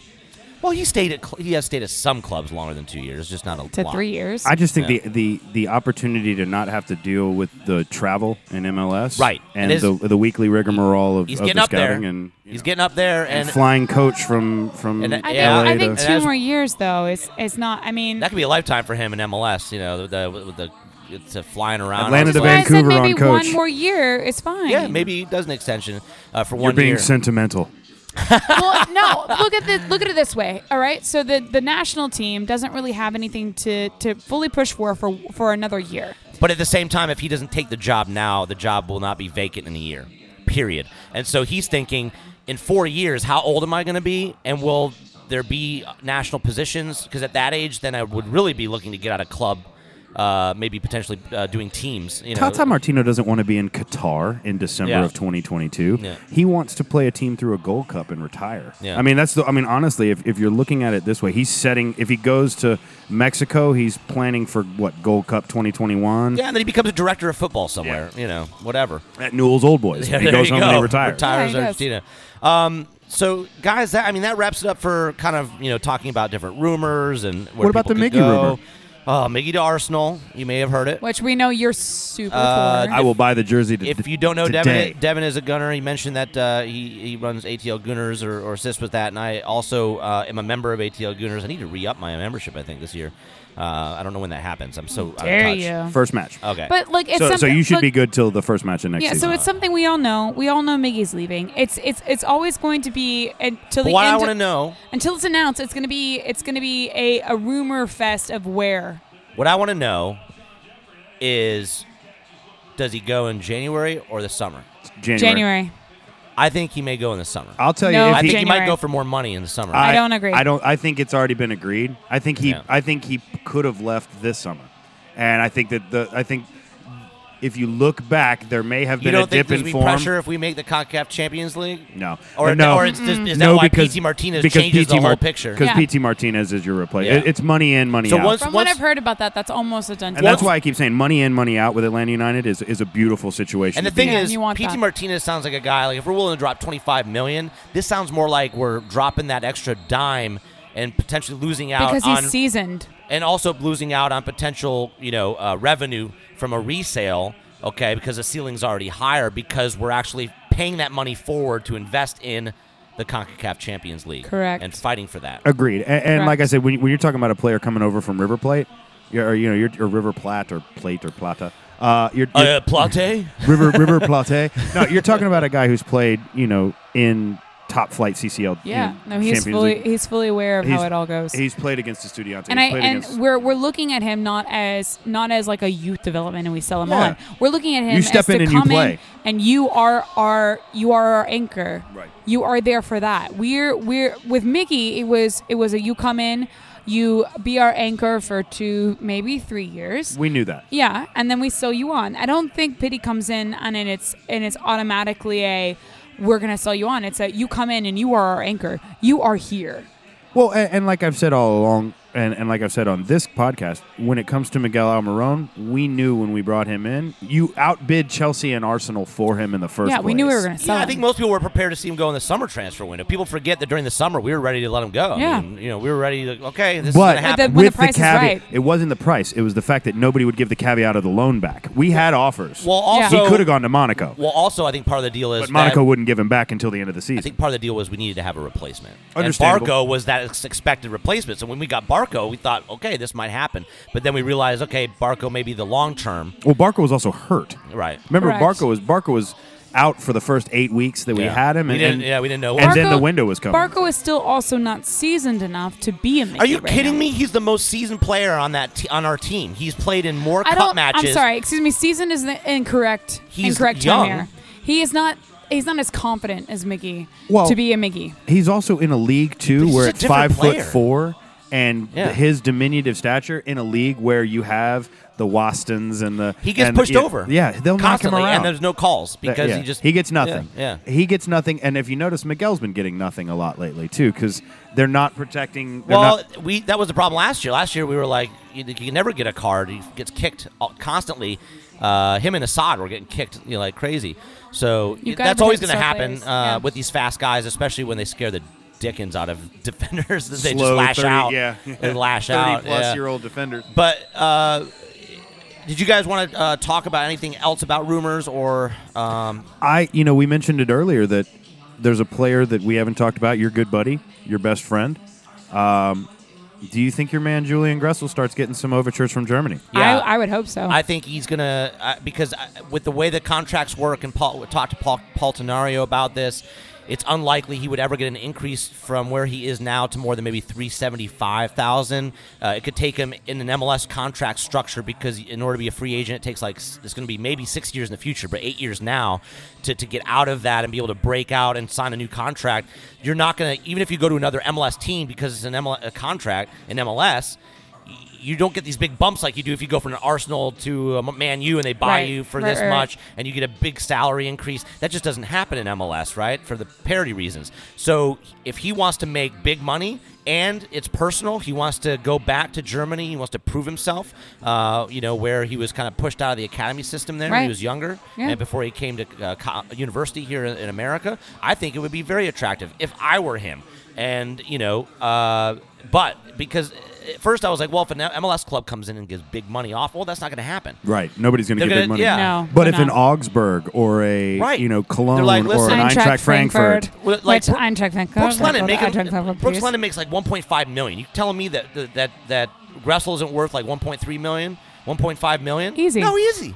Well, he stayed at cl- he has stayed at some clubs longer than two years, just not a
to
lot.
three years
I just think the, the the opportunity to not have to deal with the travel in MLS,
Right.
and
It is-
the, the weekly rigmarole of,
He's
of
getting
the
up there.
scouting and you
He's
know,
getting up there,
and
and,
flying coach from from
And, uh,
I think,
Yeah.
LA
I think
to,
And
two
that's-
more years though. It's it's not. I mean,
that could be a lifetime for him in MLS. You know, the with the, it's a flying around.
Atlanta
that's
to
why I said
Vancouver on
maybe
coach.
one more year is fine.
Yeah, maybe he does an extension uh, for
you're
one
being
year.
sentimental.
well, no. Look at the look at it this way. All right. So the the national team doesn't really have anything to to fully push for for for another year.
But at the same time, if he doesn't take the job now, the job will not be vacant in a year, period. And so he's thinking, in four years, how old am I going to be? And will there be national positions? Because at that age, then I would really be looking to get out of club, uh, maybe potentially uh, doing teams. You know,
Tata Martino doesn't want to be in Qatar in December
Yeah.
of 2022.
Yeah.
He wants to play a team through a Gold Cup and retire.
Yeah.
I mean, that's the. I mean, honestly, if, if you're looking at it this way, he's setting. If he goes to Mexico, he's planning for what Gold Cup 2021
yeah, and then he becomes a director of football somewhere. You know, whatever.
at Newell's Old Boys.
Yeah,
he
there
goes
you
home
go.
and he retires.
Yeah, he does.
Argentina. Um, so, guys, that I mean, that wraps it up for kind of you know talking about different rumors and where
What about
people
the
could
Miggy
go.
rumor?
Oh, Miggy to Arsenal. You may have heard it.
Which we know you're super
Uh,
for.
I will buy the jersey. To,
If you don't know
today.
Devin, Devin is a gunner. He mentioned that uh, he he runs ATL Gunners or, or assists with that, and I also uh, am a member of ATL Gunners. I need to re up my membership. I think this year. Uh, I don't know when that happens. I'm so
Dare
out of touch.
you?
first match.
Okay.
But like it's
so, so
something-
you should
look-
be good till the first match of next
Yeah,
season.
so it's something we all know. We all know Miggy's leaving. It's it's it's always going to be until
But
the
what
end.
I want to know,
until it's announced, it's gonna be it's gonna be a, a rumor fest of where.
what I want to know, is does he go in January or the summer?
January.
January.
I think he may go in the summer.
I'll tell
No,
you. If
I
he,
think he might
January.
go for more money in the summer.
I don't agree.
I don't. I think it's already been agreed. I think he.
Yeah.
I think he could have left this summer, and I think that the. I think if you look back, there may have
you
been
don't
a
think
dip
there's
in
be
form.
pressure if we make the CONCACAF Champions League?
No,
Or,
no,
or it's just, is that
no,
why
because
PT Martinez
because
changes
PT
the whole
Mar-
picture?
Because
Yeah.
PT Martinez is your
Yeah.
replacement. It's money in, money
So
out.
once-
From what
once-
I've heard about that, that's almost a done
and
deal.
that's why I keep saying money in, money out with Atlanta United is, is a beautiful situation.
And the
to be
thing
in.
Yeah,
is,
you want
PT
that.
Martinez sounds like a guy. Like if we're willing to drop 25 million, this sounds more like we're dropping that extra dime and potentially losing out
because
on,
he's seasoned.
and also losing out on potential, you know, uh, revenue from a resale. Okay, because the ceiling's already higher because we're actually paying that money forward to invest in the CONCACAF Champions League.
Correct.
And fighting for that.
Agreed. And, and
Correct.
like I said, when, you- when you're talking about a player coming over from River Plate, you're, or you know, you're, or River Plate or Plate or Plata. Uh, you're,
Oh,
you're-
Plate?
River River Plate. No, you're talking about a guy who's played, you know, in top flight CCL.
Yeah.
you know,
No, he's
Champions
fully
League.
he's fully aware of
He's-
how it all goes.
He's played against Estudiantes.
and
he's
I
played
and
against,
we're we're looking at him not as not as like a youth development and we sell him
Yeah.
on. We're looking at him
You step
as to
in and you
come in
play.
and you are our you are our anchor.
Right.
You are there for that. We're we're with Mickey. It was it was a you come in, you be our anchor for two maybe three years.
we knew that.
Yeah, and then we sell you on. I don't think pity comes in and then it's and it's automatically a we're gonna sell you on. It's a you come in and you are our anchor. You are here.
Well, and, and like I've said all along, and, and like I've said on this podcast, when it comes to Miguel Almiron, we knew when we brought him in, you outbid Chelsea and Arsenal for him in the first
yeah,
place.
we knew we were gonna sell.
Yeah, I
him.
think most people were prepared to see him go in the summer transfer window. People forget that during the summer we were ready to let him go. I
Yeah.
mean, you know, we were ready to okay, this
But
is gonna
when
happen.
the
with the,
price is
caveat,
right.
it wasn't the price. It was the fact that nobody would give the caveat of the loan back. We had offers.
well,
Yeah.
also
he could have gone to Monaco,
Well, also I think part of the deal is
but Monaco
that-
wouldn't give him back until the end of the
I
season.
think part of the deal was we needed to have a replacement. And
Understandable.
Barco was that ex- expected replacement. So when we got Barco, we thought, okay, this might happen. But then we realized, okay, Barco may be the long term.
well, Barco was also hurt.
Right.
Remember,
Correct.
Barco was Barco was out for the first eight weeks that we
Yeah.
had him,
We
and,
didn't-
and-
yeah, we didn't know.
And then
Barco-
the window was coming.
Barco is still also not seasoned enough to be a Mickey
Are you
right
kidding
now.
me? He's the most seasoned player on that t- on our team. He's played in more
I
cup
don't.
matches.
I'm sorry. Excuse me. Seasoned is the incorrect.
He's
incorrect
young.
term here. He is not. He's not as confident as Mickey
Well-
to be a Mickey.
He's also in a league too
he's
where
just a
it's
different
five
player.
foot four, and
Yeah.
his diminutive stature in a league where you have the Wastons and the
He gets
and-
pushed
yeah,
over.
Yeah, they'll
constantly,
knock him around.
and there's no calls
That-
because
yeah.
he just
gets nothing.
Yeah. yeah.
he gets nothing. And if you notice, Miguel's been getting nothing a lot lately too because they're not protecting. They're
Well,
not,
we that was the problem last year. Last year we were like, you, you can never get a card. He gets kicked all- constantly. Uh, him and Assad were getting kicked you know, like crazy. So
You
it-
gotta
that's always going
protect star
to happen uh,
players, yeah.
with these fast guys, especially when they scare the dickens out of defenders. they just
Slow
lash
30
out.
yeah.
They lash
30
out.
plus
yeah.
year old defenders.
But uh, did you guys want to uh, talk about anything else about rumors or? Um,
I, you know, we mentioned it earlier that there's a player that we haven't talked about. Your good buddy, your best friend. Um, do you think your man Julian Gressel starts getting some overtures from Germany?
Yeah.
I, I would hope so.
I think he's gonna uh, because uh, with the way the contracts work, and Paul we talked to Paul, Paul Tenario about this. It's unlikely he would ever get an increase from where he is now to more than maybe three seventy five thousand. Uh, it could take him in an MLS contract structure because in order to be a free agent, it takes like s- it's going to be maybe six years in the future, but eight years now to, to get out of that and be able to break out and sign a new contract. You're not going to even if you go to another MLS team because it's an MLS a contract in MLS you don't get these big bumps like you do if you go from an Arsenal to a M- Man U and they buy
Right,
you for
right,
this
right.
much and you get a big salary increase. That just doesn't happen in MLS, right? For the parity reasons. So if he wants to make big money and it's personal, he wants to go back to Germany. He wants to prove himself. Uh, you know where he was kind of pushed out of the academy system there when
Right.
he was younger
Yeah.
and before he came to uh, co- university here in, in America. I think it would be very attractive if I were him. And you know, uh, but because at first I was like, well, if an MLS club comes in and gives big money off, well, that's not going to happen.
Right. Nobody's going to
They're
give
gonna-
him money.
yeah.
No,
But
we're
if
not.
an Augsburg or a
Right.
you know Cologne
They're like,
or
listen-
an Eintracht Frankfurt,
Well, like,
Which
Bro-
Eintracht Frankfurt.
Brooks Lennon,
Frankfurt,
making,
Eintracht Frankfurt,
Brooks
please.
Lennon makes like 1.5 million. You telling me that that that, that Gressel isn't worth like 1.3 million, 1.5 million?
Easy.
No, easy.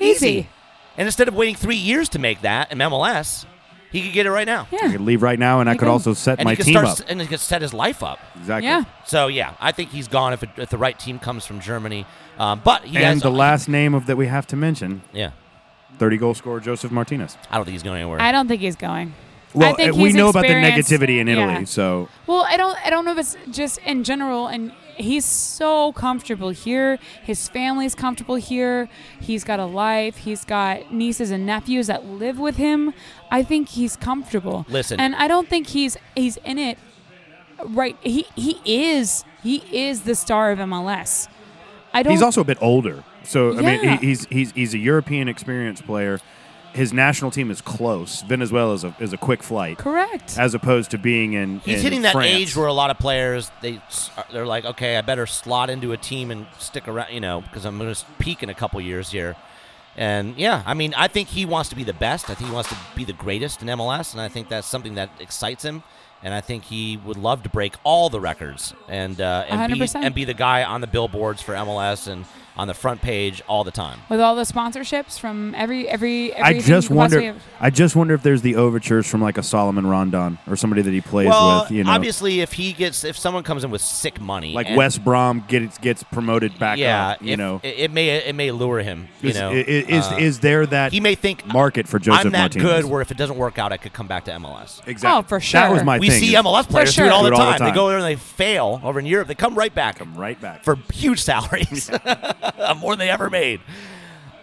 Easy.
And instead of waiting three years to make that in MLS, he could get it right now.
I
Yeah.
could leave right now, and I
You
could
can-
also set
And
my
he could
team
start
up.
s- and he could set his life up.
Exactly.
Yeah.
So yeah, I think he's gone if, it, if the right team comes from Germany. Um, but he
And
has
the last name of that we have to mention,
yeah,
30 goal scorer Joseph Martinez.
I don't think he's going anywhere.
I don't think he's going.
Well,
I think
uh, we
he's
know about the
experienced-
negativity in Italy,
yeah.
so
Well, I don't. I don't know if it's just in general. And he's so comfortable here. His family's comfortable here. He's got a life. He's got nieces and nephews that live with him. I think he's comfortable.
Listen.
and I don't think he's he's in it. Right. He he is he is the star of MLS. I don't.
He's also a bit older. So
Yeah.
I mean, he, he's he's he's a European experienced player. His national team is close. Venezuela is a is a quick flight,
correct.
as opposed to being in.
He's
in
hitting that
France.
age where a lot of players they s- are- they're like, okay, I better slot into a team and stick around, you know, because I'm going to peak in a couple years here. And yeah, I mean, I think he wants to be the best. I think he wants to be the greatest in MLS, and I think that's something that excites him. And I think he would love to break all the records and uh, and be
100%.
and be the guy on the billboards for MLS and on the front page all the time.
with all the sponsorships from every every.
I
everything you
just
could
wonder.
possibly have.
I just wonder if there's the overtures from like a Solomon Rondon or somebody that he plays
Well,
with. You know,
obviously, if he gets if someone comes in with sick money,
like
and-
Wes Brom gets gets promoted back
yeah,
up. You
if-
know,
it, it may it may lure him. You
is,
know,
i- i- is,
Uh,
is there that
he may think
market for Joseph
I'm that
Martinez?
good. Where if it doesn't work out, I could come back to MLS.
exactly.
Oh, for
That was
sure.
my
we
thing.
see
is
MLS players
sure.
do it all the
Do it all the
time. They
time.
go there and they fail over in Europe. They come right back
Right back.
for huge salaries, more than they ever made.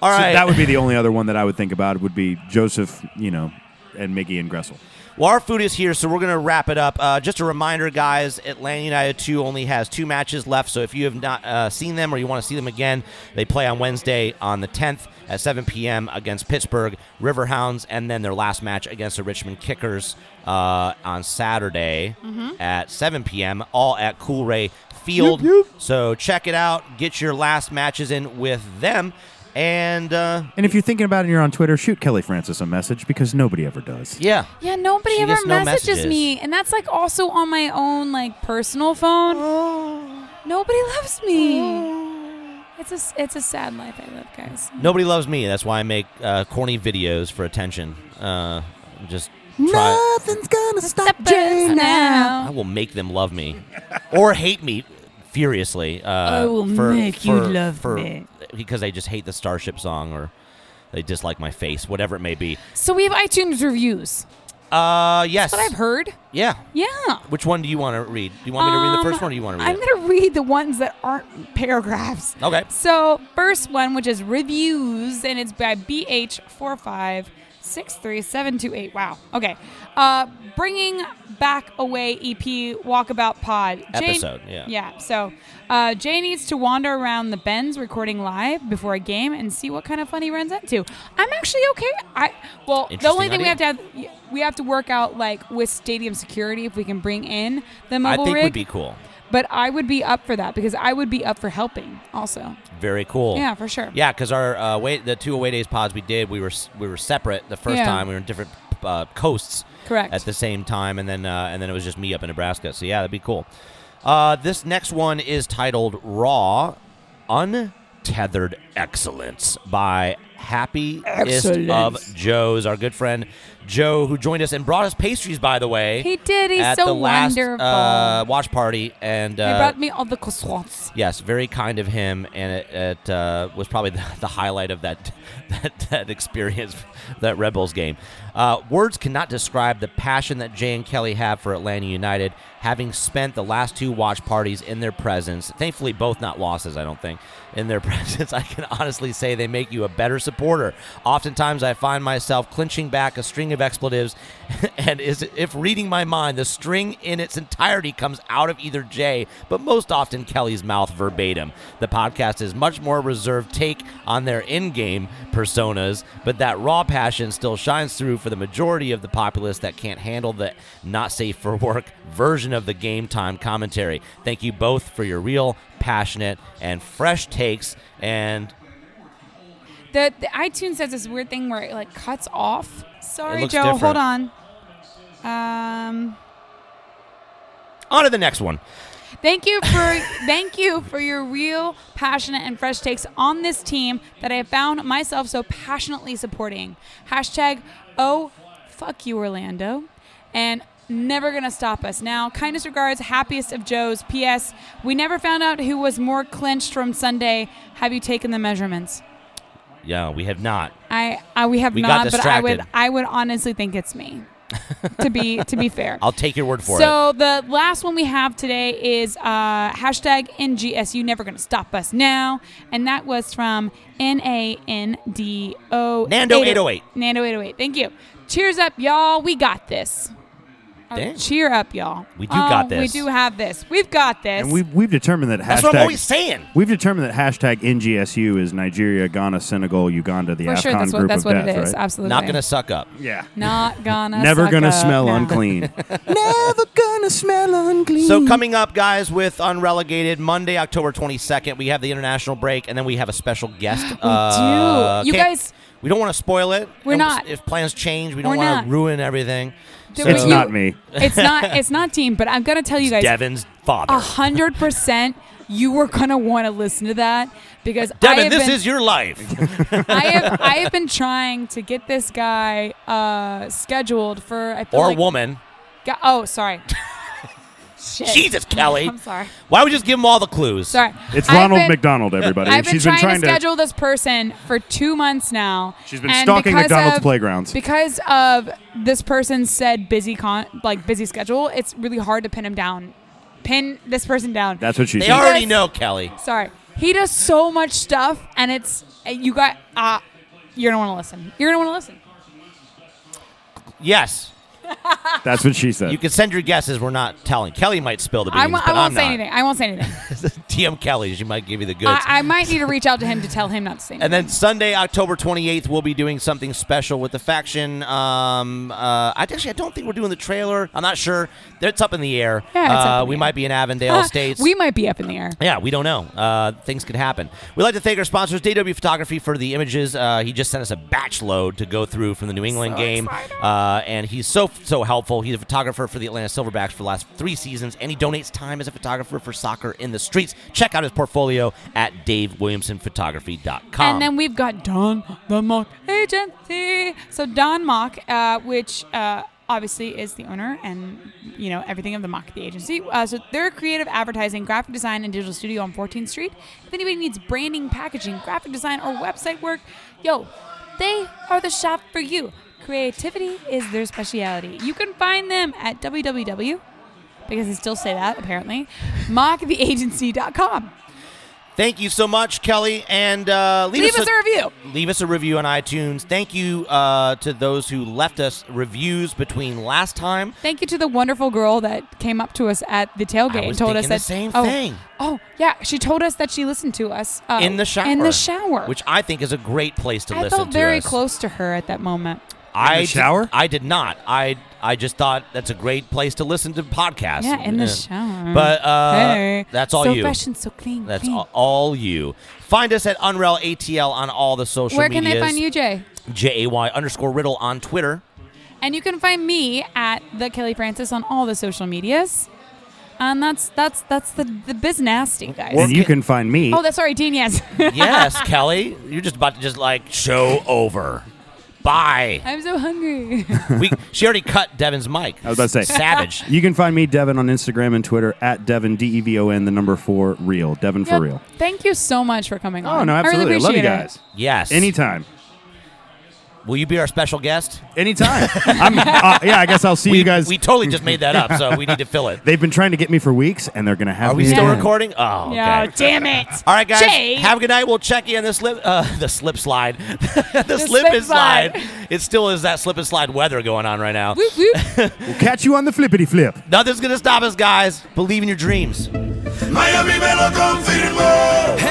All
So
right.
that would be the only other one that I would think about would be Joseph, you know, and Mickey and Gressel.
Well, our food is here, so we're going to wrap it up. Uh, just a reminder, guys, Atlanta United 2 only has two matches left, so if you have not uh, seen them or you want to see them again, they play on Wednesday on the 10th at 7 p.m. against Pittsburgh Riverhounds, and then their last match against the Richmond Kickers uh, on Saturday at 7 p.m., all at Cool Ray Field. So check it out. Get your last matches in with them. And uh,
And if you're thinking about it and you're on Twitter, shoot Kelly Francis a message because nobody ever does.
yeah.
Yeah, nobody
She
ever
gets no
messages
messages.
me, and that's like also on my own like personal phone. nobody loves me. It's a s- it's a sad life I live, guys.
Nobody loves me. That's why I make uh, corny videos for attention. Uh, just try.
Stop us
I
now.
will make them love me or hate me furiously. Uh, I will make you love me because they just hate the Starship song or they dislike my face, whatever it may be.
So we have iTunes reviews.
Uh, yes.
That's what I've heard.
Yeah.
Yeah.
Which one do you want to read? Do you want me to read the first
Um,
one, or do you want to read?
I'm
it?
gonna read the ones that aren't paragraphs.
Okay.
So first one, which is reviews, and it's by BH four five six three seven two eight. Wow. Okay. Uh, bringing back away EP Walkabout Pod Jay-
Episode, yeah.
Yeah. So uh, Jay needs to wander around the bends recording live before a game and see what kind of fun he runs into. I'm actually okay. I well, the
Interesting
only thing we
idea.
have to have we have to work out like with stadium security if we can bring in the
I
mobile
think
rig.
would be cool.
But I would be up for that because I would be up for helping also.
Very cool.
Yeah, for sure.
Yeah, because our uh, wait, the two away days pods we did, we were s- we were separate the first
Yeah.
time. We were in different uh, coasts.
Correct.
At the same time, and then uh, and then it was just me up in Nebraska. So yeah, that'd be cool. Uh, this next one is titled "Raw Untethered Excellence" by Happy of Joe's, our good friend Joe, who joined us and brought us pastries. By the way,
He did. He's
at
so
the last,
wonderful.
uh, watch party, and
they
uh,
brought me all the croissants.
Yes, very kind of him, and it, it uh, was probably the, the highlight of that that, that experience, that Rebels game. Uh, words cannot describe the passion that Jay and Kelly have for Atlanta United, having spent the last two watch parties in their presence. Thankfully, both not losses, I don't think. In their presence, I can honestly say they make you a better supporter. Oftentimes, I find myself clinching back a string of expletives, and is if reading my mind, the string in its entirety comes out of either Jay, but most often Kelly's mouth verbatim. The podcast is much more reserved take on their in-game personas, but that raw passion still shines through for the majority of the populace that can't handle the not safe for work version of the game time commentary. Thank you both for your real, passionate, and fresh takes and
The, the iTunes does this weird thing where it like cuts off. Sorry,
looks
Joe. Hold
different.
on. Um,
on to the next one.
thank you for thank you for your real, passionate, and fresh takes on this team that I have found myself so passionately supporting. Hashtag oh fuck you Orlando, and never gonna stop us now. Kindest regards, happiest of Joes. P.S. We never found out who was more clinched from Sunday. Have you taken the measurements?
Yeah, we have not.
I, I we have
We got
not, but I would
distracted.
I would honestly think it's me. to be to be fair.
I'll take your word for it.
so the last one we have today is uh, hashtag NGSU never gonna stop us now, and that was from N A N D O
Nando 808.
Nando eight oh eight. Thank you. Cheers up, y'all. We got this. Alright,
Damn.
Cheer up, y'all.
We do got
Oh, We
this.
do have this. We've got this.
And we've, we've determined that hashtag.
That's what I'm always saying.
We've determined that hashtag NGSU is Nigeria, Ghana, Senegal, Uganda, the
For
Afghan
sure, that's
group
what that's
of
what
death,
it is.
right?
Absolutely.
Not gonna suck up.
Yeah.
Not gonna.
Never
suck
gonna
up
smell
now.
unclean.
Never gonna smell unclean.
So coming up, guys, with Unrelegated Monday, October 22nd, we have the international break, and then we have a special guest. We
You guys-
we don't want to spoil it.
We're
You know,
not.
If plans change, we don't
We're
want
not.
to ruin everything.
Dude,
it's
but
not
you-
me.
It's not. It's not team. But I'm gonna tell you guys. Ah,
Devin's father.
A hundred percent. You were gonna want to listen to that because I
Devin,
have
this
been,
is your life.
I have I have been trying to get this guy uh, scheduled for I feel
or
like,
woman.
Ga- oh, sorry. Shit.
Jesus, Kelly.
I'm sorry.
Why don't we just give him all the clues?
Sorry.
It's
I've
Ronald
been-
McDonald, everybody.
I've been,
she's
trying,
been trying
to schedule this person for two months now.
She's been
and
stalking
because
McDonald's
of-
playgrounds.
Because of this person's said busy con like busy schedule, it's really hard to pin him down. Pin this person down.
That's what she
They
said.
already
Yes.
know, Kelly.
Sorry. He does so much stuff, and it's you got. Uh, you're gonna want to listen. You're gonna want to listen.
Yes.
That's what she said.
You can send your guesses. We're not telling. Kelly might spill the beans,
I w-
but
I won't
am
say
not.
anything. I won't say anything.
TM Kelly, she might give you the goods.
I, I might need to reach out to him to tell him not to say anything.
And then Sunday, October 28th, we'll be doing something special with the faction. Um, uh, I actually, I don't think we're doing the trailer. I'm not sure. It's up in the air.
Yeah, it's up
uh,
in
we
the
might
air.
be in Avondale
Ah,
States.
We might be up in the air.
Yeah, we don't know. Uh, things could happen. We'd like to thank our sponsors, DW Photography, for the images. Uh, he just sent us a batch load to go through from the New England game, uh, and he's so so helpful. He's a photographer for the Atlanta Silverbacks for the last three seasons, and he donates time as a photographer for soccer in the streets. Check out his portfolio at DaveWilliamsonPhotography.com.
And then we've got Don the Mock Agency. So Don Mock, uh, which uh, obviously is the owner and you know everything of the Mock the agency. Uh, so they're creative advertising, graphic design, and digital studio on 14th Street. If anybody needs branding, packaging, graphic design, or website work, yo, they are the shop for you. Creativity is their specialty. You can find them at www. Because they still say that apparently. Mocktheagency.com.
Thank you so much, Kelly, and uh, leave,
Leave us a review.
Leave us a review on iTunes. Thank you uh, to those who left us reviews between last time.
Thank you to the wonderful girl that came up to us at the tailgate and
was
told us
thinking the
that
same
oh,
thing.
Oh yeah, she told us that she listened to us uh,
in the shower.
In the shower,
which I think is a great place to
I
listen
felt
to
very
us.
close to her at that moment.
I
the
did-
shower?
I did not. I I just thought that's a great place to listen to podcasts.
Yeah, in the shower.
But uh,
hey,
that's all
so
you.
fresh and so clean.
That's
clean.
all, all you. Find us at Unrel ATL on all the social
Where can
medias.
they find you, Jay?
J A Y underscore riddle on Twitter.
And you can find me at the Kelly Francis on all the social medias. And that's that's that's the the biz nasty guys.
and you can find me.
oh, that's sorry, Dean. Yes,
Yes, Kelly, you're just about to just like show over. Bye.
I'm so hungry.
We, she already cut Devin's mic. I
was about to say.
savage.
you can find me, Devin, on Instagram and Twitter at Devin, D E V O N, the number four, real. Devin for
Yep.
real.
Thank you so much for coming on.
Oh, no,
I really
absolutely. I love you
appreciate it.
guys.
Yes.
Anytime.
Will you be our special guest?
Anytime. I'm, uh, yeah, I guess I'll see
we,
you guys.
We totally just made that up, so we need to fill it.
They've been trying to get me for weeks, and they're going to have
Are we
me
still
again.
recording? Oh,
No,
okay.
damn it.
All right, guys.
Jay.
Have a good night. We'll check you in the slip, uh, the slip slide, the, slip,
slip
and slide. It still is that slip and slide weather going on right now.
Whoop, whoop.
We'll catch you on the flippity flip.
Nothing's gonna stop us, guys. Believe in your dreams.
Miami me lo confirmó.
Este